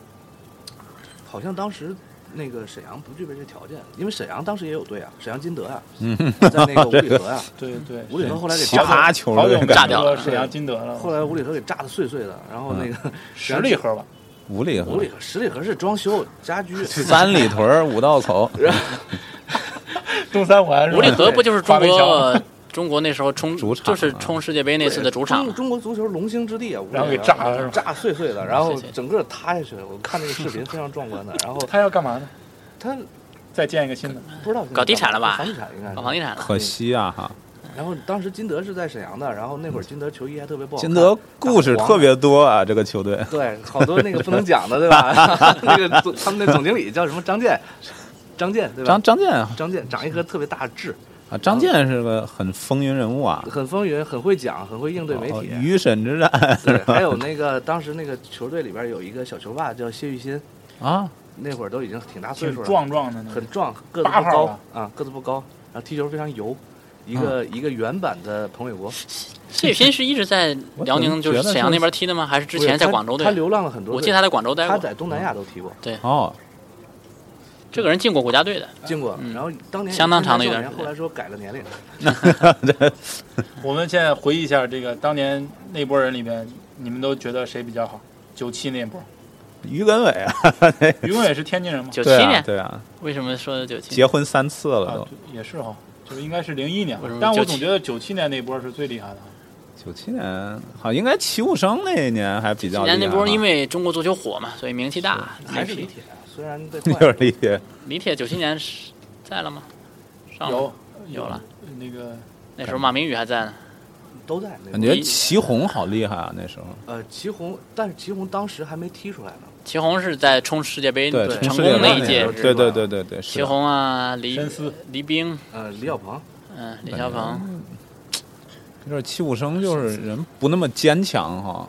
[SPEAKER 5] 好像当时那个沈阳不具备这条件，因为沈阳当时也有队啊，沈阳金德
[SPEAKER 2] (laughs)
[SPEAKER 5] 啊，
[SPEAKER 2] 嗯
[SPEAKER 5] 在那个五里河啊，
[SPEAKER 2] 对对，
[SPEAKER 5] 五里河后来给
[SPEAKER 3] 奇
[SPEAKER 5] 炸了。
[SPEAKER 3] 葩球
[SPEAKER 2] 好久
[SPEAKER 3] 队
[SPEAKER 2] 没
[SPEAKER 4] 嗯
[SPEAKER 3] 感
[SPEAKER 4] 炸
[SPEAKER 3] 觉，
[SPEAKER 4] 掉了
[SPEAKER 2] 说沈阳金德了，
[SPEAKER 5] 后来五里河给炸得碎碎的，然后那个
[SPEAKER 2] 十里河吧，
[SPEAKER 3] 五里
[SPEAKER 2] 嗯
[SPEAKER 5] 五
[SPEAKER 3] 河
[SPEAKER 5] 里、河、十里河是装修
[SPEAKER 2] (laughs)
[SPEAKER 5] 家居，
[SPEAKER 3] 三里屯儿、五道口，
[SPEAKER 2] 东三环是吧
[SPEAKER 4] 五里河不就是中
[SPEAKER 2] 华北
[SPEAKER 4] 国
[SPEAKER 2] 桥
[SPEAKER 4] 中国那时候冲
[SPEAKER 3] 主场
[SPEAKER 4] 就是
[SPEAKER 3] 啊
[SPEAKER 4] 冲世界杯那次的主场
[SPEAKER 5] 中
[SPEAKER 4] 嘛？
[SPEAKER 5] 中国足球龙兴之地啊，五里河
[SPEAKER 2] 然后给炸了是吧
[SPEAKER 5] 炸碎碎的，然后
[SPEAKER 4] 碎碎
[SPEAKER 5] 整个塌下去了。我看那个视频非常壮观的，然后
[SPEAKER 2] 他要干嘛呢？
[SPEAKER 5] 他
[SPEAKER 2] 再建一个新的，
[SPEAKER 5] 不知道
[SPEAKER 4] 搞地产了吧
[SPEAKER 5] 房地产应该是
[SPEAKER 4] 搞房地。产了，
[SPEAKER 3] 可惜啊哈！
[SPEAKER 5] 然后当时金德是在沈阳的，然后那会儿金德球衣还特别不好看，
[SPEAKER 3] 金德故事
[SPEAKER 5] 打
[SPEAKER 3] 特
[SPEAKER 5] 黄
[SPEAKER 3] 别多啊，这个球队
[SPEAKER 5] 对，好多那个不能讲的，
[SPEAKER 4] (laughs)
[SPEAKER 5] 对吧？那个总他们那总经理叫什么张健，张健对吧？
[SPEAKER 3] 张张健啊，
[SPEAKER 5] 张健长一颗特别大的痣，
[SPEAKER 3] 啊张健是个很风云人物啊，
[SPEAKER 5] 很风云，很会讲，很会应对媒
[SPEAKER 3] 哦
[SPEAKER 5] 体。
[SPEAKER 3] 鱼沈之战
[SPEAKER 5] 对，还有那个当时那个球队里边有一个小球霸叫谢玉新，
[SPEAKER 3] 啊，
[SPEAKER 5] 那会儿都已经挺大岁
[SPEAKER 2] 挺
[SPEAKER 5] 数了，
[SPEAKER 2] 壮壮的那个
[SPEAKER 5] 很。壮，个子
[SPEAKER 2] 八
[SPEAKER 5] 不
[SPEAKER 2] 号
[SPEAKER 5] 高
[SPEAKER 2] 吧
[SPEAKER 5] 啊，个子不高，然后踢球非常油。一个、一个原版的彭伟国，
[SPEAKER 4] 谢雨欣是一直在辽宁，就是沈阳那边踢的吗？还是之前在广州
[SPEAKER 5] 他他
[SPEAKER 4] 队？
[SPEAKER 5] 流浪了很多队，
[SPEAKER 4] 我记得他在广州待
[SPEAKER 5] 他
[SPEAKER 4] 过。
[SPEAKER 5] 在东南亚都踢过，
[SPEAKER 3] 哦， (laughs)
[SPEAKER 4] 这个人进过国家队的，
[SPEAKER 3] 啊
[SPEAKER 5] 进过。
[SPEAKER 4] 嗯
[SPEAKER 5] 然后当年
[SPEAKER 4] 相当长的一段时
[SPEAKER 5] 年，
[SPEAKER 4] 间
[SPEAKER 5] 后来说改了年龄，
[SPEAKER 2] 我们现在回忆一下这个当年那波人里边，你们都觉得谁比较好？九七那波，
[SPEAKER 3] 于根伟啊，
[SPEAKER 2] 于永伟是天津人吗？
[SPEAKER 3] (laughs)
[SPEAKER 4] 九七
[SPEAKER 3] 对啊
[SPEAKER 4] 年嗯
[SPEAKER 3] 对啊，
[SPEAKER 4] 为什么说九七？
[SPEAKER 3] 结婚三次了
[SPEAKER 2] 啊
[SPEAKER 3] 都，，
[SPEAKER 2] 也是哈，就是应该是零一年
[SPEAKER 4] 为什么，
[SPEAKER 2] 但我
[SPEAKER 4] 97
[SPEAKER 2] 总觉得九七年那波是最厉害的。啊
[SPEAKER 3] 九七年好像应该齐武生那一年还比
[SPEAKER 4] 今
[SPEAKER 3] 较厉害
[SPEAKER 4] 年
[SPEAKER 3] 啊，
[SPEAKER 4] 那波因为中国足球火嘛，所以名气大。
[SPEAKER 5] 还是
[SPEAKER 4] 啊那批
[SPEAKER 5] 李铁，虽然被
[SPEAKER 3] (laughs)
[SPEAKER 5] 换
[SPEAKER 3] 就是厉害，
[SPEAKER 4] 李铁九七年是在了吗？上了
[SPEAKER 2] 有
[SPEAKER 4] 吗有了，
[SPEAKER 2] 那
[SPEAKER 3] (laughs)
[SPEAKER 2] 个
[SPEAKER 4] 那时候马明宇还在呢。
[SPEAKER 5] 都在那
[SPEAKER 3] 感
[SPEAKER 5] 个。
[SPEAKER 3] 觉祁宏好厉害啊，那时候
[SPEAKER 5] 呃，祁宏，但是祁宏当时还没踢出来呢，
[SPEAKER 4] 祁宏是在冲世界杯
[SPEAKER 3] 对
[SPEAKER 5] 对
[SPEAKER 3] 冲
[SPEAKER 4] 成
[SPEAKER 3] 世界
[SPEAKER 4] 功
[SPEAKER 3] 杯
[SPEAKER 4] 那
[SPEAKER 3] 那
[SPEAKER 4] 一届
[SPEAKER 3] 时候
[SPEAKER 5] 是吧
[SPEAKER 3] 对对对对对，是
[SPEAKER 4] 祁
[SPEAKER 3] 的
[SPEAKER 4] 宏啊，黎
[SPEAKER 2] 深思
[SPEAKER 4] 黎兵，
[SPEAKER 5] 呃，李小鹏，
[SPEAKER 3] 哦
[SPEAKER 4] 嗯，李霄
[SPEAKER 3] 啊
[SPEAKER 4] 鹏，
[SPEAKER 3] 就是戚武生就是人不那么坚强哈，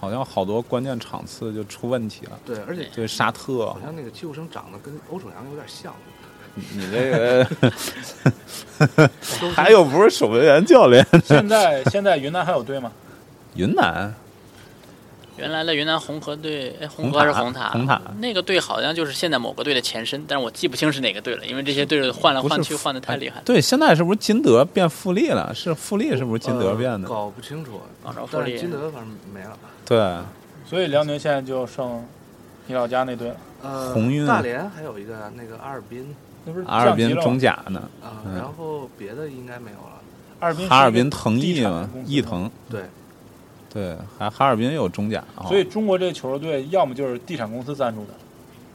[SPEAKER 3] 好像好多关键场次就出问题了。
[SPEAKER 5] 对，而且
[SPEAKER 3] 对沙特啊
[SPEAKER 5] 好，像那个戚武生长得跟欧楚良有点像，
[SPEAKER 3] 你这
[SPEAKER 4] (laughs)
[SPEAKER 3] 个还有不是守门员教练？
[SPEAKER 2] 现在现在云南还有队吗？
[SPEAKER 3] 云南
[SPEAKER 4] 原来的云南红河队，哎，红
[SPEAKER 6] 红
[SPEAKER 4] 河还是
[SPEAKER 6] 塔
[SPEAKER 4] 红塔？
[SPEAKER 6] 红塔
[SPEAKER 4] 那个队好像就是现在某个队的前身，但是我记不清是哪个队了，因为这些队换来
[SPEAKER 3] 不是
[SPEAKER 4] 换去换的太厉害了。
[SPEAKER 3] 对，现在是不是金德变富力了？是富力是不是金德
[SPEAKER 5] 呃
[SPEAKER 3] 变的？
[SPEAKER 5] 搞不清楚
[SPEAKER 4] 啊找，
[SPEAKER 5] 但
[SPEAKER 4] 弗里
[SPEAKER 5] 是金德反正没了。
[SPEAKER 3] 对，
[SPEAKER 2] 所以辽宁现在就剩你老家那队了，
[SPEAKER 5] 呃，
[SPEAKER 3] 红运啊
[SPEAKER 5] 大连还有一个那个阿尔滨
[SPEAKER 2] 那不是
[SPEAKER 3] 哈尔滨
[SPEAKER 2] 降级了吗
[SPEAKER 3] 中甲呢，
[SPEAKER 5] 啊，
[SPEAKER 3] 嗯
[SPEAKER 5] 然后别的应该没有了。
[SPEAKER 2] 哈尔滨
[SPEAKER 3] 哈尔
[SPEAKER 2] 是一
[SPEAKER 3] 滨
[SPEAKER 2] 个
[SPEAKER 3] 腾
[SPEAKER 2] 地
[SPEAKER 3] 翼
[SPEAKER 2] 产
[SPEAKER 3] 嘛
[SPEAKER 2] 公，司
[SPEAKER 3] 翼腾，
[SPEAKER 5] 对，
[SPEAKER 3] 对，还哈尔滨有中甲，哦
[SPEAKER 2] 所以中国这球队要么就是地产公司赞助的，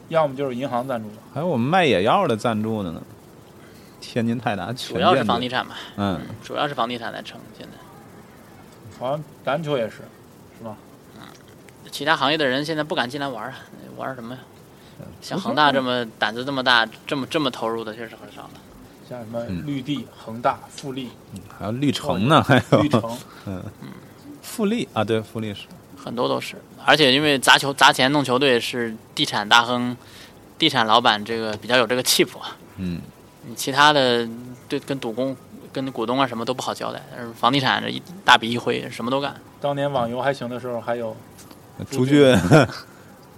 [SPEAKER 2] 要么就是银行赞助的。
[SPEAKER 3] 还有我们卖野药的赞助的呢，天津泰达全
[SPEAKER 4] 主要是
[SPEAKER 3] 建
[SPEAKER 4] 房地
[SPEAKER 3] 队，
[SPEAKER 4] 产吧，
[SPEAKER 3] 嗯，
[SPEAKER 4] 主要是房地产在撑。现在
[SPEAKER 2] 好像篮球也是，
[SPEAKER 4] 其他行业的人现在不敢进来玩啊，玩什么呀？像恒大这么胆子这么大、这么这么投入的，确实很少了。
[SPEAKER 2] 像什么
[SPEAKER 3] 嗯
[SPEAKER 2] 绿地、恒大、富
[SPEAKER 3] (laughs)
[SPEAKER 2] 力、
[SPEAKER 3] 还有绿城呢，还
[SPEAKER 2] 绿
[SPEAKER 3] 有
[SPEAKER 2] 城，
[SPEAKER 3] (laughs) 富力啊，对，富力是
[SPEAKER 4] 很多都是，而且因为砸球砸钱弄球队是地产大亨、地产老板这个比较有这个气魄，啊
[SPEAKER 3] 嗯，
[SPEAKER 4] 你其他的对跟赌工、跟股东啊什么都不好交代，但是房地产这一大笔一挥，什么都干。
[SPEAKER 2] 当年网游还行的时候，还有
[SPEAKER 3] 朱
[SPEAKER 2] 朱
[SPEAKER 3] 俊
[SPEAKER 2] 俊，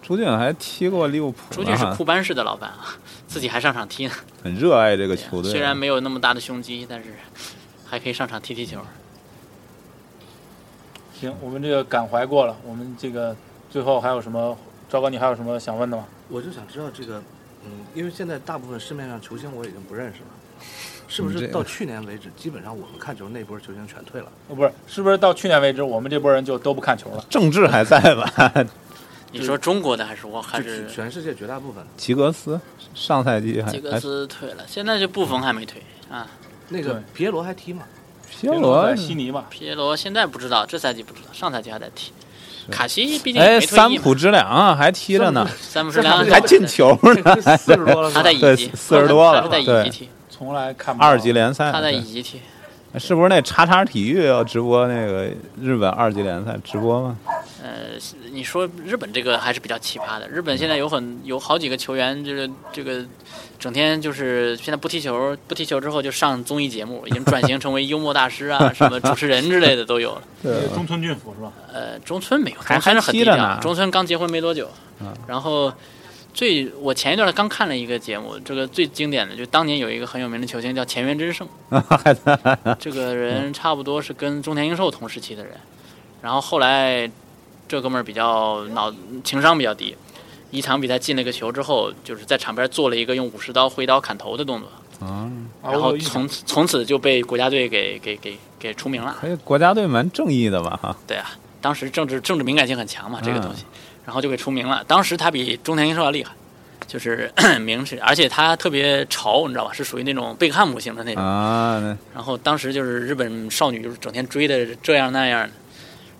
[SPEAKER 3] 朱俊还踢过利物浦
[SPEAKER 4] 朱
[SPEAKER 3] 呢
[SPEAKER 4] 俊是
[SPEAKER 3] 哈，
[SPEAKER 4] 库班式的老板啊，自己还上场踢呢，啊
[SPEAKER 3] 很热爱这个球队，啊
[SPEAKER 4] 虽然没有那么大的胸肌，但是还可以上场踢踢球。
[SPEAKER 2] 行，我们这个感怀过了，我们这个最后还有什么？赵哥，你还有什么想问的吗？
[SPEAKER 5] 我就想知道这个，嗯，因为现在大部分市面上球星我已经不认识了，是不
[SPEAKER 3] 你
[SPEAKER 5] 是
[SPEAKER 3] 这
[SPEAKER 5] 到去年为止，基本上我们看球那波球星全退了？
[SPEAKER 2] 哦，不是，是不是到去年为止，我们这波人就都不看球了？
[SPEAKER 3] 郑智还在吧？ (laughs)
[SPEAKER 4] 你说中国的还是我还
[SPEAKER 5] 就是全全世界绝大部分
[SPEAKER 3] 吉格斯上赛季还
[SPEAKER 4] 杰格
[SPEAKER 3] 还
[SPEAKER 4] 斯退了，现在就布冯还没退啊，
[SPEAKER 5] 那个
[SPEAKER 2] 对
[SPEAKER 5] 皮耶罗还踢吗？
[SPEAKER 3] 皮耶罗
[SPEAKER 2] 在悉尼嘛，
[SPEAKER 4] 皮耶罗现在不知道，这赛季不知道，上赛季还在踢。卡西毕竟也
[SPEAKER 3] 哎，
[SPEAKER 4] 没退
[SPEAKER 3] 三
[SPEAKER 4] 役嘛，
[SPEAKER 3] 浦知良啊还踢着呢，
[SPEAKER 4] 三浦是两
[SPEAKER 3] 还进球呢，
[SPEAKER 5] (laughs) 四十多了是
[SPEAKER 4] 他
[SPEAKER 5] 吧
[SPEAKER 4] 在？乙级
[SPEAKER 3] 对，四十多了
[SPEAKER 4] 他是在乙级踢，
[SPEAKER 2] 从来看不到
[SPEAKER 3] 二级联赛呢，
[SPEAKER 4] 他在
[SPEAKER 3] 对
[SPEAKER 4] 乙级踢，
[SPEAKER 3] 是不是那叉叉体育要直播那个日本二级联赛直播吗？ (laughs)
[SPEAKER 4] 呃，你说日本这个还是比较奇葩的。日本现在有很有好几个球员，就是这个整天就是现在不踢球，不踢球之后就上综艺节目，已经转型成为幽默大师啊，什么主持人之类的都有了。
[SPEAKER 2] 那个中村俊辅是吧？
[SPEAKER 4] 呃，中村没有，
[SPEAKER 3] 还
[SPEAKER 4] 还是很低
[SPEAKER 3] 还踢着呢
[SPEAKER 4] 调。中村刚结婚没多久，
[SPEAKER 2] 嗯
[SPEAKER 4] 然后最我前一段刚看了一个节目，这个最经典的就当年有一个很有名的球星叫前原真胜，
[SPEAKER 3] 还在
[SPEAKER 4] 这个人差不多是跟中田英寿同时期的人，然后后来这哥们儿比较脑情商比较低，一场比赛进了个球之后，就是在场边做了一个用武士刀挥刀砍头的动作，
[SPEAKER 3] 啊，
[SPEAKER 2] 啊，
[SPEAKER 4] 然
[SPEAKER 2] 我
[SPEAKER 4] 后
[SPEAKER 2] 有印象
[SPEAKER 4] 从从此就被国家队给给给给除名了。
[SPEAKER 3] 哎，国家队蛮正义的吧？哈，
[SPEAKER 4] 对啊，当时政治政治敏感性很强嘛，这个东西，然后就给除名了。当时他比中田英寿要厉害，就是 (coughs) 明是，而且他特别潮，你知道吧？是属于那种贝克汉姆型的那种。
[SPEAKER 3] 啊，那
[SPEAKER 4] 然后当时就是日本少女就是整天追的这样那样的，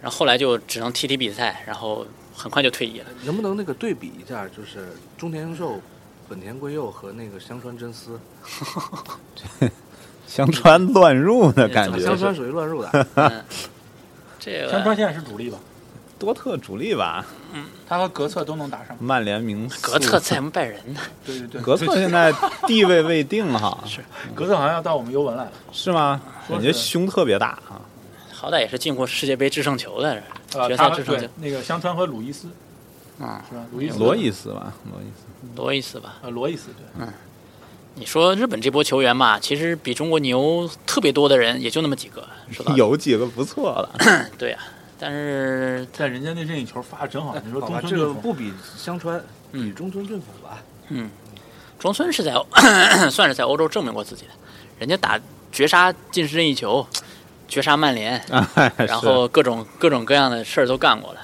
[SPEAKER 4] 然后后来就只能踢踢比赛，然后很快就退役了。
[SPEAKER 5] 能不能那个对比一下，就是中田英寿、本田圭佑和那个香川真司？
[SPEAKER 3] 香川乱入的感
[SPEAKER 4] 对
[SPEAKER 5] 香
[SPEAKER 3] 觉，
[SPEAKER 5] 川属于乱入的，
[SPEAKER 4] 嗯，这
[SPEAKER 2] 香川
[SPEAKER 4] 个
[SPEAKER 2] 现在是主力吧？
[SPEAKER 3] 多特主力吧？
[SPEAKER 2] 他和格策都能打上。
[SPEAKER 3] 曼联名宿
[SPEAKER 4] 格策在我们拜仁呢，
[SPEAKER 2] 对对对，
[SPEAKER 3] 格策现在地位未定
[SPEAKER 4] (laughs)
[SPEAKER 3] 哈，
[SPEAKER 2] 格策好像要到我们尤文来了。
[SPEAKER 3] 是吗？
[SPEAKER 2] 说
[SPEAKER 3] 感
[SPEAKER 2] 是
[SPEAKER 3] 觉胸特别大啊，
[SPEAKER 4] 好歹也是进过世界杯制胜球的，
[SPEAKER 2] 呃，
[SPEAKER 4] 决
[SPEAKER 2] 他
[SPEAKER 4] 赛
[SPEAKER 2] 和
[SPEAKER 4] 制胜球
[SPEAKER 2] 对，那个香川和鲁伊斯
[SPEAKER 4] 嗯，
[SPEAKER 2] 是吧？鲁伊斯
[SPEAKER 3] 罗伊斯吧，罗伊斯，
[SPEAKER 4] 多意思吧？
[SPEAKER 2] 呃罗伊斯对。
[SPEAKER 4] 你说日本这波球员吧，其实比中国牛特别多的人也就那么几个，是吧？
[SPEAKER 3] 有几个不错了，
[SPEAKER 4] (laughs) 对啊，但是
[SPEAKER 2] 但人家那任意球发的真好， (laughs) 你说
[SPEAKER 5] 哎好
[SPEAKER 2] 中
[SPEAKER 5] 吧，
[SPEAKER 2] 村
[SPEAKER 5] 这
[SPEAKER 2] 俊
[SPEAKER 5] 个
[SPEAKER 2] 辅
[SPEAKER 5] 不比香川，
[SPEAKER 4] 嗯
[SPEAKER 5] 比中村俊辅吧。
[SPEAKER 4] 中村是在 (coughs) 算是在欧洲证明过自己的，人家打绝杀近视任意球，绝杀曼联，
[SPEAKER 3] 哎是
[SPEAKER 4] 然后各种各种各样的事儿都干过了，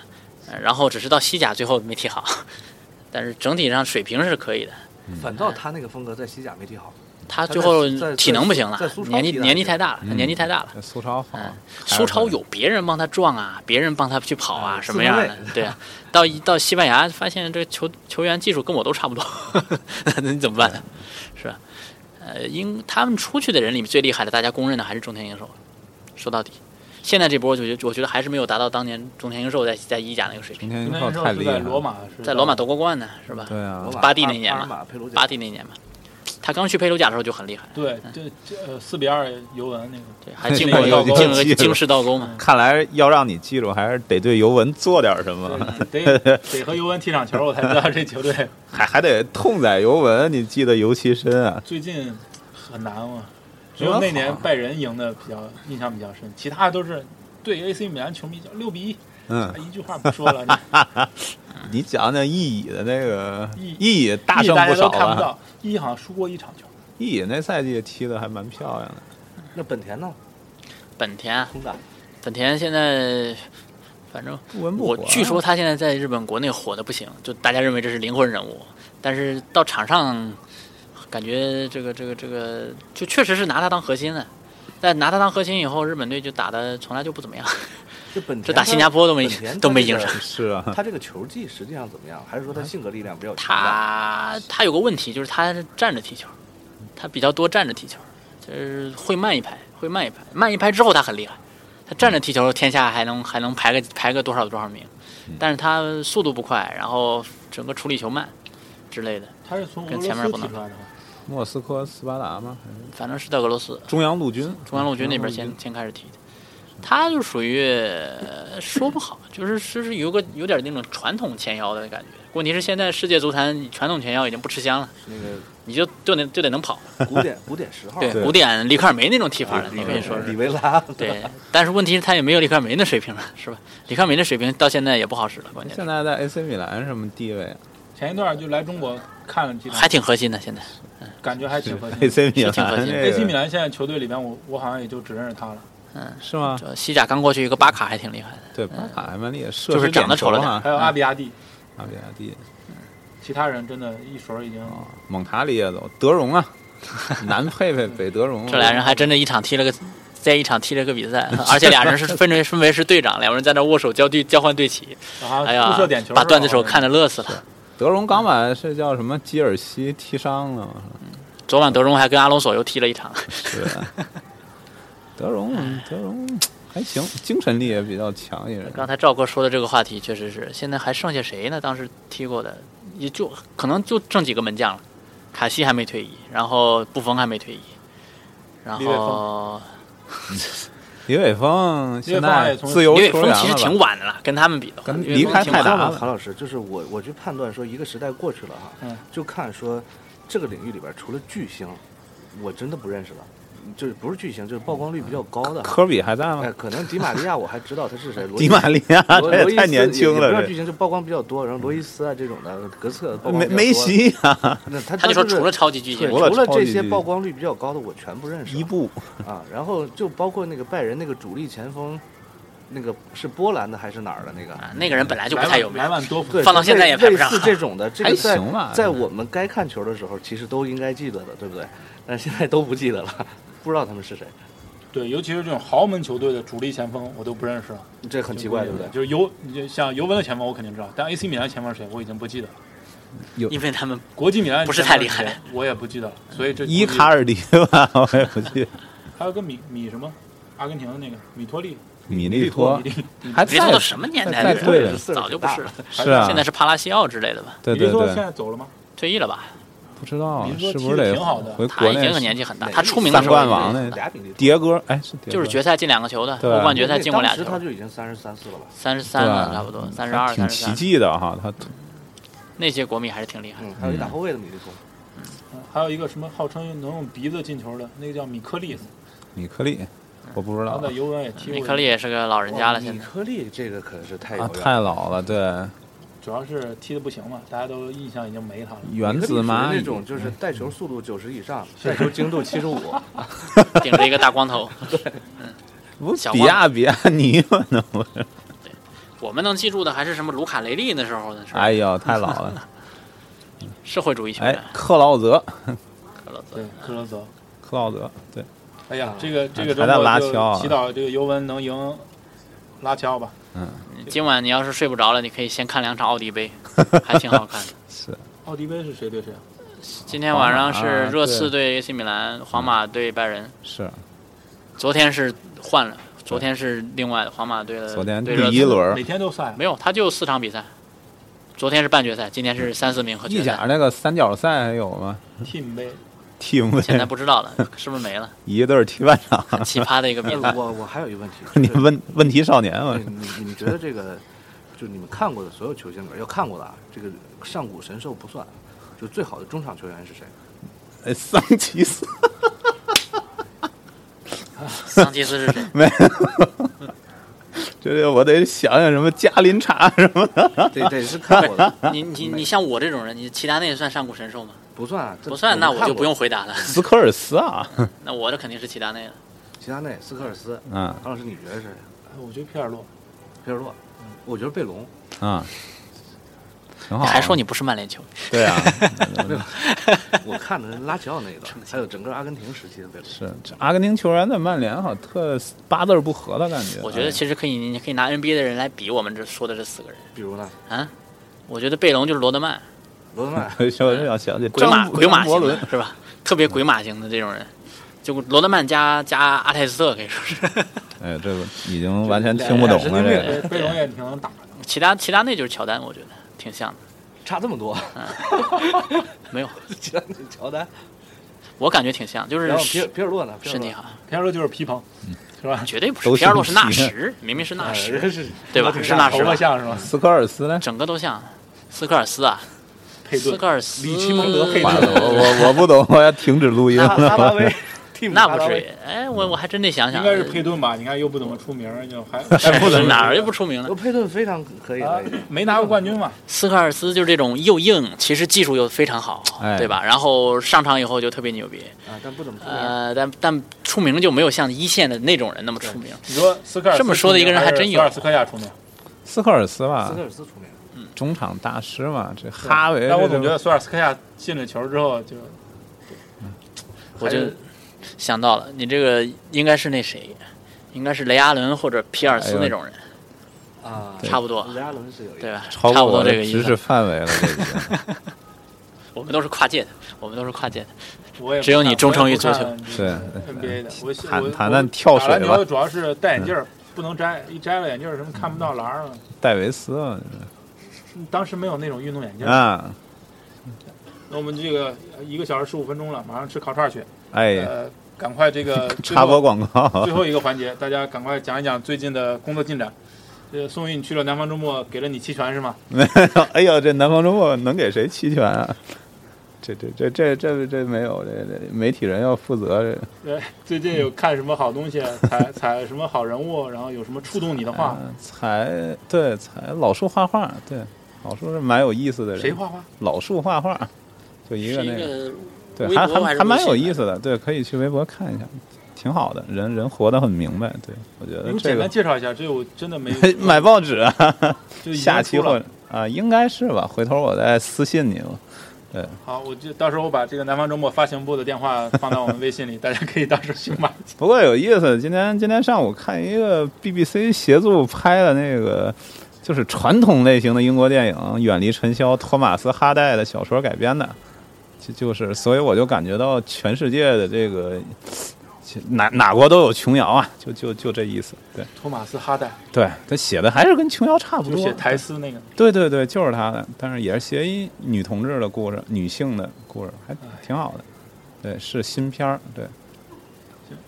[SPEAKER 4] 呃然后只是到西甲最后没踢好， (laughs) 但是整体上水平是可以的。
[SPEAKER 2] 嗯
[SPEAKER 5] 反倒他那个风格在西甲没踢好，
[SPEAKER 4] 他最后
[SPEAKER 5] 在在
[SPEAKER 4] 体能不行了
[SPEAKER 5] 在苏超，踢的
[SPEAKER 4] 年纪
[SPEAKER 5] 还是
[SPEAKER 4] 年纪太大了，他
[SPEAKER 3] 嗯
[SPEAKER 4] 年纪太大了。
[SPEAKER 3] 这苏超好，
[SPEAKER 4] 哎苏超有别人帮他撞啊，别人帮他去跑啊，
[SPEAKER 5] 嗯
[SPEAKER 4] 什么样的
[SPEAKER 5] 四分卫？
[SPEAKER 4] 对啊，到一到西班牙发现这球球员技术跟我都差不多，那你怎么办呢？是吧？呃，英他们出去的人里面最厉害的，大家公认的还是中田英寿。说到底，现在这波我觉得我觉得还是没有达到当年中田英寿在在意甲那个水平，
[SPEAKER 3] 今天
[SPEAKER 2] 今
[SPEAKER 3] 英
[SPEAKER 2] 天
[SPEAKER 3] 超太
[SPEAKER 2] 是
[SPEAKER 3] 厉害
[SPEAKER 2] 在
[SPEAKER 3] 了，
[SPEAKER 2] 罗马是
[SPEAKER 4] 在罗马夺过冠呢，是吧？
[SPEAKER 2] 嗯
[SPEAKER 3] 对啊
[SPEAKER 5] 罗，马
[SPEAKER 4] 巴蒂那年
[SPEAKER 5] 阿
[SPEAKER 4] 嘛
[SPEAKER 5] 尔马佩鲁贾
[SPEAKER 4] 巴蒂那年嘛，他刚去佩鲁贾的时候就很厉害，
[SPEAKER 2] 对对，这呃四比二尤文那个，
[SPEAKER 4] 对，还进过一个进了个惊世倒钩嘛。
[SPEAKER 3] 看来要让你记住，还是得对尤文做点什么，
[SPEAKER 2] 对得得和尤文踢场球，我才知道这球
[SPEAKER 4] (laughs)
[SPEAKER 2] 队
[SPEAKER 3] (laughs) 还还得痛宰尤文，你记得尤其深啊。
[SPEAKER 2] 最近很难嘛、只有那年拜仁赢的比较印象比较深，其他都是对 AC 米兰球迷叫六比一，
[SPEAKER 3] 嗯，
[SPEAKER 4] 哎
[SPEAKER 2] 一句话不说
[SPEAKER 4] (laughs)
[SPEAKER 2] 了，你
[SPEAKER 3] 你讲讲意乙的那个
[SPEAKER 2] 意
[SPEAKER 3] 意乙大
[SPEAKER 2] 一
[SPEAKER 3] 胜
[SPEAKER 2] 大家
[SPEAKER 3] 少
[SPEAKER 2] 都看不
[SPEAKER 4] 啊
[SPEAKER 3] 吧？
[SPEAKER 2] 到，一好像输过一场球，
[SPEAKER 3] 意乙那赛季踢的还蛮漂亮的，
[SPEAKER 5] 那本田呢？
[SPEAKER 4] 本田啊，
[SPEAKER 5] 空的，
[SPEAKER 4] 本田现在反正
[SPEAKER 3] 不温不
[SPEAKER 4] 我
[SPEAKER 3] 火。啊
[SPEAKER 4] 据说他现在在日本国内火的不行，就大家认为这是灵魂人物，但是到场上，感觉这个这个这个就确实是拿他当核心了。但拿他当核心以后，日本队就打的从来就不怎么样，
[SPEAKER 5] 这本田
[SPEAKER 4] 这打新加坡都没
[SPEAKER 5] 本田他
[SPEAKER 4] 都没
[SPEAKER 5] 这
[SPEAKER 4] 赢
[SPEAKER 5] 个
[SPEAKER 4] 上。
[SPEAKER 3] 是啊，
[SPEAKER 5] (laughs) 他这个球技实际上怎么样？还是说他性格力量比较强大？
[SPEAKER 4] 他 (laughs) 他有个问题，就是他站着踢球，他比较多站着踢球，就是会慢一拍，会慢一拍，慢一拍之后他很厉害，他站着踢球，天下还能还能排个排个多少多少名，但是他速度不快，然后整个处理球慢之类的，
[SPEAKER 2] 他是从俄
[SPEAKER 4] 跟
[SPEAKER 2] 罗斯
[SPEAKER 4] 前面不
[SPEAKER 2] 踢
[SPEAKER 4] 能
[SPEAKER 2] 出来的吗？
[SPEAKER 3] 莫斯科斯巴达吗？
[SPEAKER 4] 反正是在俄罗斯
[SPEAKER 3] 中央陆军，
[SPEAKER 4] 中央陆军那边先先开始踢的，他就属于呃说不好， (laughs) 就是就是有个有点那种传统前腰的感觉。问题是现在世界足坛传统前腰已经不吃香了，
[SPEAKER 5] 那个
[SPEAKER 4] 你就就得就得能跑。
[SPEAKER 5] 古典古典十号，啊
[SPEAKER 4] 对，古典里克尔梅那种踢法了，你可以说
[SPEAKER 5] 里
[SPEAKER 4] 是。
[SPEAKER 5] 维拉，
[SPEAKER 4] 对，但是问题是他也没有里克尔梅的水平了，是吧？里克尔梅的水平到现在也不好使了，关键
[SPEAKER 3] 现在在 AC 米兰什么地位啊
[SPEAKER 2] 前一段就来中国看了几场
[SPEAKER 4] 还，挺核心的。现在
[SPEAKER 2] 感觉还挺
[SPEAKER 3] (laughs)
[SPEAKER 2] 核心。
[SPEAKER 3] ？AC 米
[SPEAKER 4] 是挺哎核
[SPEAKER 3] 兰
[SPEAKER 4] 心的
[SPEAKER 3] 这
[SPEAKER 2] AC 米
[SPEAKER 3] 个
[SPEAKER 2] 兰现在球队里边，我我好像也就只认识他了。
[SPEAKER 3] 是吗？
[SPEAKER 4] 这西甲刚过去一个巴卡还挺厉害的，
[SPEAKER 3] 对，巴卡还蛮厉害，射
[SPEAKER 4] 就是
[SPEAKER 3] 失
[SPEAKER 4] 长得
[SPEAKER 3] 点
[SPEAKER 4] 丑了
[SPEAKER 3] 球
[SPEAKER 4] 点
[SPEAKER 3] 啊
[SPEAKER 2] 还有阿比亚蒂，
[SPEAKER 3] 嗯阿比亚蒂
[SPEAKER 2] 其他人真的一水儿已经
[SPEAKER 4] 哦
[SPEAKER 3] 啊，蒙塔里也走，德容啊， (laughs) 南佩佩北德容，
[SPEAKER 4] 这俩人还真的一场踢了个，在一场踢了个比赛，而且俩人是分别分别是队长，两个人在那握手交对交换队旗，
[SPEAKER 2] 啊，
[SPEAKER 4] 哎呀
[SPEAKER 2] 互射点，球，
[SPEAKER 4] 把段子手看得乐死了。
[SPEAKER 3] 德容刚把是叫什么基尔西踢伤了嘛？
[SPEAKER 4] 昨晚德容还跟阿隆索又踢了一场，
[SPEAKER 3] 是吧，德容德容还行，精神力也比较强，也是。
[SPEAKER 4] 刚才赵哥说的这个话题确实是，现在还剩下谁呢？当时踢过的，也就可能就剩几个门将了。卡西还没退役，然后布冯还没退役，然
[SPEAKER 2] 李伟
[SPEAKER 4] 后
[SPEAKER 3] 李伟峰
[SPEAKER 2] 李伟
[SPEAKER 3] 现
[SPEAKER 2] 峰也
[SPEAKER 3] 在
[SPEAKER 2] 从
[SPEAKER 3] 自由
[SPEAKER 4] 因为
[SPEAKER 3] 球员
[SPEAKER 4] 峰其实挺
[SPEAKER 3] 了吧？
[SPEAKER 4] 晚的了，跟他们比的话，
[SPEAKER 3] 跟
[SPEAKER 4] 因为
[SPEAKER 3] 离开
[SPEAKER 4] 挺晚的
[SPEAKER 3] 太大
[SPEAKER 5] 这
[SPEAKER 3] 了
[SPEAKER 5] 样吧韩老师，就是我我去判断说一个时代过去了哈，
[SPEAKER 2] 嗯
[SPEAKER 5] 就看说这个领域里边除了巨星，我真的不认识了，就是不是巨星，就是曝光率比较高的。
[SPEAKER 3] 科比还在
[SPEAKER 5] 哎，
[SPEAKER 3] 吗？
[SPEAKER 5] 可能迪玛利亚我还知道他是谁，罗
[SPEAKER 3] (laughs) 迪玛利亚
[SPEAKER 5] 罗
[SPEAKER 3] 这
[SPEAKER 5] 罗
[SPEAKER 3] 也
[SPEAKER 5] 伊
[SPEAKER 3] 太
[SPEAKER 5] 斯
[SPEAKER 3] 年轻
[SPEAKER 5] 也不知
[SPEAKER 3] 了，
[SPEAKER 5] 道
[SPEAKER 3] 这
[SPEAKER 5] 巨星就曝光比较多，然后罗伊斯啊这种的，格策曝光
[SPEAKER 3] 梅
[SPEAKER 5] 比较多
[SPEAKER 3] 梅，西啊，
[SPEAKER 5] 那他
[SPEAKER 4] 他就说除了
[SPEAKER 5] 是
[SPEAKER 4] 超级巨星
[SPEAKER 5] 对
[SPEAKER 3] 除，
[SPEAKER 5] 除
[SPEAKER 3] 了
[SPEAKER 5] 了
[SPEAKER 3] 超
[SPEAKER 5] 这
[SPEAKER 3] 级
[SPEAKER 5] 些
[SPEAKER 3] 巨
[SPEAKER 5] 曝光率比较高的，我全不认识了。
[SPEAKER 3] 伊布
[SPEAKER 5] 啊，然后就包括那个拜仁那个主力前锋，那个是波兰的还是哪儿的那个？
[SPEAKER 4] 啊那个人本来就不
[SPEAKER 2] 莱
[SPEAKER 4] 太
[SPEAKER 2] 万
[SPEAKER 4] 有名
[SPEAKER 2] 莱，万多夫
[SPEAKER 5] 对，
[SPEAKER 4] 放到现在也排不上
[SPEAKER 5] 类似这种的，这
[SPEAKER 3] 还
[SPEAKER 5] 个在
[SPEAKER 3] 行吧
[SPEAKER 5] 在我们该看球的时候，其实都应该记得的，对不对？但现在都不记得了，不知道他们是谁，
[SPEAKER 2] 对，尤其是这种豪门球队的主力前锋，我都不认识了，
[SPEAKER 5] 这很奇怪，对不对？
[SPEAKER 2] 就是尤你就像尤文的前锋我肯定知道，但 AC 米兰前锋是谁我已经不记得了，
[SPEAKER 4] 因为他们
[SPEAKER 2] 国际米兰
[SPEAKER 4] 不是
[SPEAKER 2] 前锋
[SPEAKER 4] 太厉害
[SPEAKER 2] 谁我也不记得了，所以这
[SPEAKER 3] 嗯伊卡尔迪吧， (laughs) 我也不记得，
[SPEAKER 2] 还有个米米什么阿根廷的那个米托利，
[SPEAKER 3] 米利托
[SPEAKER 2] 米利
[SPEAKER 3] 还
[SPEAKER 4] 别说
[SPEAKER 3] 在
[SPEAKER 4] 到什么年代
[SPEAKER 3] 在
[SPEAKER 4] 了，
[SPEAKER 3] 在队了
[SPEAKER 4] 早就不是了，
[SPEAKER 3] 是啊，
[SPEAKER 4] 现在是帕拉西奥之类的吧，
[SPEAKER 3] 对
[SPEAKER 2] 米利
[SPEAKER 3] 对
[SPEAKER 2] 托现
[SPEAKER 3] 对，
[SPEAKER 2] 在走了吗？
[SPEAKER 4] 退役了吧？
[SPEAKER 3] 不知道
[SPEAKER 2] 米利托
[SPEAKER 3] 是
[SPEAKER 2] 踢
[SPEAKER 3] 不是
[SPEAKER 2] 得
[SPEAKER 3] 得
[SPEAKER 2] 挺好的
[SPEAKER 3] 回
[SPEAKER 4] 他
[SPEAKER 3] 国
[SPEAKER 4] 已
[SPEAKER 3] 内
[SPEAKER 4] 经很年纪很大，
[SPEAKER 5] 哪
[SPEAKER 4] 他出名的
[SPEAKER 3] 三
[SPEAKER 4] 时候
[SPEAKER 3] 冠
[SPEAKER 4] 已
[SPEAKER 3] 王
[SPEAKER 4] 经
[SPEAKER 3] 那
[SPEAKER 5] 俩比例
[SPEAKER 3] 迭戈，哎是迭戈，
[SPEAKER 4] 就是决赛进两个球的，
[SPEAKER 3] 对
[SPEAKER 4] 欧冠决赛进过俩
[SPEAKER 5] 当时
[SPEAKER 4] 球，
[SPEAKER 5] 他就已经三十三四了吧？
[SPEAKER 4] 三十三
[SPEAKER 3] 对
[SPEAKER 4] 了
[SPEAKER 3] 吧，
[SPEAKER 4] 差不多，三十
[SPEAKER 3] 还
[SPEAKER 4] 二、
[SPEAKER 3] 挺
[SPEAKER 4] 三十
[SPEAKER 3] 奇
[SPEAKER 4] 三，
[SPEAKER 3] 迹的哈，他
[SPEAKER 4] 那些国米还是挺厉害的。
[SPEAKER 5] 嗯，还有一打后卫的米利托，
[SPEAKER 2] 嗯还有一个什么号称能用鼻子进球的那个叫米科利，
[SPEAKER 3] 米克利，我不知
[SPEAKER 2] 他
[SPEAKER 3] 道
[SPEAKER 2] 在尤文也踢过。
[SPEAKER 4] 米克利也是个老人家了，现
[SPEAKER 5] 米
[SPEAKER 4] 在
[SPEAKER 5] 科利这个可是太有
[SPEAKER 3] 啊，
[SPEAKER 5] 缘了。
[SPEAKER 3] 太老了，对，
[SPEAKER 2] 主要是踢的不行嘛，大家都印象已经没他了。
[SPEAKER 3] 原
[SPEAKER 5] 米克利
[SPEAKER 3] 子
[SPEAKER 5] 属于
[SPEAKER 3] 蚂
[SPEAKER 5] 那
[SPEAKER 3] 蚁
[SPEAKER 5] 种就是
[SPEAKER 3] 嗯
[SPEAKER 5] 带球速度九十以上，带球精度
[SPEAKER 4] (laughs)
[SPEAKER 5] 七十五，
[SPEAKER 4] 顶着一个大光头。 (laughs)
[SPEAKER 3] 不
[SPEAKER 4] 小
[SPEAKER 3] 比
[SPEAKER 4] 王
[SPEAKER 3] 亚比亚尼吗？ (laughs) 那不是？
[SPEAKER 4] 我们能记住的还是什么卢卡雷利那时候的事，
[SPEAKER 3] 哎呦，太老
[SPEAKER 4] (laughs)
[SPEAKER 3] 了！
[SPEAKER 4] 社会主义球
[SPEAKER 3] 哎
[SPEAKER 4] 员。，
[SPEAKER 3] 克劳泽，
[SPEAKER 4] 克劳泽
[SPEAKER 2] 对，克罗泽。
[SPEAKER 3] 克劳泽，对，
[SPEAKER 2] 哎呀，这个这个
[SPEAKER 3] 还
[SPEAKER 2] 周
[SPEAKER 3] 在
[SPEAKER 2] 末
[SPEAKER 3] 拉
[SPEAKER 2] 就
[SPEAKER 3] 齐奥啊
[SPEAKER 2] 祈祷这个尤文能赢拉齐奥吧。
[SPEAKER 4] 今晚你要是睡不着了，你可以先看两场奥迪杯，还挺好看的。
[SPEAKER 3] 是
[SPEAKER 2] 奥迪杯是谁对谁啊？
[SPEAKER 4] 今天晚上
[SPEAKER 3] 皇马
[SPEAKER 4] 是
[SPEAKER 3] (laughs) 啊
[SPEAKER 4] 热刺对 AC 米兰，皇马对拜仁。
[SPEAKER 3] 是，
[SPEAKER 4] 昨天是换了，昨天是另外的皇马对了，
[SPEAKER 3] 昨天第
[SPEAKER 4] 呃对热
[SPEAKER 3] 一
[SPEAKER 4] 刺
[SPEAKER 3] 轮
[SPEAKER 2] 每天都赛啊。
[SPEAKER 4] 没有，他就四场比赛。昨天是半决赛，今天是三四名和
[SPEAKER 3] 意
[SPEAKER 4] 决赛
[SPEAKER 3] 甲。那个三角赛还有吗？
[SPEAKER 2] team 杯
[SPEAKER 3] 踢勇
[SPEAKER 4] 现在
[SPEAKER 3] 队
[SPEAKER 4] 不知道
[SPEAKER 3] (laughs)
[SPEAKER 4] 了，是不是没了？
[SPEAKER 3] 一对儿踢半场，
[SPEAKER 4] 很奇葩的一个比
[SPEAKER 5] 哎
[SPEAKER 4] 赛。
[SPEAKER 5] 我我还有一个问题，
[SPEAKER 3] (laughs) 你
[SPEAKER 5] 就是
[SPEAKER 3] 问问题少年嘛
[SPEAKER 5] 对，
[SPEAKER 4] 嗯
[SPEAKER 5] 你你们觉得这个，就你们看过的所有球星里边，要看过的啊，这个上古神兽不算，就最好的中场球员是谁？
[SPEAKER 3] 哎桑奇斯
[SPEAKER 4] 桑切斯是
[SPEAKER 3] (laughs)
[SPEAKER 4] 谁？
[SPEAKER 3] 没有。这个我得想想什么加林查什么的，
[SPEAKER 5] 得得是看过的，
[SPEAKER 4] 你你你像我这种人，你齐达内算上古神兽吗？
[SPEAKER 5] (laughs) 不算啊，这
[SPEAKER 4] 不算，那
[SPEAKER 5] 们
[SPEAKER 4] 我
[SPEAKER 5] 看
[SPEAKER 4] 就
[SPEAKER 5] 过
[SPEAKER 4] 不用回答了。 (laughs)
[SPEAKER 3] 斯科尔斯啊，
[SPEAKER 4] 那我这肯定是齐达内了。
[SPEAKER 5] 齐达内、斯科尔斯。
[SPEAKER 3] 嗯
[SPEAKER 5] 唐老师，你觉得是谁？
[SPEAKER 2] 哎我觉得皮尔洛，
[SPEAKER 5] 皮尔洛？我觉得贝隆。
[SPEAKER 3] 啊，挺好
[SPEAKER 4] 你
[SPEAKER 3] 啊。
[SPEAKER 4] 还说你不是曼联球迷？
[SPEAKER 3] 对啊，
[SPEAKER 5] (laughs) 我看的是拉齐奥那个，还有整个阿根廷时期的贝隆。
[SPEAKER 3] 是这阿根廷球员在曼联好像特八字儿不合的感觉。
[SPEAKER 4] 我觉得
[SPEAKER 3] 哎
[SPEAKER 4] 其实可以，你可以拿 NBA 的人来比我们这说的这四个人
[SPEAKER 5] 比如呢，
[SPEAKER 4] 啊。我觉得贝隆就是罗德曼，
[SPEAKER 5] 罗
[SPEAKER 3] (laughs)。
[SPEAKER 5] 德曼
[SPEAKER 3] 我就要想起
[SPEAKER 4] 鬼马
[SPEAKER 3] 张
[SPEAKER 4] 鬼马
[SPEAKER 3] 张伯
[SPEAKER 4] 型
[SPEAKER 3] 伦
[SPEAKER 4] 的是吧？特别鬼马型的这种人，就罗德曼加加阿泰斯特可以说是。
[SPEAKER 3] 哎，这个已经完全听不懂了。这个
[SPEAKER 2] 对，贝隆也挺能打的。
[SPEAKER 4] 齐达齐达内就是乔丹，我觉得挺像的。
[SPEAKER 5] 差这么多，
[SPEAKER 4] 嗯
[SPEAKER 5] (laughs)
[SPEAKER 4] 没有，
[SPEAKER 5] 齐达内、乔丹，
[SPEAKER 4] 我感觉挺像，就
[SPEAKER 5] 然后皮尔
[SPEAKER 4] 是
[SPEAKER 5] 皮尔洛呢？皮尔
[SPEAKER 4] 身体
[SPEAKER 5] 洛
[SPEAKER 4] 好，
[SPEAKER 2] 皮尔洛就是皮蓬，是吧？
[SPEAKER 4] 绝对不是
[SPEAKER 3] 都是
[SPEAKER 4] 皮尔洛是纳
[SPEAKER 3] 皮的
[SPEAKER 4] 什，明明是
[SPEAKER 5] 啊
[SPEAKER 4] 纳什，
[SPEAKER 2] 呃是，
[SPEAKER 4] 对吧
[SPEAKER 2] 头挺
[SPEAKER 4] 是纳
[SPEAKER 2] 大头
[SPEAKER 4] 什吧
[SPEAKER 2] 发像是吗？
[SPEAKER 3] 斯科
[SPEAKER 4] (laughs)
[SPEAKER 3] 尔斯呢？
[SPEAKER 4] 整个都像。斯科尔斯啊，
[SPEAKER 2] 佩
[SPEAKER 4] 斯
[SPEAKER 2] 顿
[SPEAKER 4] 科，尔斯，
[SPEAKER 2] 里奇蒙德佩
[SPEAKER 3] 完
[SPEAKER 2] 顿
[SPEAKER 3] 了，我我我不懂，我要停止录音
[SPEAKER 5] 拉拉拉维
[SPEAKER 3] 了。，
[SPEAKER 5] 蒂姆
[SPEAKER 4] 那
[SPEAKER 5] 拉
[SPEAKER 4] 不
[SPEAKER 5] 拉
[SPEAKER 4] 至
[SPEAKER 5] 维
[SPEAKER 4] 于，哎，我我还真得想想，
[SPEAKER 2] 应该是佩顿吧？你看又不怎么出名儿，就
[SPEAKER 4] (laughs)
[SPEAKER 2] 还
[SPEAKER 4] 是
[SPEAKER 2] 还不怎么
[SPEAKER 4] 哪儿又不出名了
[SPEAKER 5] 罗。佩顿非常可以
[SPEAKER 2] 啊
[SPEAKER 5] 了，已经。，
[SPEAKER 2] 没拿过冠军嘛？
[SPEAKER 4] 斯科尔斯就是这种又硬，其实技术又非常好，
[SPEAKER 3] 哎
[SPEAKER 4] 对吧？然后上场以后就特别牛逼，
[SPEAKER 5] 啊，但不怎么出名。
[SPEAKER 4] 呃，但但出名就没有像一线的那种人那么出名。
[SPEAKER 2] 你说斯科尔斯
[SPEAKER 4] 这么说的一个人还真有
[SPEAKER 2] 出名还是斯科尔斯科亚出名，
[SPEAKER 3] 斯科尔斯
[SPEAKER 5] 斯
[SPEAKER 4] 呃
[SPEAKER 3] 吧
[SPEAKER 5] 科，尔斯出名，
[SPEAKER 3] 中场大师嘛，这哈维这
[SPEAKER 2] 但
[SPEAKER 3] 种。
[SPEAKER 2] 我总觉得索尔斯克亚进了球之后就
[SPEAKER 4] 我就
[SPEAKER 2] 还是
[SPEAKER 4] 想到了，你这个应该是那谁，应该是雷阿伦或者皮尔
[SPEAKER 3] 哎
[SPEAKER 4] 斯
[SPEAKER 3] 呦
[SPEAKER 4] 那种人，
[SPEAKER 5] 啊，
[SPEAKER 4] 差不多，
[SPEAKER 5] 雷阿伦是有一
[SPEAKER 4] 对
[SPEAKER 5] 个，
[SPEAKER 4] 吧？
[SPEAKER 3] 超
[SPEAKER 4] 差
[SPEAKER 3] 过
[SPEAKER 4] 不多
[SPEAKER 3] 我
[SPEAKER 4] 这个
[SPEAKER 3] 的
[SPEAKER 4] 意
[SPEAKER 3] 知识
[SPEAKER 4] 思。
[SPEAKER 3] 范围了，这已经。
[SPEAKER 4] 我们都是跨界的，我们都是跨界的。
[SPEAKER 2] 我也不
[SPEAKER 4] 只有你
[SPEAKER 2] 看
[SPEAKER 4] 忠诚于
[SPEAKER 2] 我也不
[SPEAKER 4] 足球
[SPEAKER 2] 看
[SPEAKER 3] 对
[SPEAKER 2] NBA
[SPEAKER 3] (laughs)
[SPEAKER 2] 的，我
[SPEAKER 3] 谈
[SPEAKER 2] 我
[SPEAKER 3] 谈
[SPEAKER 2] 我
[SPEAKER 3] 谈跳水
[SPEAKER 2] 打篮
[SPEAKER 3] 吧嗯
[SPEAKER 2] 球主要是戴眼镜儿不能摘，一摘了眼镜儿什么看不到篮儿了。
[SPEAKER 3] 戴维斯嘛
[SPEAKER 2] 当时没有那种运动眼镜儿。
[SPEAKER 3] 啊，
[SPEAKER 2] 那我们这个呃一个小时十五分钟了，马上吃烤串去。
[SPEAKER 3] 哎，
[SPEAKER 2] 呃，赶快这
[SPEAKER 3] (laughs)
[SPEAKER 2] 个最
[SPEAKER 3] 插播
[SPEAKER 2] 后
[SPEAKER 3] 广告
[SPEAKER 2] 最。后一个环节，大家赶快讲一讲最近的工作进展。呃，宋宇，你去了南方周末，给了你期权是吗？
[SPEAKER 3] (laughs) 哎呦，这南方周末能给谁期权啊？这这这这这这没有，这这媒体人要负责这。
[SPEAKER 2] 呃，最近有看什么好东西，
[SPEAKER 3] (laughs)
[SPEAKER 2] 采采什么好人物，然后有什么触动你的画？
[SPEAKER 3] 嗯才对，才老树画画，对，老树是蛮有意思的人。
[SPEAKER 2] 谁？画画？
[SPEAKER 3] 老树画画，就一
[SPEAKER 4] 是
[SPEAKER 3] 个
[SPEAKER 4] 一
[SPEAKER 3] 那个，
[SPEAKER 4] 个
[SPEAKER 3] 对，
[SPEAKER 4] 微
[SPEAKER 3] 还
[SPEAKER 4] 博还
[SPEAKER 3] 还
[SPEAKER 4] 是
[SPEAKER 3] 还蛮
[SPEAKER 4] 微信
[SPEAKER 3] 有
[SPEAKER 4] 来
[SPEAKER 3] 意
[SPEAKER 4] 着
[SPEAKER 3] 思的，对，可以去微博看一下，挺好的，人人活得很明白，对我觉得
[SPEAKER 2] 你
[SPEAKER 3] 呃这
[SPEAKER 2] 简
[SPEAKER 3] 个
[SPEAKER 2] 单介绍一下，这我真的没
[SPEAKER 3] (laughs) 买报纸啊，
[SPEAKER 2] 就已经
[SPEAKER 3] 下期
[SPEAKER 2] 出
[SPEAKER 3] 或
[SPEAKER 2] 了
[SPEAKER 3] 者。啊，应该是吧，回头我再私信你吧。
[SPEAKER 2] 好，我就到时候我把这个南方周末发行部的电话放到我们微信
[SPEAKER 3] (laughs)
[SPEAKER 2] 里，大家可以到时候去买。
[SPEAKER 3] 不过有意思，今天今天上午看一个 BBC 协助拍的那个，就是传统类型的英国电影《远离尘嚣》，托马斯哈代的小说改编的，就就是，所以我就感觉到全世界的这个其哪哪国都有琼瑶啊，就就就这意思。对
[SPEAKER 2] 托马斯哈代
[SPEAKER 3] 对，他写的还是跟琼瑶差不
[SPEAKER 2] 就
[SPEAKER 3] 多，
[SPEAKER 2] 写台词那个，
[SPEAKER 3] 对对对，就是他的，但是也是写一女同志的故事，女性的故事，还挺好的。对，是新片儿，对。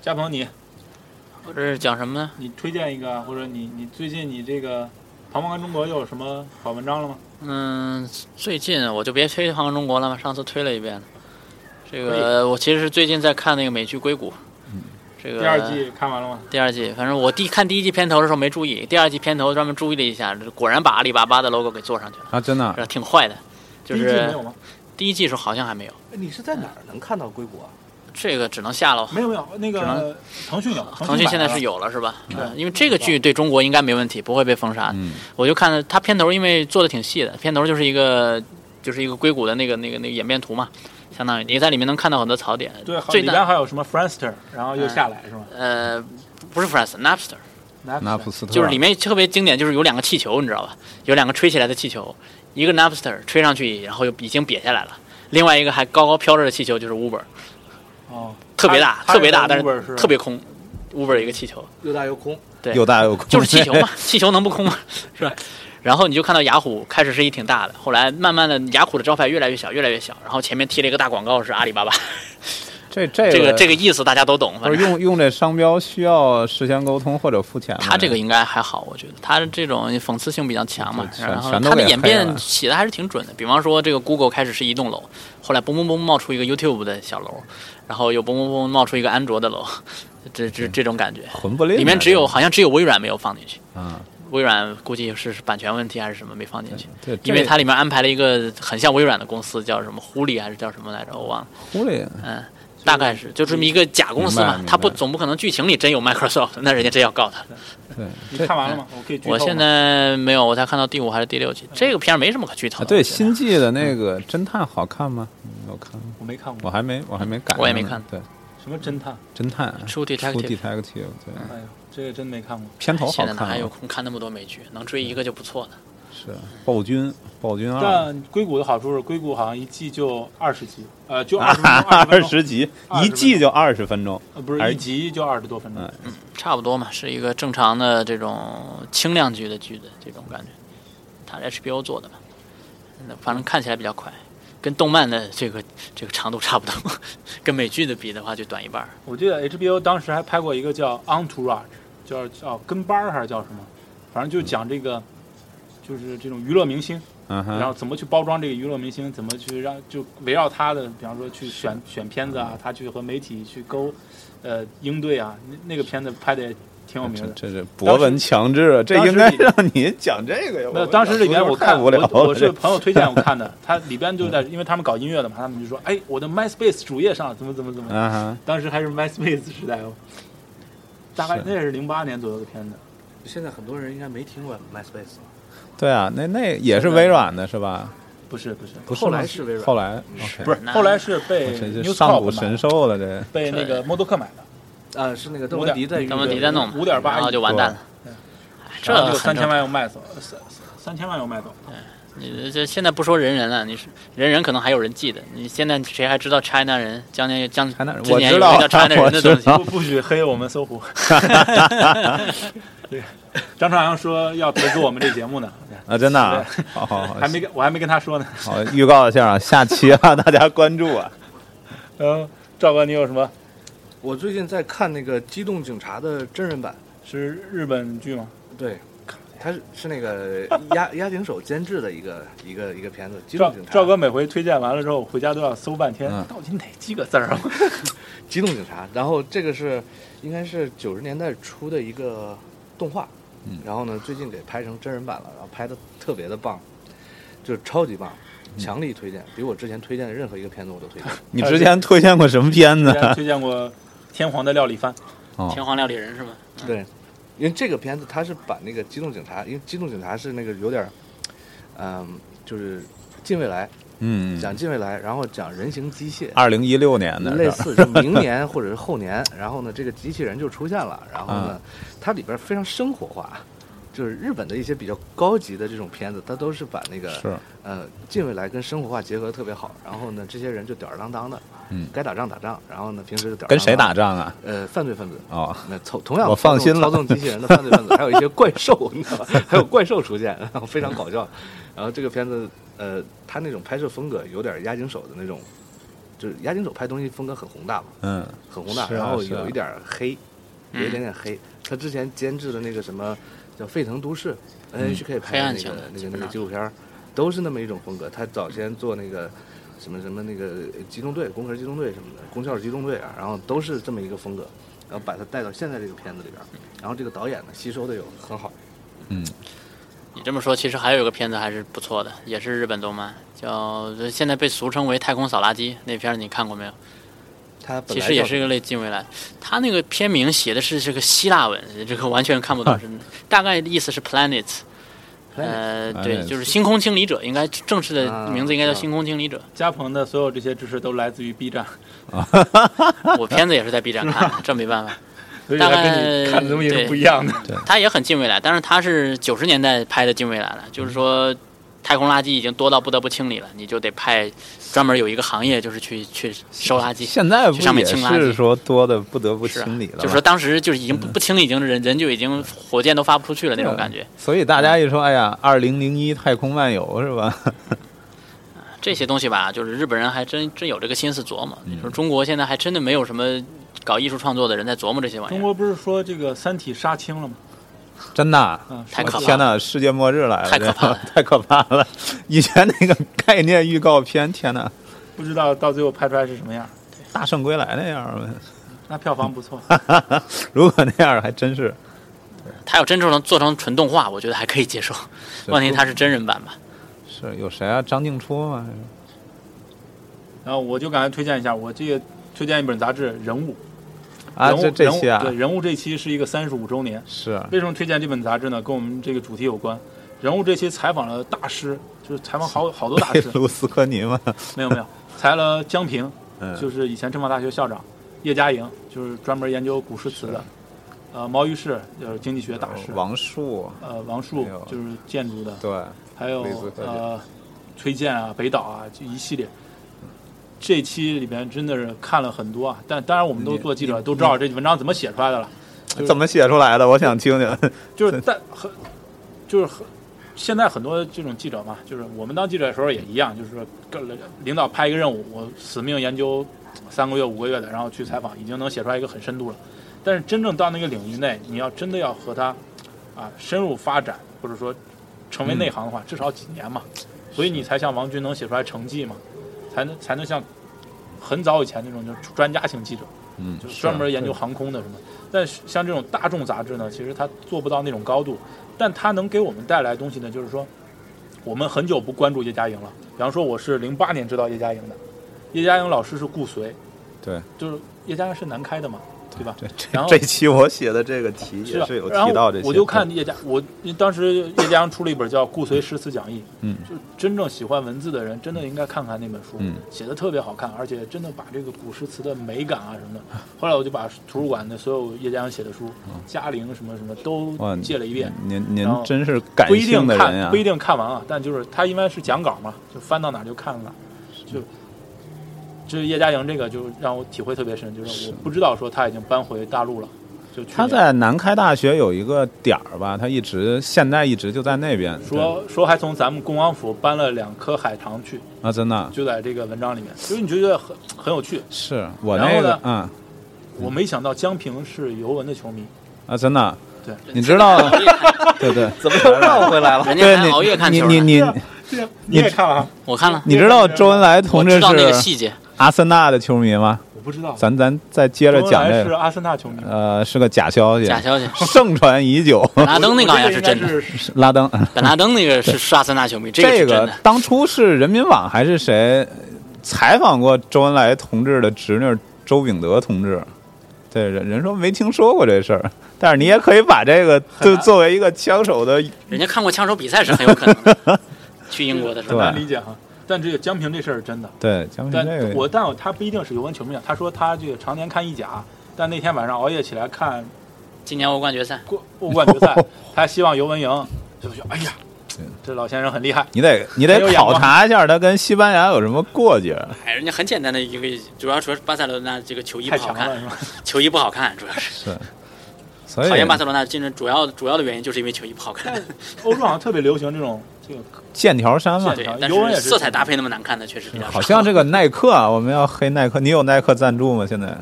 [SPEAKER 2] 嘉鹏你
[SPEAKER 4] 我这是讲什么呢？
[SPEAKER 2] 你推荐一个啊，或者你你最近你这个《庞庞看中国》又有什么好文章了吗？
[SPEAKER 4] 嗯，最近我就别推《航中国》了嘛，上次推了一遍了。这个我其实是最近在看那个美剧《硅谷》，
[SPEAKER 3] 嗯
[SPEAKER 4] 这个
[SPEAKER 2] 第二季看完了吗？
[SPEAKER 4] 第二季，反正我第看第一季片头的时候没注意，第二季片头专门注意了一下，果然把阿里巴巴的 logo 给做上去了，
[SPEAKER 3] 啊，真的啊、
[SPEAKER 4] 这挺坏的。
[SPEAKER 2] 第
[SPEAKER 4] 就
[SPEAKER 2] 一季
[SPEAKER 4] 是
[SPEAKER 2] 没有吗？
[SPEAKER 4] 第一季时候好像还没有，
[SPEAKER 5] 哎你是在哪儿能看到硅谷啊？
[SPEAKER 4] 这个只能下了。
[SPEAKER 2] 没有没有，那
[SPEAKER 4] 只
[SPEAKER 2] 个
[SPEAKER 4] 能
[SPEAKER 2] 腾讯有，
[SPEAKER 4] 腾
[SPEAKER 2] 讯
[SPEAKER 4] 讯现在
[SPEAKER 2] 买了
[SPEAKER 4] 是。有了是吧？嗯，
[SPEAKER 2] 对
[SPEAKER 4] 因为这个剧对中国应该没问题，不会被封杀的。
[SPEAKER 3] 嗯
[SPEAKER 4] 我就看它片头，因为做的挺细的，片头就是一个就是一个硅谷的那个那个那个演变图嘛，相当于你在里面能看到很多槽点。
[SPEAKER 2] 对，好
[SPEAKER 4] 最
[SPEAKER 2] 里边
[SPEAKER 4] 大
[SPEAKER 2] 还有什么 Friendster，然后又下来是吗？
[SPEAKER 4] 呃不是 France，Napster。
[SPEAKER 3] 纳普斯特
[SPEAKER 4] 就是里面特别经典，就是有两个气球，你知道吧？有两个吹起来的气球，一个 Napster 吹上去，然后又已经瘪下来了，另外一个还高高飘着的气球就是 Uber，
[SPEAKER 2] 哦，
[SPEAKER 4] 特别大，
[SPEAKER 2] 它
[SPEAKER 4] 特别
[SPEAKER 2] 它
[SPEAKER 4] 大，但
[SPEAKER 2] 是
[SPEAKER 4] 是
[SPEAKER 2] Uber 是吧
[SPEAKER 4] 特别空。Uber 一个气球
[SPEAKER 5] 又大又空，
[SPEAKER 3] 又大又空，
[SPEAKER 4] 就是气球嘛， (laughs) 气球能不空吗？是吧？然后你就看到雅虎开始是一挺大的，后来慢慢的雅虎的招牌越来越小，越来越小，然后前面贴了一个大广告是阿里巴巴，
[SPEAKER 3] (laughs) 这这
[SPEAKER 4] 这个这个意思大家都懂，反
[SPEAKER 3] 不是
[SPEAKER 4] 正。
[SPEAKER 3] 用用这商标需要事先沟通或者付钱吗？
[SPEAKER 4] 他这个应该还好，我觉得他这种讽刺性比较强嘛，
[SPEAKER 3] 全
[SPEAKER 4] 然后
[SPEAKER 3] 全都
[SPEAKER 4] 他的
[SPEAKER 3] 给
[SPEAKER 4] 演
[SPEAKER 3] 黑了
[SPEAKER 4] 变写的还是挺准的。比方说，这个 Google 开始是一栋楼，后来嘣嘣嘣冒出一个 YouTube 的小楼，然后又嘣嘣嘣冒出一个安卓的楼， (laughs) 这这这种感觉。
[SPEAKER 3] 魂不吝啊，
[SPEAKER 4] 里面只有好像只有微软没有放进去，
[SPEAKER 3] 啊，
[SPEAKER 4] 微软估计是是版权问题还是什么没放进去，
[SPEAKER 3] 对，这
[SPEAKER 4] 因为它里面安排了一个很像微软的公司，叫什么狐狸还是叫什么来着，我忘了。
[SPEAKER 3] 狐狸
[SPEAKER 4] 嗯，大概是就这么一个假公司
[SPEAKER 3] 明白
[SPEAKER 4] 嘛
[SPEAKER 3] 明，白
[SPEAKER 4] 它不总不可能剧情里真有 Microsoft，那 (laughs) 人家真要告他。
[SPEAKER 3] 对
[SPEAKER 2] 你看完了吗？我可以剧透吗。
[SPEAKER 4] 嗯我现在没有，我才看到第五还是第六集，这个片儿没什么可剧透
[SPEAKER 3] 啊
[SPEAKER 4] 的。
[SPEAKER 3] 对
[SPEAKER 4] 我觉得
[SPEAKER 3] 新季的
[SPEAKER 4] 嗯
[SPEAKER 3] 那个侦探好看吗？嗯我看
[SPEAKER 2] 我没看
[SPEAKER 3] 我
[SPEAKER 2] 过
[SPEAKER 3] 还没我还没赶上呢，
[SPEAKER 4] 我也没看
[SPEAKER 3] 对，
[SPEAKER 2] 什么侦探，
[SPEAKER 3] 侦探
[SPEAKER 4] True Detective 嗯
[SPEAKER 3] True Detective，对，
[SPEAKER 2] 哎呦，这个真没看过。
[SPEAKER 3] 片头好
[SPEAKER 4] 现在哪
[SPEAKER 3] 看
[SPEAKER 4] 还有
[SPEAKER 3] 啊，
[SPEAKER 4] 空看那么多美剧？能追一个就不错了。
[SPEAKER 3] 是暴君
[SPEAKER 4] 嗯
[SPEAKER 3] 暴君二。
[SPEAKER 2] 但硅谷的好处是，硅谷好像一季就二十集，呃，就二十分
[SPEAKER 4] (laughs)
[SPEAKER 2] 钟，
[SPEAKER 3] (laughs) 二
[SPEAKER 2] 20分钟
[SPEAKER 3] 十集，
[SPEAKER 2] 20
[SPEAKER 3] 一季就二十分钟，
[SPEAKER 2] 呃不
[SPEAKER 4] 哎
[SPEAKER 2] 是一集就二十多分钟
[SPEAKER 3] 嗯。
[SPEAKER 4] 差不多嘛，是一个正常的这种轻量级的剧的这种感觉。它是 HBO 做的嘛，那反正看起来比较快，跟动漫的这个这个长度差不多， (laughs) 跟美剧的比的话就短一半儿。
[SPEAKER 2] 我记得 HBO 当时还拍过一个叫《Entourage》，叫叫跟班儿还是叫什么，反正就讲这个，就是这种娱乐明星，
[SPEAKER 3] 嗯
[SPEAKER 2] 然
[SPEAKER 3] 哼，
[SPEAKER 2] 后怎么去包装这个娱乐明星，怎么去让就围绕他的，比方说去选选片子啊，他去和媒体去勾，呃，应对啊，那那个片子拍的也挺有名
[SPEAKER 3] 这
[SPEAKER 2] 的。
[SPEAKER 3] 这是博文强制啊，这
[SPEAKER 2] 当时
[SPEAKER 3] 应该
[SPEAKER 2] 里
[SPEAKER 3] 让你讲这个呀。
[SPEAKER 2] 那
[SPEAKER 3] 我
[SPEAKER 2] 当时里面我
[SPEAKER 3] 太
[SPEAKER 2] 看
[SPEAKER 3] 无聊了，
[SPEAKER 2] 我我是
[SPEAKER 3] 这
[SPEAKER 2] 朋
[SPEAKER 3] (laughs)
[SPEAKER 2] 友推荐我看的，他里边就在，因为他们搞音乐的嘛，他们就说，哎，我的 MySpace 主页上怎么怎么怎么，
[SPEAKER 3] 啊哈，
[SPEAKER 2] 当时还是 MySpace 时代哦，大概
[SPEAKER 3] 是
[SPEAKER 2] 那也是零八年左右的片子。
[SPEAKER 5] 现在很多人应该没听过 MySpace，
[SPEAKER 3] 对啊，那那也是微软的是吧？
[SPEAKER 2] 不是不是
[SPEAKER 3] 不是
[SPEAKER 5] 后
[SPEAKER 3] 吗
[SPEAKER 5] 来是微软
[SPEAKER 3] 后来 OK
[SPEAKER 2] 不是，
[SPEAKER 4] 那
[SPEAKER 2] 后来是被
[SPEAKER 3] 这
[SPEAKER 2] News
[SPEAKER 3] 是上古
[SPEAKER 2] Corp
[SPEAKER 3] 神
[SPEAKER 2] 买的，
[SPEAKER 3] 兽了，这
[SPEAKER 2] 被那个默多克买的，
[SPEAKER 5] 啊，是那个邓
[SPEAKER 2] 有
[SPEAKER 5] 文
[SPEAKER 2] 点
[SPEAKER 5] 迪在
[SPEAKER 4] 邓文迪在弄嘛，
[SPEAKER 2] 5.8
[SPEAKER 4] 然后就完蛋了。
[SPEAKER 3] 嗯
[SPEAKER 4] 哎这
[SPEAKER 2] 然后就
[SPEAKER 4] 很
[SPEAKER 2] 啊三千
[SPEAKER 4] 正
[SPEAKER 2] 万
[SPEAKER 4] 常。
[SPEAKER 2] 又卖走，三三千万又卖走。
[SPEAKER 4] 你这现在不说人人了，你是人人可能还有人记得。你现在谁还知道 China 人？将年将
[SPEAKER 3] China 人
[SPEAKER 4] 之
[SPEAKER 3] 我
[SPEAKER 4] 前
[SPEAKER 3] 知
[SPEAKER 4] 有一
[SPEAKER 3] 道
[SPEAKER 4] 个叫 China 人的
[SPEAKER 3] (laughs) 我知道
[SPEAKER 4] 东西，
[SPEAKER 2] 不不许黑我们搜狐。对，张朝阳说要投资我们这节
[SPEAKER 3] (laughs)
[SPEAKER 2] 目呢，
[SPEAKER 3] 啊，真的啊，好好好，
[SPEAKER 2] 还没跟我还没跟他说呢。
[SPEAKER 3] 好预告一下啊，下期啊， (laughs) 大家关注啊，
[SPEAKER 2] 嗯，赵哥，你有什么
[SPEAKER 5] 我最近在看那个《机动警察》的真人版，
[SPEAKER 2] 是日本剧吗？
[SPEAKER 5] 对，他是是
[SPEAKER 2] (laughs)
[SPEAKER 5] 那个押押井守监制的一个一个一个片子，《机动
[SPEAKER 2] 赵
[SPEAKER 5] 警察》
[SPEAKER 2] 赵哥每回推荐完了之后，我回家都要搜半天
[SPEAKER 3] 嗯，
[SPEAKER 2] 到底哪几个字儿啊？
[SPEAKER 5] 机动警察，然后这个是应该是九十年代初的一个动画，
[SPEAKER 3] 嗯
[SPEAKER 5] 然后呢最近给拍成真人版了，然后拍的特别的棒，就是超级棒，强力推荐，比我之前推荐的任何一个片子我都推荐。
[SPEAKER 3] 你之前推荐过什么片
[SPEAKER 2] (laughs) 之前
[SPEAKER 3] 子？
[SPEAKER 2] 推荐过《天皇的料理番》，
[SPEAKER 3] 哦
[SPEAKER 4] 天皇料理人是吗？
[SPEAKER 5] 对，因为这个片子它是把那个机动警察，因为机动警察是那个有点儿，嗯、就是近未来，
[SPEAKER 3] 嗯，
[SPEAKER 5] 讲近未来，然后讲人形机械，
[SPEAKER 3] 二零一六 (laughs) 年的
[SPEAKER 5] 类
[SPEAKER 3] 是吧
[SPEAKER 5] 似就明年或者是后年，然后呢，这个机器人就出现了，然后呢，
[SPEAKER 3] 嗯
[SPEAKER 5] 它里边非常生活化，就是日本的一些比较高级的这种片子，它都是把那个
[SPEAKER 3] 是
[SPEAKER 5] 呃近未来跟生活化结合得特别好，然后呢，这些人就吊儿郎当的，
[SPEAKER 3] 嗯
[SPEAKER 5] 该打仗打仗，然后呢，平时就吊儿
[SPEAKER 3] 跟
[SPEAKER 5] 郎
[SPEAKER 3] 谁
[SPEAKER 5] 当
[SPEAKER 3] 打？仗啊？
[SPEAKER 5] 呃，犯罪分子。
[SPEAKER 3] 哦，
[SPEAKER 5] 那同同样
[SPEAKER 3] 我放
[SPEAKER 5] 操纵
[SPEAKER 3] 心了
[SPEAKER 5] 操纵机器人的犯罪分子，还有一些怪兽， (laughs) 你知道吧？还有怪兽出现，然后非常搞笑。然后这个片子，呃，他那种拍摄风格有点押井守的那种，就是押井守拍东西风格很宏大嘛，
[SPEAKER 3] 嗯，
[SPEAKER 5] 很宏大，
[SPEAKER 3] 是啊
[SPEAKER 5] 然后
[SPEAKER 3] 是啊
[SPEAKER 5] 有一点儿黑，
[SPEAKER 4] 嗯
[SPEAKER 5] 有一点点黑。他之前监制的那个什么叫《沸腾都市》，NHK
[SPEAKER 4] 嗯黑
[SPEAKER 5] 拍的
[SPEAKER 4] 暗
[SPEAKER 5] 那
[SPEAKER 4] 型的
[SPEAKER 5] 个那
[SPEAKER 4] 基
[SPEAKER 5] 个
[SPEAKER 4] 本
[SPEAKER 5] 那个
[SPEAKER 4] 上
[SPEAKER 5] 纪录片儿，都是那么一种风格。他早先做那个什么什么那个呃机动队、工壳机动队什么的，工校机动队啊，然后都是这么一个风格，然后把它带到现在这个片子里边儿。然后这个导演呢，吸收的有很好，
[SPEAKER 4] 你这么说，其实还有一个片子还是不错的，也是日本动漫，叫现在被俗称为“太空扫垃圾”那片儿，你看过没有？
[SPEAKER 5] 他本
[SPEAKER 4] 其
[SPEAKER 5] 来
[SPEAKER 4] 实也
[SPEAKER 5] 叫
[SPEAKER 4] 是一个类近未来。它那个片名写的是这个希腊文，这个完全看不
[SPEAKER 3] 啊
[SPEAKER 4] 懂，是大概意思是 planet。呃，对，
[SPEAKER 3] Planet
[SPEAKER 4] 就是星空清理者，应该正式的
[SPEAKER 5] 啊
[SPEAKER 4] 名字应该叫
[SPEAKER 5] 知道
[SPEAKER 4] 星空清理
[SPEAKER 3] (laughs)
[SPEAKER 4] 者。
[SPEAKER 2] 加鹏的所有这些知识都来自于 B 站，
[SPEAKER 4] 我片子也是在 B 站看的，这没办法。
[SPEAKER 2] 所以
[SPEAKER 4] 大
[SPEAKER 2] 它
[SPEAKER 4] 概哎
[SPEAKER 2] 跟你看的东西是不一样的。
[SPEAKER 4] 它也很近未来，但是它是九十年代拍的近未来了，就是说太空垃圾已经多到不得不清理了，你就得派专门有一个行业，就是去去收垃圾。
[SPEAKER 3] 现在不
[SPEAKER 4] 去上
[SPEAKER 3] 也
[SPEAKER 4] 面清垃圾
[SPEAKER 3] 是说多的不得不
[SPEAKER 4] 是啊
[SPEAKER 3] 清理了吗？嗯
[SPEAKER 4] 就是说当时就是已经不不清理，已经人人就已经火箭都发不出去了那种感觉。
[SPEAKER 2] 嗯
[SPEAKER 3] 所以大家一说，哎呀，二零零一太空漫游是吧？
[SPEAKER 4] 这些东西吧，就是日本人还真真有这个心思琢
[SPEAKER 3] 嗯
[SPEAKER 4] 磨。你说中国现在还真的没有什么搞艺术创作的人在琢磨这些玩意
[SPEAKER 2] 中
[SPEAKER 4] 儿，
[SPEAKER 2] 国不是说这个《三体》杀青了吗？
[SPEAKER 3] (laughs) 真的啊。
[SPEAKER 2] 啊，
[SPEAKER 4] 太
[SPEAKER 2] 是吧
[SPEAKER 4] 可怕
[SPEAKER 3] 天
[SPEAKER 4] 了。
[SPEAKER 3] 呐，世界末日来了！
[SPEAKER 4] 太可怕了
[SPEAKER 3] 这个 (laughs) 太可怕了！以前那个概念预告片，天呐，
[SPEAKER 2] 不知道到最后拍出来是什么样，
[SPEAKER 3] 大圣归来那样儿，
[SPEAKER 2] 那票房不
[SPEAKER 3] (laughs)
[SPEAKER 2] 错。
[SPEAKER 3] 如果那样儿还真
[SPEAKER 2] (laughs)
[SPEAKER 3] 是
[SPEAKER 4] 他要真正能做成纯动画，我觉得还 (laughs) 可以接受。
[SPEAKER 3] 是
[SPEAKER 4] 问题他是真人版吧？
[SPEAKER 3] 是有谁啊？张静初吗？
[SPEAKER 2] 然后我就赶快推荐一下，我这个推荐一本杂志《人物》
[SPEAKER 3] 啊，
[SPEAKER 2] 人物
[SPEAKER 3] 这这期啊
[SPEAKER 2] 人物，对，《人物》这期是一个三十五周年。
[SPEAKER 3] 是
[SPEAKER 2] 为什么推荐这本杂志呢？跟我们这个主题有关。人物这期采访了大师，就是采访好好多大
[SPEAKER 3] (laughs) 贝
[SPEAKER 2] 师，
[SPEAKER 3] 卢斯科尼
[SPEAKER 2] (laughs)
[SPEAKER 3] 吗？
[SPEAKER 2] 没有没有，采了江平，
[SPEAKER 3] 嗯，
[SPEAKER 2] 就是以前政法大学校长，叶嘉莹，就是专门研究古诗词的，呃，毛于轼，就是经济学大师，
[SPEAKER 3] 王树，
[SPEAKER 2] 呃，王树
[SPEAKER 3] 还有
[SPEAKER 2] 就是建筑的，
[SPEAKER 3] 对，
[SPEAKER 2] 还有
[SPEAKER 3] 类似科技
[SPEAKER 2] 呃，崔健啊、北岛啊，就一系列。这期里边真的是看了很多啊，但当然我们都
[SPEAKER 3] 你
[SPEAKER 2] 做记者都知道这文章怎么写出来的了，就是
[SPEAKER 3] 怎么写出来的？我想听听。
[SPEAKER 2] 就是但很就是很。现在很多这种记者嘛，就是我们当记者的时候也一样，就是说跟领导派一个任务，我死命研究三个月、五个月的，然后去采访，已经能写出来一个很深度了。但是真正到那个领域内，你要真的要和他啊深入发展，或者说成为内行的话，至少几年嘛，所以你才像王军能写出来成绩嘛，才能才能像很早以前那种就是专家型记者，
[SPEAKER 3] 嗯
[SPEAKER 2] (laughs) 就是专门研究航空的什么。但是像这种大众杂志呢，其实它做不到那种高度，但它能给我们带来东西呢，就是说，我们很久不关注叶嘉莹了。比方说，我是零八年知道叶嘉莹的，叶嘉莹老师是顾随，
[SPEAKER 3] 对，
[SPEAKER 2] 就是叶嘉莹是南开的嘛，对吧？
[SPEAKER 3] (laughs) 这
[SPEAKER 2] 然
[SPEAKER 3] 这
[SPEAKER 2] 后
[SPEAKER 3] 这期我写的这个题
[SPEAKER 2] 是
[SPEAKER 3] 也
[SPEAKER 2] 吧
[SPEAKER 3] 是有
[SPEAKER 2] 然后
[SPEAKER 3] 提到这些，嗯
[SPEAKER 2] 我就看叶嘉，我当时叶嘉莹出了一本叫《顾随诗词讲义》，
[SPEAKER 3] 嗯
[SPEAKER 2] 就真正喜欢文字的人，真的应该看看那本书，
[SPEAKER 3] 嗯
[SPEAKER 2] 写的特别好看，而且真的把这个古诗词的美感啊什么的。后来我就把图书馆的所有叶嘉莹写的书，嘉陵什么什么都
[SPEAKER 3] 嗯哇
[SPEAKER 2] 借了一遍。
[SPEAKER 3] 您您
[SPEAKER 2] 然后
[SPEAKER 3] 真是感
[SPEAKER 2] 不一定
[SPEAKER 3] 性的人
[SPEAKER 2] 看，
[SPEAKER 3] 呀
[SPEAKER 2] 不，一定看完啊，但就是他因为是讲稿嘛，就翻到哪儿就看到哪儿，就就是叶嘉莹这个就让我体会特别深，就是
[SPEAKER 3] 是
[SPEAKER 2] 我不知道说他已经搬回大陆了，就去
[SPEAKER 3] 他
[SPEAKER 2] 年
[SPEAKER 3] 在南开大学有一个点儿吧，他一直现在一直就在那边。
[SPEAKER 2] 说说还从咱们恭王府搬了两颗海棠去，
[SPEAKER 3] 对啊，真的
[SPEAKER 2] 就在这个文章里面，所以你就觉得很很有趣。
[SPEAKER 3] 是我
[SPEAKER 2] 然
[SPEAKER 3] 那
[SPEAKER 2] 后
[SPEAKER 3] 个
[SPEAKER 2] 呢
[SPEAKER 3] 嗯
[SPEAKER 2] 我没想到江平是尤文的球迷，
[SPEAKER 3] 啊，真的
[SPEAKER 2] 对，
[SPEAKER 3] 你知道对对，
[SPEAKER 5] 怎么又绕回来了？
[SPEAKER 4] 人家
[SPEAKER 3] 对
[SPEAKER 4] 还熬夜看
[SPEAKER 3] 你
[SPEAKER 4] 球呢，
[SPEAKER 3] 你
[SPEAKER 2] 啊
[SPEAKER 3] 你你
[SPEAKER 2] 对呀，你也看了啊？
[SPEAKER 4] 我看了，
[SPEAKER 3] 你知道周恩来
[SPEAKER 4] 我
[SPEAKER 3] 同
[SPEAKER 4] 知
[SPEAKER 3] 志
[SPEAKER 4] 道那个
[SPEAKER 3] 是
[SPEAKER 4] 细节。
[SPEAKER 3] 阿森纳的球迷吗？
[SPEAKER 2] 我不知道，
[SPEAKER 3] 咱咱再接着
[SPEAKER 2] 周恩
[SPEAKER 3] 讲
[SPEAKER 2] 来
[SPEAKER 3] 这
[SPEAKER 2] 是啊
[SPEAKER 3] 个，
[SPEAKER 2] 阿森纳球迷，
[SPEAKER 3] 呃，是个假消息，
[SPEAKER 4] 假消
[SPEAKER 3] (laughs)
[SPEAKER 4] 息，
[SPEAKER 3] 盛传
[SPEAKER 4] (laughs)
[SPEAKER 3] 已久。
[SPEAKER 4] 本拉登那个好像是真
[SPEAKER 2] 我觉，
[SPEAKER 4] 的
[SPEAKER 2] 得应该是
[SPEAKER 3] 拉登，
[SPEAKER 4] 本拉登那个是是阿森纳球迷，这个
[SPEAKER 3] 这
[SPEAKER 4] 是真
[SPEAKER 3] 个
[SPEAKER 4] 的。
[SPEAKER 3] 当初是人民网还是谁呃采访过周恩来同志的侄女周秉德同志？对，人人说没听说过这事儿，但是你也可以把这个就作为一个枪手的，
[SPEAKER 4] 人家看过枪手比赛是很有可能
[SPEAKER 3] (laughs)
[SPEAKER 4] 的。去英国的时
[SPEAKER 2] 很
[SPEAKER 4] 候，
[SPEAKER 2] 难
[SPEAKER 3] 对
[SPEAKER 2] 理解哈。但这个江平这事儿是真的，
[SPEAKER 3] 对，江平
[SPEAKER 2] 但
[SPEAKER 3] 这
[SPEAKER 2] 我
[SPEAKER 3] 个
[SPEAKER 2] 但他不一定是尤文球迷啊，他说他这个常年看意甲，但那天晚上熬夜起来看
[SPEAKER 4] 今年欧冠决赛，
[SPEAKER 2] 冠欧冠
[SPEAKER 3] (laughs)
[SPEAKER 2] 决赛，他希望尤文赢，就觉得哎呀，这老先生很厉害。
[SPEAKER 3] 你得你得
[SPEAKER 2] 很有眼
[SPEAKER 3] 考
[SPEAKER 2] 光
[SPEAKER 3] 察一下他跟西班牙有什么过节。
[SPEAKER 4] 哎，人家很简单的一个，主要主要是巴塞罗那这个球衣
[SPEAKER 2] 太
[SPEAKER 4] 不好
[SPEAKER 2] 强了
[SPEAKER 4] 看，
[SPEAKER 2] 是吧？
[SPEAKER 4] 球衣不好看，主要是
[SPEAKER 3] 所以
[SPEAKER 4] 讨厌巴塞罗那竞争，主要主要的原因就是因为球衣不好看。
[SPEAKER 2] 欧洲好像特别流行这种这个
[SPEAKER 3] 剑条衫嘛，
[SPEAKER 2] 对
[SPEAKER 4] (laughs) 对
[SPEAKER 2] 啊，
[SPEAKER 4] 但
[SPEAKER 2] 尤文也
[SPEAKER 4] 是
[SPEAKER 2] 是
[SPEAKER 4] 色彩搭配那么难看的确实比较少。
[SPEAKER 3] 好像这个耐克啊，我们要黑耐克，你有耐克赞助吗？现在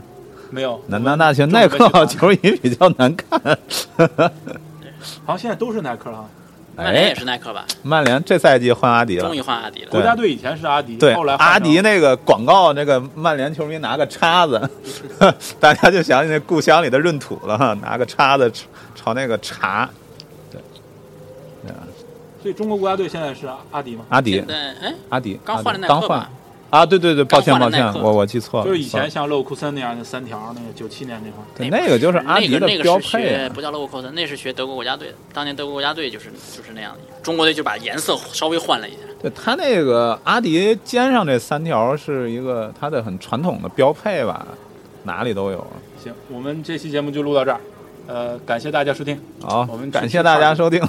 [SPEAKER 2] 没有
[SPEAKER 3] 南大大学
[SPEAKER 2] 中
[SPEAKER 3] 耐
[SPEAKER 2] 国
[SPEAKER 3] 克
[SPEAKER 2] 队去打
[SPEAKER 3] 球衣比较难看。
[SPEAKER 2] 好像现在都是耐克了啊。
[SPEAKER 4] 曼联也
[SPEAKER 3] 哎，
[SPEAKER 4] 是耐克吧，
[SPEAKER 3] 曼联这赛季换阿迪了
[SPEAKER 4] 终于，换阿迪了
[SPEAKER 2] 国。家队以前是阿迪，
[SPEAKER 3] 对
[SPEAKER 2] 后来，换
[SPEAKER 3] 阿迪
[SPEAKER 2] 成
[SPEAKER 3] 那个广告，那个曼联球迷拿个叉子， (laughs) 大家就想起那故乡里的闰土了，哈，拿个叉子朝朝那个茶
[SPEAKER 2] 所以中国国家队现在是阿迪嘛？
[SPEAKER 3] 阿迪
[SPEAKER 4] 现在哎，
[SPEAKER 3] 阿迪
[SPEAKER 4] 刚换了耐
[SPEAKER 3] 阿迪刚
[SPEAKER 4] 克
[SPEAKER 3] 换
[SPEAKER 4] 吧？
[SPEAKER 3] 啊，对对对，抱歉
[SPEAKER 4] 刚
[SPEAKER 3] 抱
[SPEAKER 4] 换了
[SPEAKER 3] 歉
[SPEAKER 4] 耐，克
[SPEAKER 3] 我我记错了，
[SPEAKER 2] 就是以前
[SPEAKER 3] sorry
[SPEAKER 2] 像勒沃库森那样的三条，那个九七年那会儿，
[SPEAKER 3] 对那个就是阿
[SPEAKER 4] 那
[SPEAKER 3] 迪
[SPEAKER 4] 个
[SPEAKER 3] 的
[SPEAKER 4] 那个
[SPEAKER 3] 标
[SPEAKER 4] 是学
[SPEAKER 3] 配，啊
[SPEAKER 4] 不叫 logo cos，那是学德国国家队的。当年德国国家队就是就是那样的一个，中国队就把颜色稍微换了一下。
[SPEAKER 3] 对他那个阿迪肩上这三条是一个他的很传统的标配吧，哪里都有。
[SPEAKER 2] 行，我们这期节目就录到这儿，呃，感谢大家收听。
[SPEAKER 3] 好
[SPEAKER 2] 我们，去
[SPEAKER 3] 感谢大家收听。